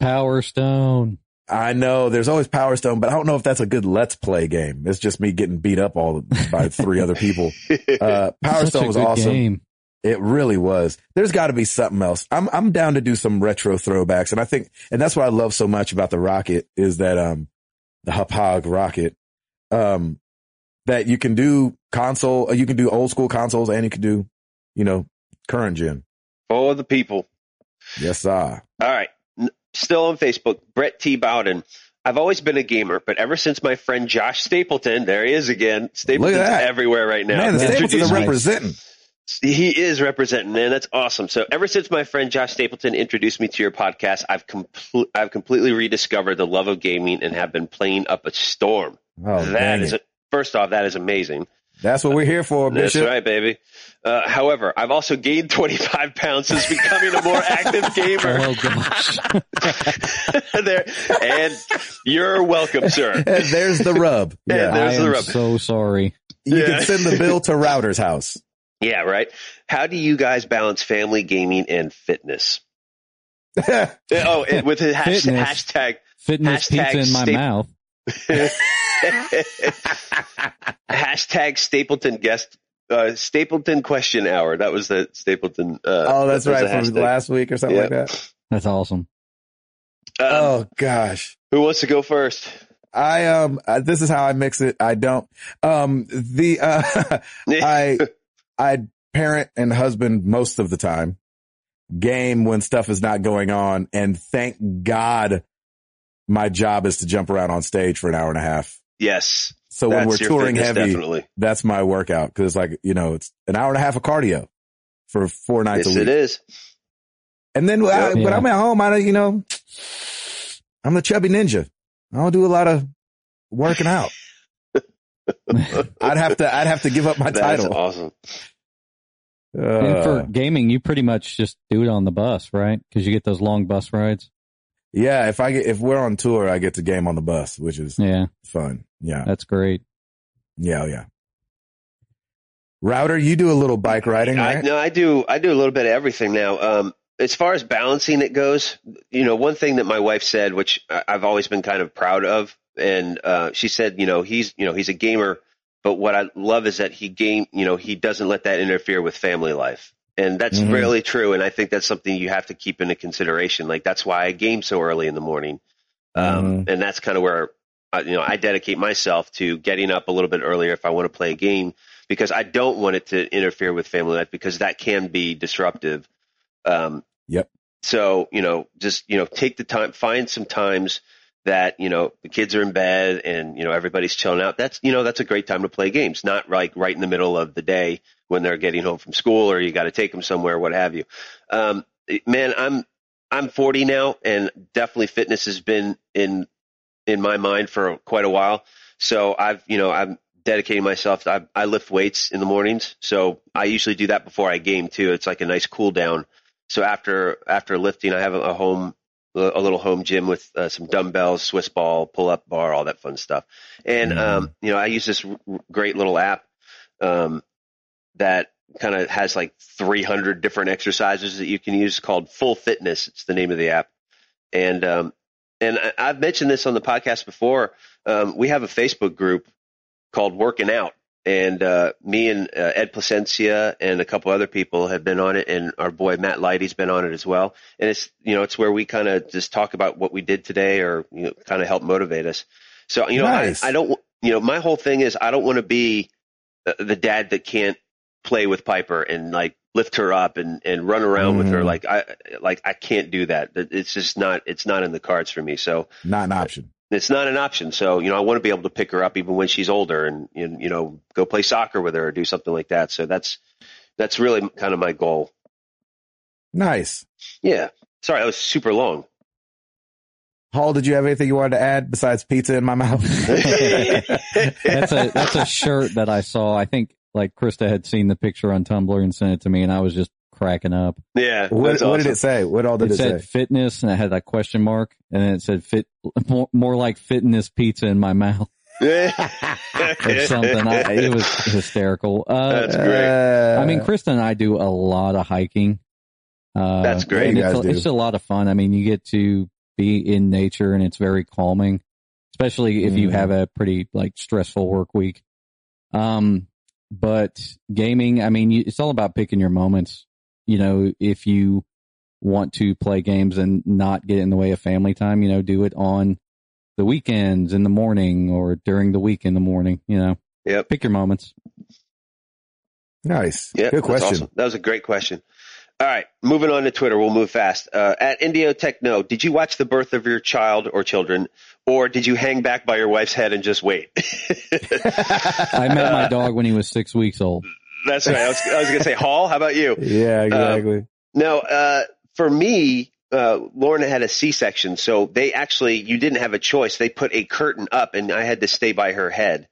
Speaker 3: Power Stone.
Speaker 1: I know there's always Power Stone, but I don't know if that's a good let's play game. It's just me getting beat up all by three other people. Uh, Power
Speaker 3: Such a
Speaker 1: Stone was
Speaker 3: good
Speaker 1: awesome.
Speaker 3: game.
Speaker 1: It really was. There's got to be something else. I'm I'm down to do some retro throwbacks, and I think, and that's what I love so much about the rocket is that um, the Hapag rocket, um, that you can do console, uh, you can do old school consoles, and you can do, you know, current gen.
Speaker 2: For the people.
Speaker 1: Yes, ah,
Speaker 2: All right. N- Still on Facebook, Brett T. Bowden. I've always been a gamer, but ever since my friend Josh Stapleton, there he is again. Stapleton's
Speaker 1: that.
Speaker 2: everywhere right now.
Speaker 1: man, the
Speaker 3: man,
Speaker 1: Stapletons
Speaker 2: Introduce
Speaker 1: are
Speaker 2: me.
Speaker 1: representing.
Speaker 2: He is representing, man. That's awesome. So ever since my friend Josh Stapleton introduced me to your podcast, I've compl- I've completely rediscovered the love of gaming and have been playing up a storm.
Speaker 1: Oh,
Speaker 2: that
Speaker 1: dang
Speaker 2: is
Speaker 1: it.
Speaker 2: a- first off, that is amazing.
Speaker 1: that's what we're here for,
Speaker 2: That's
Speaker 1: Bishop.
Speaker 2: right, baby. Uh, however, I've also gained 25 pounds since becoming a more active gamer.
Speaker 3: Oh gosh.
Speaker 2: there, and you're welcome, sir.
Speaker 1: And there's the rub.
Speaker 2: Yeah,
Speaker 1: Yeah,
Speaker 2: there-
Speaker 3: I
Speaker 2: There's the
Speaker 3: am
Speaker 2: rub.
Speaker 3: so sorry.
Speaker 1: you
Speaker 2: yeah.
Speaker 1: can send the bill to Router's house.
Speaker 2: Yeah, right. How do you guys balance family gaming and fitness? Yeah, Oh, and with his hash-
Speaker 3: Fitness.
Speaker 2: hashtag
Speaker 3: Fitness
Speaker 2: Hashtag
Speaker 3: pizza in my
Speaker 2: sta-
Speaker 3: mouth.
Speaker 2: Hashtag Stapleton guest uh, Stapleton question hour. That was the Stapleton. Uh,
Speaker 1: oh, that's
Speaker 2: that
Speaker 1: right
Speaker 2: was the
Speaker 1: from
Speaker 2: hashtag.
Speaker 1: last week or something
Speaker 2: Yeah.
Speaker 1: like that.
Speaker 3: That's awesome.
Speaker 2: Um,
Speaker 1: Oh gosh.
Speaker 2: Who wants to go first?
Speaker 1: I um uh, this is how I mix it. I don't um the uh I I parent and husband most of the time. Game when stuff is not going on and thank God my job is to jump around on stage for an hour and a half.
Speaker 2: yes,
Speaker 1: So when we're
Speaker 2: that's your
Speaker 1: touring
Speaker 2: fitness,
Speaker 1: heavy,
Speaker 2: definitely.
Speaker 1: that's my workout cuz it's like, you know, it's an hour and a half of cardio for four nights
Speaker 2: Yes,
Speaker 1: a
Speaker 2: it
Speaker 1: week.
Speaker 2: is.
Speaker 1: And then when I,
Speaker 3: Yeah.
Speaker 1: when I'm at home, I don't, you know, I'm the chubby ninja. I don't do a lot of working out. I'd have to, I'd have to give up my
Speaker 2: That is
Speaker 1: title.
Speaker 2: awesome.
Speaker 1: Uh,
Speaker 3: and for gaming, you pretty much just do it on the bus, right? Because you get those long bus rides.
Speaker 1: yeah. If I get, if we're on tour, I get to game on the bus, which is
Speaker 3: Yeah,
Speaker 1: fun. Yeah.
Speaker 3: that's great.
Speaker 1: Yeah. Yeah. Router, you do a little bike riding,
Speaker 2: I,
Speaker 1: right?
Speaker 2: no, I do. I do a little bit of everything now. Um, as far as balancing it goes, you know, one thing that my wife said, which I- I've always been kind of proud of, and uh, she said, you know, he's, you know, he's a gamer, but what I love is that he game, you know, he doesn't let that interfere with family life, and that's
Speaker 1: Mhm.
Speaker 2: really true. And I think that's something you have to keep into consideration. Like that's why I game so early in the morning, um, and that's kind of where I, you know, I dedicate myself to getting up a little bit earlier if I want to play a game because I don't want it to interfere with family life because that can be disruptive. Um,
Speaker 1: Yep.
Speaker 2: So, you know, just, you know, take the time, find some times that, you know, the kids are in bed and, you know, everybody's chilling out. That's, you know, that's a great time to play games, not like right in the middle of the day when they're getting home from school or you got to take them somewhere, what have you. Um, it- man, I'm, I'm 40 now and definitely fitness has been in, in my mind for quite a while. So I've, you know, I'm dedicating myself. I, I lift weights in the mornings. So I usually do that before I game too. It's like a nice cool down. So after, after lifting, I have a, a home, a little home gym with uh, some dumbbells, Swiss ball, pull up bar, all that fun stuff. And, um, you know, I use this r- r- great little app, um, that kind of has like 300 different exercises that you can use called full fitness. It's the name of the app. And, um, and I, I've mentioned this on the podcast before. Um, we have a Facebook group called Working Out, and uh, me and uh, Ed Placencia and a couple other people have been on it, and our boy Matt Lighty's been on it as well. And it's you know it's where we kind of just talk about what we did today, or you know, kind of help motivate us. So you know
Speaker 1: Nice.
Speaker 2: I, I don't you know my whole thing is I don't want to be the- the dad that can't play with Piper and like lift her up and, and run around with her
Speaker 1: Mhm.
Speaker 3: Mm-hmm.
Speaker 2: like I like I can't do that. It's just not it's not in the cards for me. So
Speaker 1: Not an option.
Speaker 2: it's not an option. So, you know, I want to be able to pick her up even when she's older and, and you know, go play soccer with her or do something like that. So that's, that's really kind of my goal.
Speaker 1: Nice.
Speaker 2: Yeah. Sorry. That was super long.
Speaker 1: Hall, did you have anything you wanted to add besides pizza in my mouth?
Speaker 3: That's a that's a shirt that I saw. I think like Krista had seen the picture on Tumblr and sent it to me, and I was just cracking up.
Speaker 2: yeah.
Speaker 1: What,
Speaker 2: that's
Speaker 1: what did
Speaker 2: awesome.
Speaker 1: it say? What all did
Speaker 3: It
Speaker 1: it,
Speaker 3: said
Speaker 1: say?
Speaker 3: fitness, and it had that question mark, and then it said fit more, more like fitness pizza in my mouth or something. I, it was hysterical. Uh,
Speaker 2: That's great.
Speaker 3: I mean, Krista and I do a lot of hiking. Uh,
Speaker 2: That's great.
Speaker 3: and
Speaker 1: You
Speaker 3: it's,
Speaker 1: guys
Speaker 3: a,
Speaker 1: do.
Speaker 3: it's a lot of fun. I mean, you get to be in nature and it's very calming, especially if you
Speaker 1: Mhm.
Speaker 2: Mm-hmm.
Speaker 3: have a pretty like stressful work week. Um, but gaming, I mean, you, it's all about picking your moments. You know, if you want to play games and not get in the way of family time, you know, do it on the weekends in the morning or during the week in the morning, you know,
Speaker 2: Yep.
Speaker 3: pick your moments.
Speaker 1: nice.
Speaker 2: Yeah,
Speaker 1: Good
Speaker 2: that's
Speaker 1: question.
Speaker 2: awesome. That was a great question. All right, moving on to Twitter. We'll move fast. Uh, at Indio Techno, did you watch the birth of your child or children, or did you hang back by your wife's head and just wait?
Speaker 3: I met my dog when he was six weeks old.
Speaker 2: That's right. I was, I was going to say, Hall. How about you?
Speaker 1: Yeah, exactly.
Speaker 2: No, uh, for me, uh, Lorna had a C-section, so they actually you didn't have a choice. They put a curtain up, and I had to stay by her head.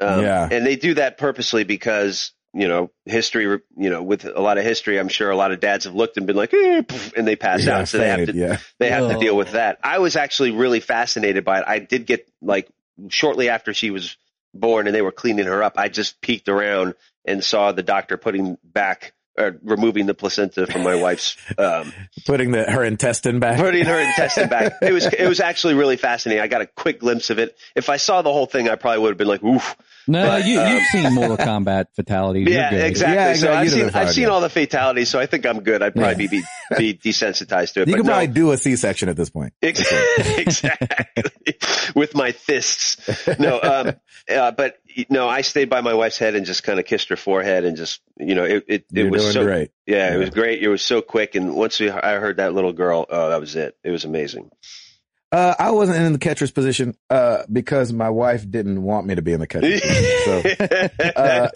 Speaker 2: Um,
Speaker 1: Yeah.
Speaker 2: and they do that purposely because you know history. You know, with a lot of history, I'm sure a lot of dads have looked and been like, eh, poof, and they pass
Speaker 1: yeah,
Speaker 2: out, so they have to
Speaker 1: fainted, yeah.
Speaker 2: they have to
Speaker 3: Oh.
Speaker 2: deal with that. I was actually really fascinated by it. I did get like shortly after she was born and they were cleaning her up. I just peeked around and saw the doctor putting back or removing the placenta from my wife's um,
Speaker 1: Putting the, her intestine back.
Speaker 2: putting her intestine back. It was it was actually really fascinating. I got a quick glimpse of it. If I saw the whole thing, I probably would have been like, "Oof,
Speaker 3: No,
Speaker 2: But,
Speaker 3: you,
Speaker 2: um,
Speaker 3: you've seen Mortal Kombat fatalities. You're
Speaker 2: yeah,
Speaker 3: good.
Speaker 2: exactly."
Speaker 1: Yeah, exactly.
Speaker 2: So I've
Speaker 1: You'd
Speaker 2: seen
Speaker 1: have been
Speaker 2: I've
Speaker 1: fine,
Speaker 2: seen
Speaker 1: yeah.
Speaker 2: all the fatalities, so I think I'm good. I'd probably be, be be desensitized to it.
Speaker 1: You
Speaker 2: but
Speaker 1: could
Speaker 2: no.
Speaker 1: probably do a C-section at this point.
Speaker 2: Ex- exactly with my fists no um uh, but no i stayed by my wife's head and just kind of kissed her forehead and just you know it it, it
Speaker 1: You're
Speaker 2: was
Speaker 1: doing
Speaker 2: so
Speaker 1: great.
Speaker 2: yeah it
Speaker 1: Yeah.
Speaker 2: was great it was so quick and once we i heard that little girl oh that was it it was amazing
Speaker 1: Uh, I wasn't in the catcher's position, uh, because my wife didn't want me to be in the catcher's position. So uh,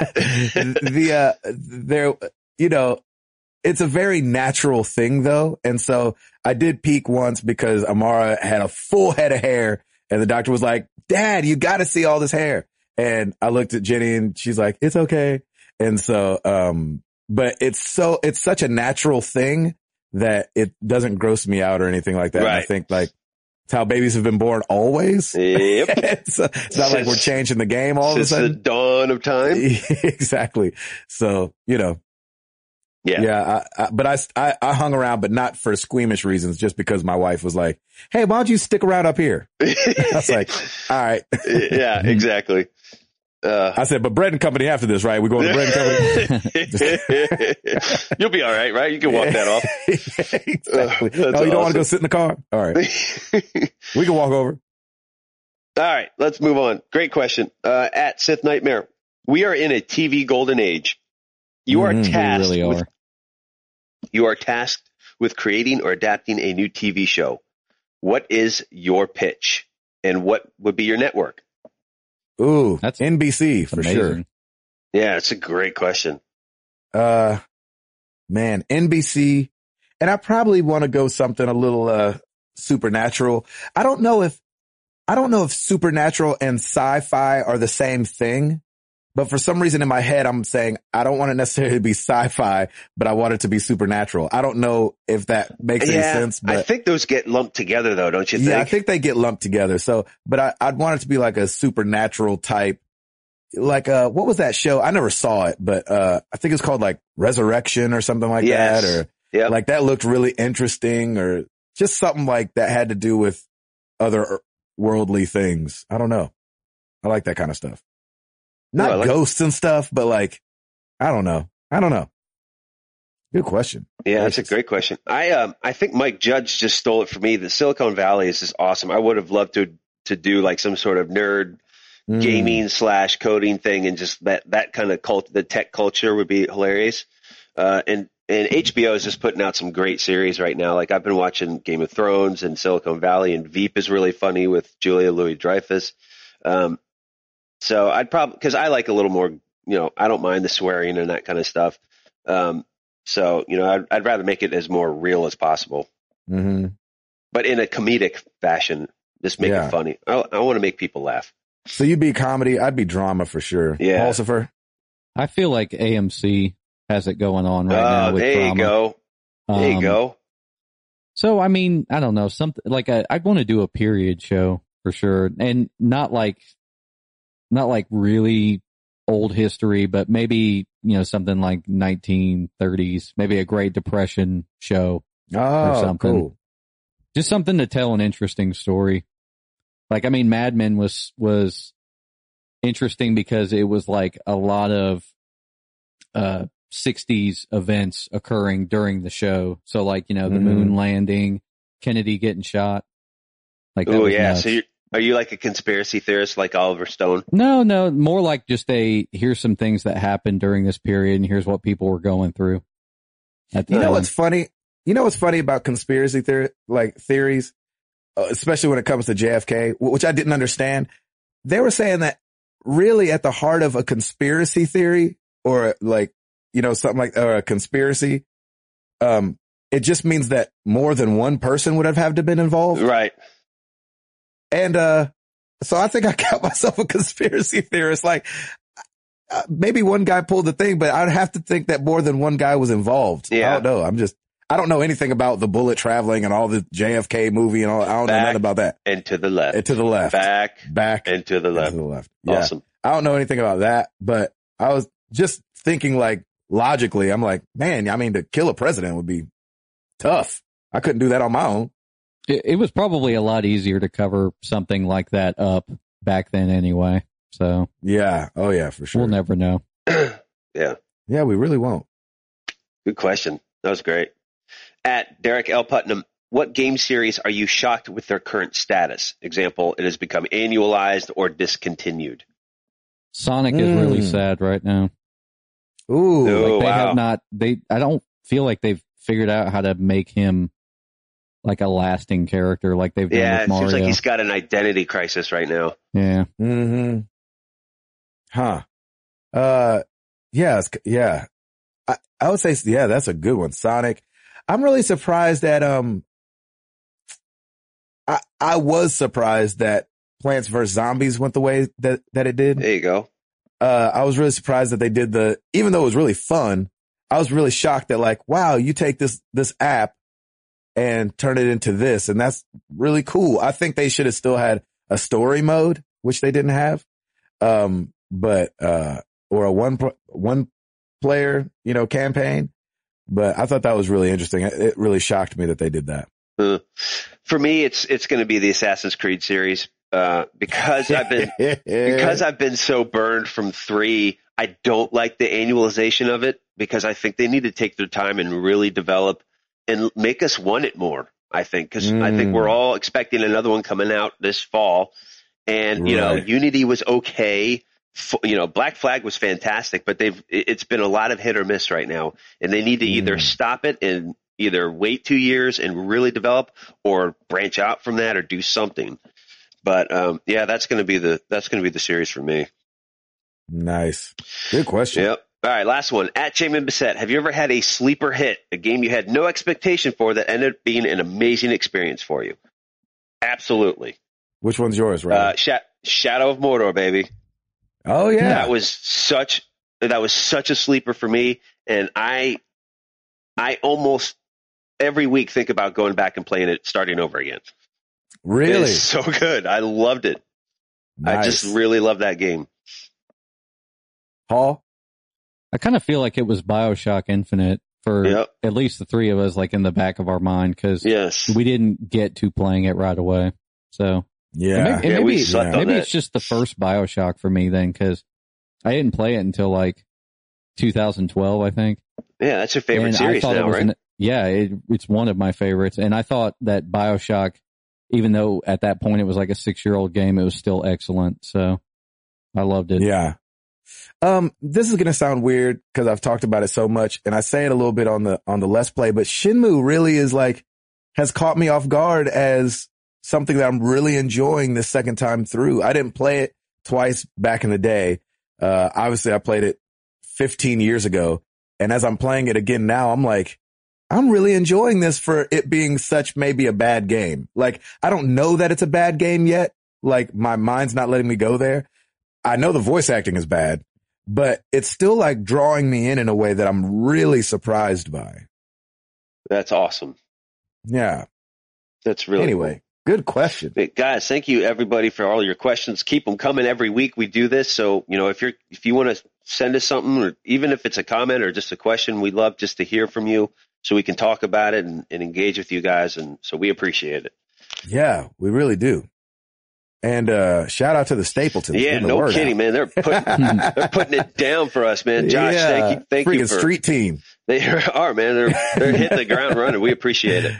Speaker 1: the uh there you know it's a very natural thing though and so i did peek once because amara had a full head of hair and the doctor was like dad you gotta see all this hair and i looked at jenny and she's like it's okay and so um but it's so it's such a natural thing that it doesn't gross me out or anything like that And i
Speaker 2: Right.
Speaker 1: think like it's how babies have been born always
Speaker 2: yep
Speaker 1: it's, uh, it's not like we're
Speaker 2: Since-
Speaker 1: changing the game all
Speaker 2: since
Speaker 1: of a
Speaker 2: the
Speaker 1: sudden
Speaker 2: dawn of time
Speaker 1: exactly. So you know,
Speaker 2: yeah
Speaker 1: yeah. I, I, but I, I I hung around, but not for squeamish reasons, just because my wife was like, "Hey, why don't you stick around up here?" That's like, all right.
Speaker 2: yeah exactly uh
Speaker 1: I said, but Bread and Company after this, right? We're going to Bread and Company.
Speaker 2: You'll be all right, right? You can walk that off.
Speaker 1: exactly.
Speaker 2: Ugh, that's
Speaker 1: oh, you don't want to
Speaker 2: awesome.
Speaker 1: go sit in the car? All right, we can walk over.
Speaker 2: All right, let's move on. Great question. Uh, at Sith Nightmare, we are in a TV golden age. You are
Speaker 3: Mhm, we
Speaker 2: tasked
Speaker 3: really
Speaker 2: with
Speaker 3: are.
Speaker 2: you are tasked with creating or adapting a new TV show. What is your pitch, and what would be your network?
Speaker 1: Ooh,
Speaker 3: That's
Speaker 1: NBC for sure.
Speaker 3: Amazing.
Speaker 2: Yeah, it's a great question.
Speaker 1: Uh, man, NBC, and I probably want to go something a little uh supernatural. I don't know if I don't know if supernatural and sci-fi are the same thing, but for some reason in my head I'm saying I don't want it necessarily to be sci-fi, but I want it to be supernatural. I don't know if that makes any
Speaker 2: yeah,
Speaker 1: sense,
Speaker 2: I
Speaker 1: but
Speaker 2: think those get lumped together, though, don't you think?
Speaker 1: yeah, I think they get lumped together. So, but I, I'd want it to be like a supernatural type. Like, uh, what was that show? I never saw it, but, uh, I think it's called like Resurrection or something like
Speaker 2: Yes.
Speaker 1: that. Or
Speaker 2: Yep.
Speaker 1: like that looked really interesting or just something like that had to do with other er, worldly things. I don't know. I like that kind of stuff. Not
Speaker 2: Yeah, I like-
Speaker 1: ghosts and stuff, but like, I don't know. I don't know. Good question.
Speaker 2: Yeah, that's a
Speaker 1: Gracious.
Speaker 2: great question. I um I think Mike Judge just stole it from me. The Silicon Valley is just awesome. I would have loved to to do like some sort of nerd
Speaker 1: Mm.
Speaker 2: gaming slash coding thing and just that that kind of cult the tech culture would be hilarious. Uh and and HBO is just putting out some great series right now. Like I've been watching Game of Thrones and Silicon Valley and Veep is really funny with Julia Louis Dreyfus. Um so I'd probably because I like a little more, you know, I don't mind the swearing and that kind of stuff. Um so, you know, I'd, I'd rather make it as more real as possible,
Speaker 1: Mhm.
Speaker 2: but in a comedic fashion. Just make
Speaker 1: Yeah.
Speaker 2: it funny. I, I want to make people laugh.
Speaker 1: So you'd be comedy. I'd be drama for sure.
Speaker 2: Yeah.
Speaker 1: Pulsifer.
Speaker 3: I feel like AMC has it going on right now.
Speaker 2: Uh,
Speaker 3: With
Speaker 2: there
Speaker 3: drama.
Speaker 2: you go. There you
Speaker 3: Um,
Speaker 2: go.
Speaker 3: So I mean, I don't know something like I, I want to do a period show for sure, and not like, not like really old history, but maybe you know something like 1930s, maybe a Great Depression show,
Speaker 1: Oh,
Speaker 3: something.
Speaker 1: cool.
Speaker 3: just something to tell an interesting story. Like I mean, Mad Men was was interesting because it was like a lot of uh 60s events occurring during the show. So like you know the
Speaker 1: Mhm.
Speaker 3: moon
Speaker 2: Mm-hmm.
Speaker 3: landing, Kennedy getting shot. Like that
Speaker 2: Oh
Speaker 3: was
Speaker 2: yeah.
Speaker 3: nuts.
Speaker 2: So you're, are you like a conspiracy theorist like Oliver Stone?
Speaker 3: no, no, more like just a here's some things that happened during this period, and here's what people were going through. At the
Speaker 1: You know
Speaker 3: time.
Speaker 1: what's funny? You know what's funny about conspiracy theory, like theories, uh, especially when it comes to JFK, wh- which I didn't understand. They were saying that really at the heart of a conspiracy theory or like, you know, something like, or a conspiracy, um, it just means that more than one person would have had to been involved.
Speaker 2: Right.
Speaker 1: And uh, so I think I got myself a conspiracy theorist. Like uh, maybe one guy pulled the thing, but I'd have to think that more than one guy was involved. I
Speaker 2: Yeah.
Speaker 1: don't know. I'm just, I don't know anything about the bullet traveling and all the JFK movie and all. I don't know
Speaker 2: Back.
Speaker 1: nothing about that.
Speaker 2: And to the left.
Speaker 1: Uh, to the left.
Speaker 2: Back
Speaker 1: Back
Speaker 2: and to the
Speaker 1: and
Speaker 2: left.
Speaker 1: to the left. Yeah.
Speaker 2: Awesome.
Speaker 1: I don't know anything about that, but I was just thinking like logically, I'm like, man, I mean, to kill a president would be tough. I couldn't do that on my own.
Speaker 3: It, it was probably a lot easier to cover something like that up back then anyway. So
Speaker 1: Yeah. Oh yeah, for sure.
Speaker 3: we'll never know.
Speaker 1: yeah, we really won't.
Speaker 2: Good question. That was great. At Derek L. Putnam, what game series are you shocked with their current status? Example, it has become annualized or discontinued.
Speaker 3: Sonic is really
Speaker 1: Mm.
Speaker 3: sad right now.
Speaker 1: Ooh.
Speaker 2: Ooh. Oh,
Speaker 3: they
Speaker 2: wow.
Speaker 3: have not. They. I don't feel like they've figured out how to make him like a lasting character, like they've done
Speaker 2: Yeah,
Speaker 3: with
Speaker 2: it seems like
Speaker 3: Mario.
Speaker 2: he's got an identity crisis right now.
Speaker 3: yeah,
Speaker 1: Hmm. Huh. Uh. Yeah. It's, yeah. I I would say yeah. That's a good one. Sonic. I'm really surprised that um. I I was surprised that Plants vs Zombies went the way that that it did.
Speaker 2: There you go.
Speaker 1: Uh, I was really surprised that they did the. Even though it was really fun, I was really shocked that like, wow, you take this this app and turn it into this, and that's really cool. I think they should have still had a story mode, which they didn't have. Um, but, uh, or a one, pl- one player, you know, campaign. But I thought that was really interesting. It- It really shocked me that they did that.
Speaker 2: Uh, for me, it's it's going to be the Assassin's Creed series uh, because I've been because I've been so burned from three, I don't like the annualization of it because I think they need to take their time and really develop and make us want it more. I think because I think
Speaker 1: Mm.
Speaker 2: we're all expecting another one coming out this fall, and you know
Speaker 1: Right.
Speaker 2: unity was okay F- you know black flag was fantastic but they've it- it's been a lot of hit or miss right now and they need to either
Speaker 1: Mm.
Speaker 2: stop it and either wait two years and really develop or branch out from that or do something but um, yeah that's going to be the that's going to be the series for me
Speaker 1: Nice. Good question.
Speaker 2: Yep. All right, last one. At Jamin Bissett, have you ever had a sleeper hit, a game you had no expectation for that ended up being an amazing experience for you? Absolutely.
Speaker 1: Which one's yours,
Speaker 2: Uh,
Speaker 1: right?
Speaker 2: Sha- Shadow of Mordor, baby.
Speaker 1: oh yeah.
Speaker 2: That was such that was such a sleeper for me, and I I almost every week think about going back and playing it, starting over again.
Speaker 1: really?
Speaker 2: It's so good. I loved it. I
Speaker 1: Nice.
Speaker 2: just really love that game.
Speaker 1: Paul.
Speaker 3: I kind of feel like it was Bioshock Infinite for
Speaker 2: Yep.
Speaker 3: at least the three of us, like in the back of our mind, because
Speaker 2: Yes.
Speaker 3: we didn't get to playing it right away. So
Speaker 1: Yeah.
Speaker 3: And maybe-
Speaker 2: yeah, we
Speaker 3: maybe-
Speaker 2: slept
Speaker 1: yeah.
Speaker 2: on
Speaker 3: maybe
Speaker 2: that.
Speaker 3: it's just the first Bioshock for me then, because I didn't play it until like 2012, I think.
Speaker 2: yeah, that's your favorite
Speaker 3: And I
Speaker 2: series
Speaker 3: thought it
Speaker 2: now,
Speaker 3: was
Speaker 2: right?
Speaker 3: an- yeah, it, it's one of my favorites. And I thought that Bioshock, even though at that point it was like a six year old game, it was still excellent. So I loved it.
Speaker 1: Yeah. Um, this is going to sound weird because I've talked about it so much and I say it a little bit on the, on the less play, but Shinmu really is like, has caught me off guard as something that I'm really enjoying this second time through. I didn't play it twice back in the day. Uh, obviously I played it 15 years ago. And as I'm playing it again now, I'm like, I'm really enjoying this for it being such maybe a bad game. Like I don't know that it's a bad game yet. Like my mind's not letting me go there. I know the voice acting is bad, but it's still like drawing me in in a way that I'm really surprised by.
Speaker 2: That's awesome.
Speaker 1: Yeah.
Speaker 2: That's really
Speaker 1: anyway, good question.
Speaker 2: But guys, thank you everybody for all your questions. Keep them coming every week. We do this, so you know if you're if you want to send us something, or even if it's a comment or just a question, we love just to hear from you, so we can talk about it and, and engage with you guys. And so we appreciate it.
Speaker 1: Yeah, we really do. And uh shout out to the Stapletons.
Speaker 2: yeah,
Speaker 1: Getting the
Speaker 2: no
Speaker 1: word
Speaker 2: kidding,
Speaker 1: out.
Speaker 2: man. They're putting they're putting it down for us, man. Josh,
Speaker 1: Yeah,
Speaker 2: thank you, thank
Speaker 1: Freaking
Speaker 2: you for
Speaker 1: street team.
Speaker 2: they are man. They're they're hitting the ground running. We appreciate it.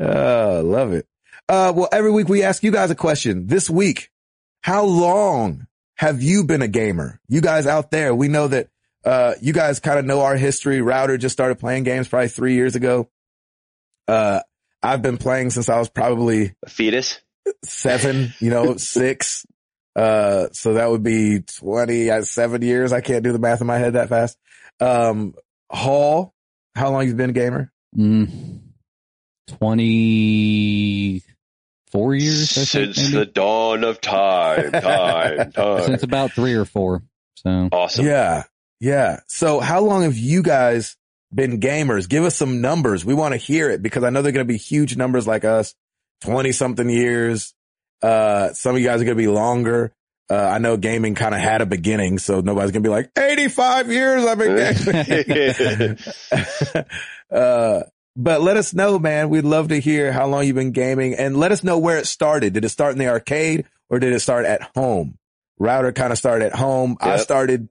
Speaker 1: Oh, love it. Uh, well, every week we ask you guys a question. This week, how long have you been a gamer? You guys out there, we know that, uh, you guys kind of know our history. Router just started playing games probably three years ago. Uh, I've been playing since I was probably
Speaker 2: Fetus,
Speaker 1: seven, you know, six. Uh, so that would be 20, uh, seven years. I can't do the math in my head that fast. Um, Hall, how long you been a gamer?
Speaker 3: Mm, 24 years I think,
Speaker 2: since the
Speaker 3: maybe?
Speaker 2: dawn of time, time, time.
Speaker 3: since about three or four. So
Speaker 2: Awesome.
Speaker 1: Yeah. Yeah. So how long have you guys been gamers? Give us some numbers. We want to hear it because I know they're going to be huge numbers like us, 20 something years. Uh, some of you guys are going to be longer. Uh, I know gaming kind of had a beginning, so nobody's going to be like 85 years I've been gaming. uh, but let us know, man. We'd love to hear how long you've been gaming and let us know where it started. Did it start in the arcade or did it start at home? Router kind of started at home. I
Speaker 2: Yep.
Speaker 1: started,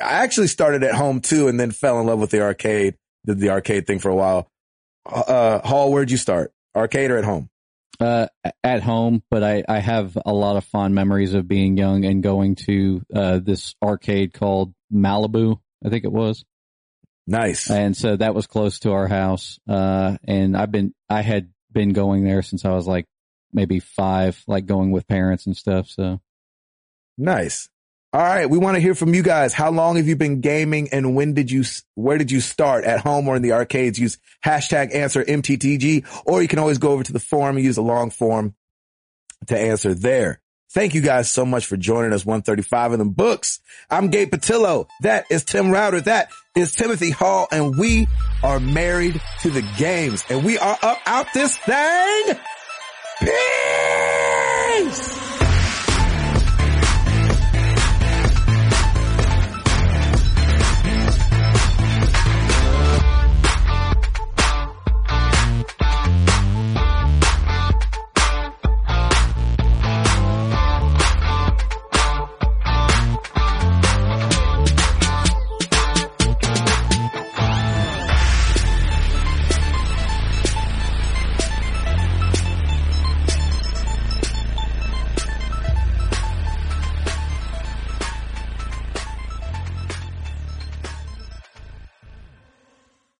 Speaker 1: I actually started at home too and then fell in love with the arcade, did the arcade thing for a while. Uh, Hall, where'd you start? Arcade or at home?
Speaker 3: uh, at home, but I, I have a lot of fond memories of being young and going to uh, this arcade called Malibu, I think it was.
Speaker 1: Nice.
Speaker 3: And so that was close to our house. Uh, and I've been, I had been going there since I was like maybe five, like going with parents and stuff. So
Speaker 1: Nice. All right. We want to hear from you guys. How long have you been gaming and when did you, where did you start at home or in the arcades? Use hashtag answer MTTG or you can always go over to the forum and use a long form to answer there. Thank you guys so much for joining us. 135 in the books. I'm Gabe Patillo. That is Tim Router. That is Timothy Hall and we are married to the games and we are up out this thing. Peace!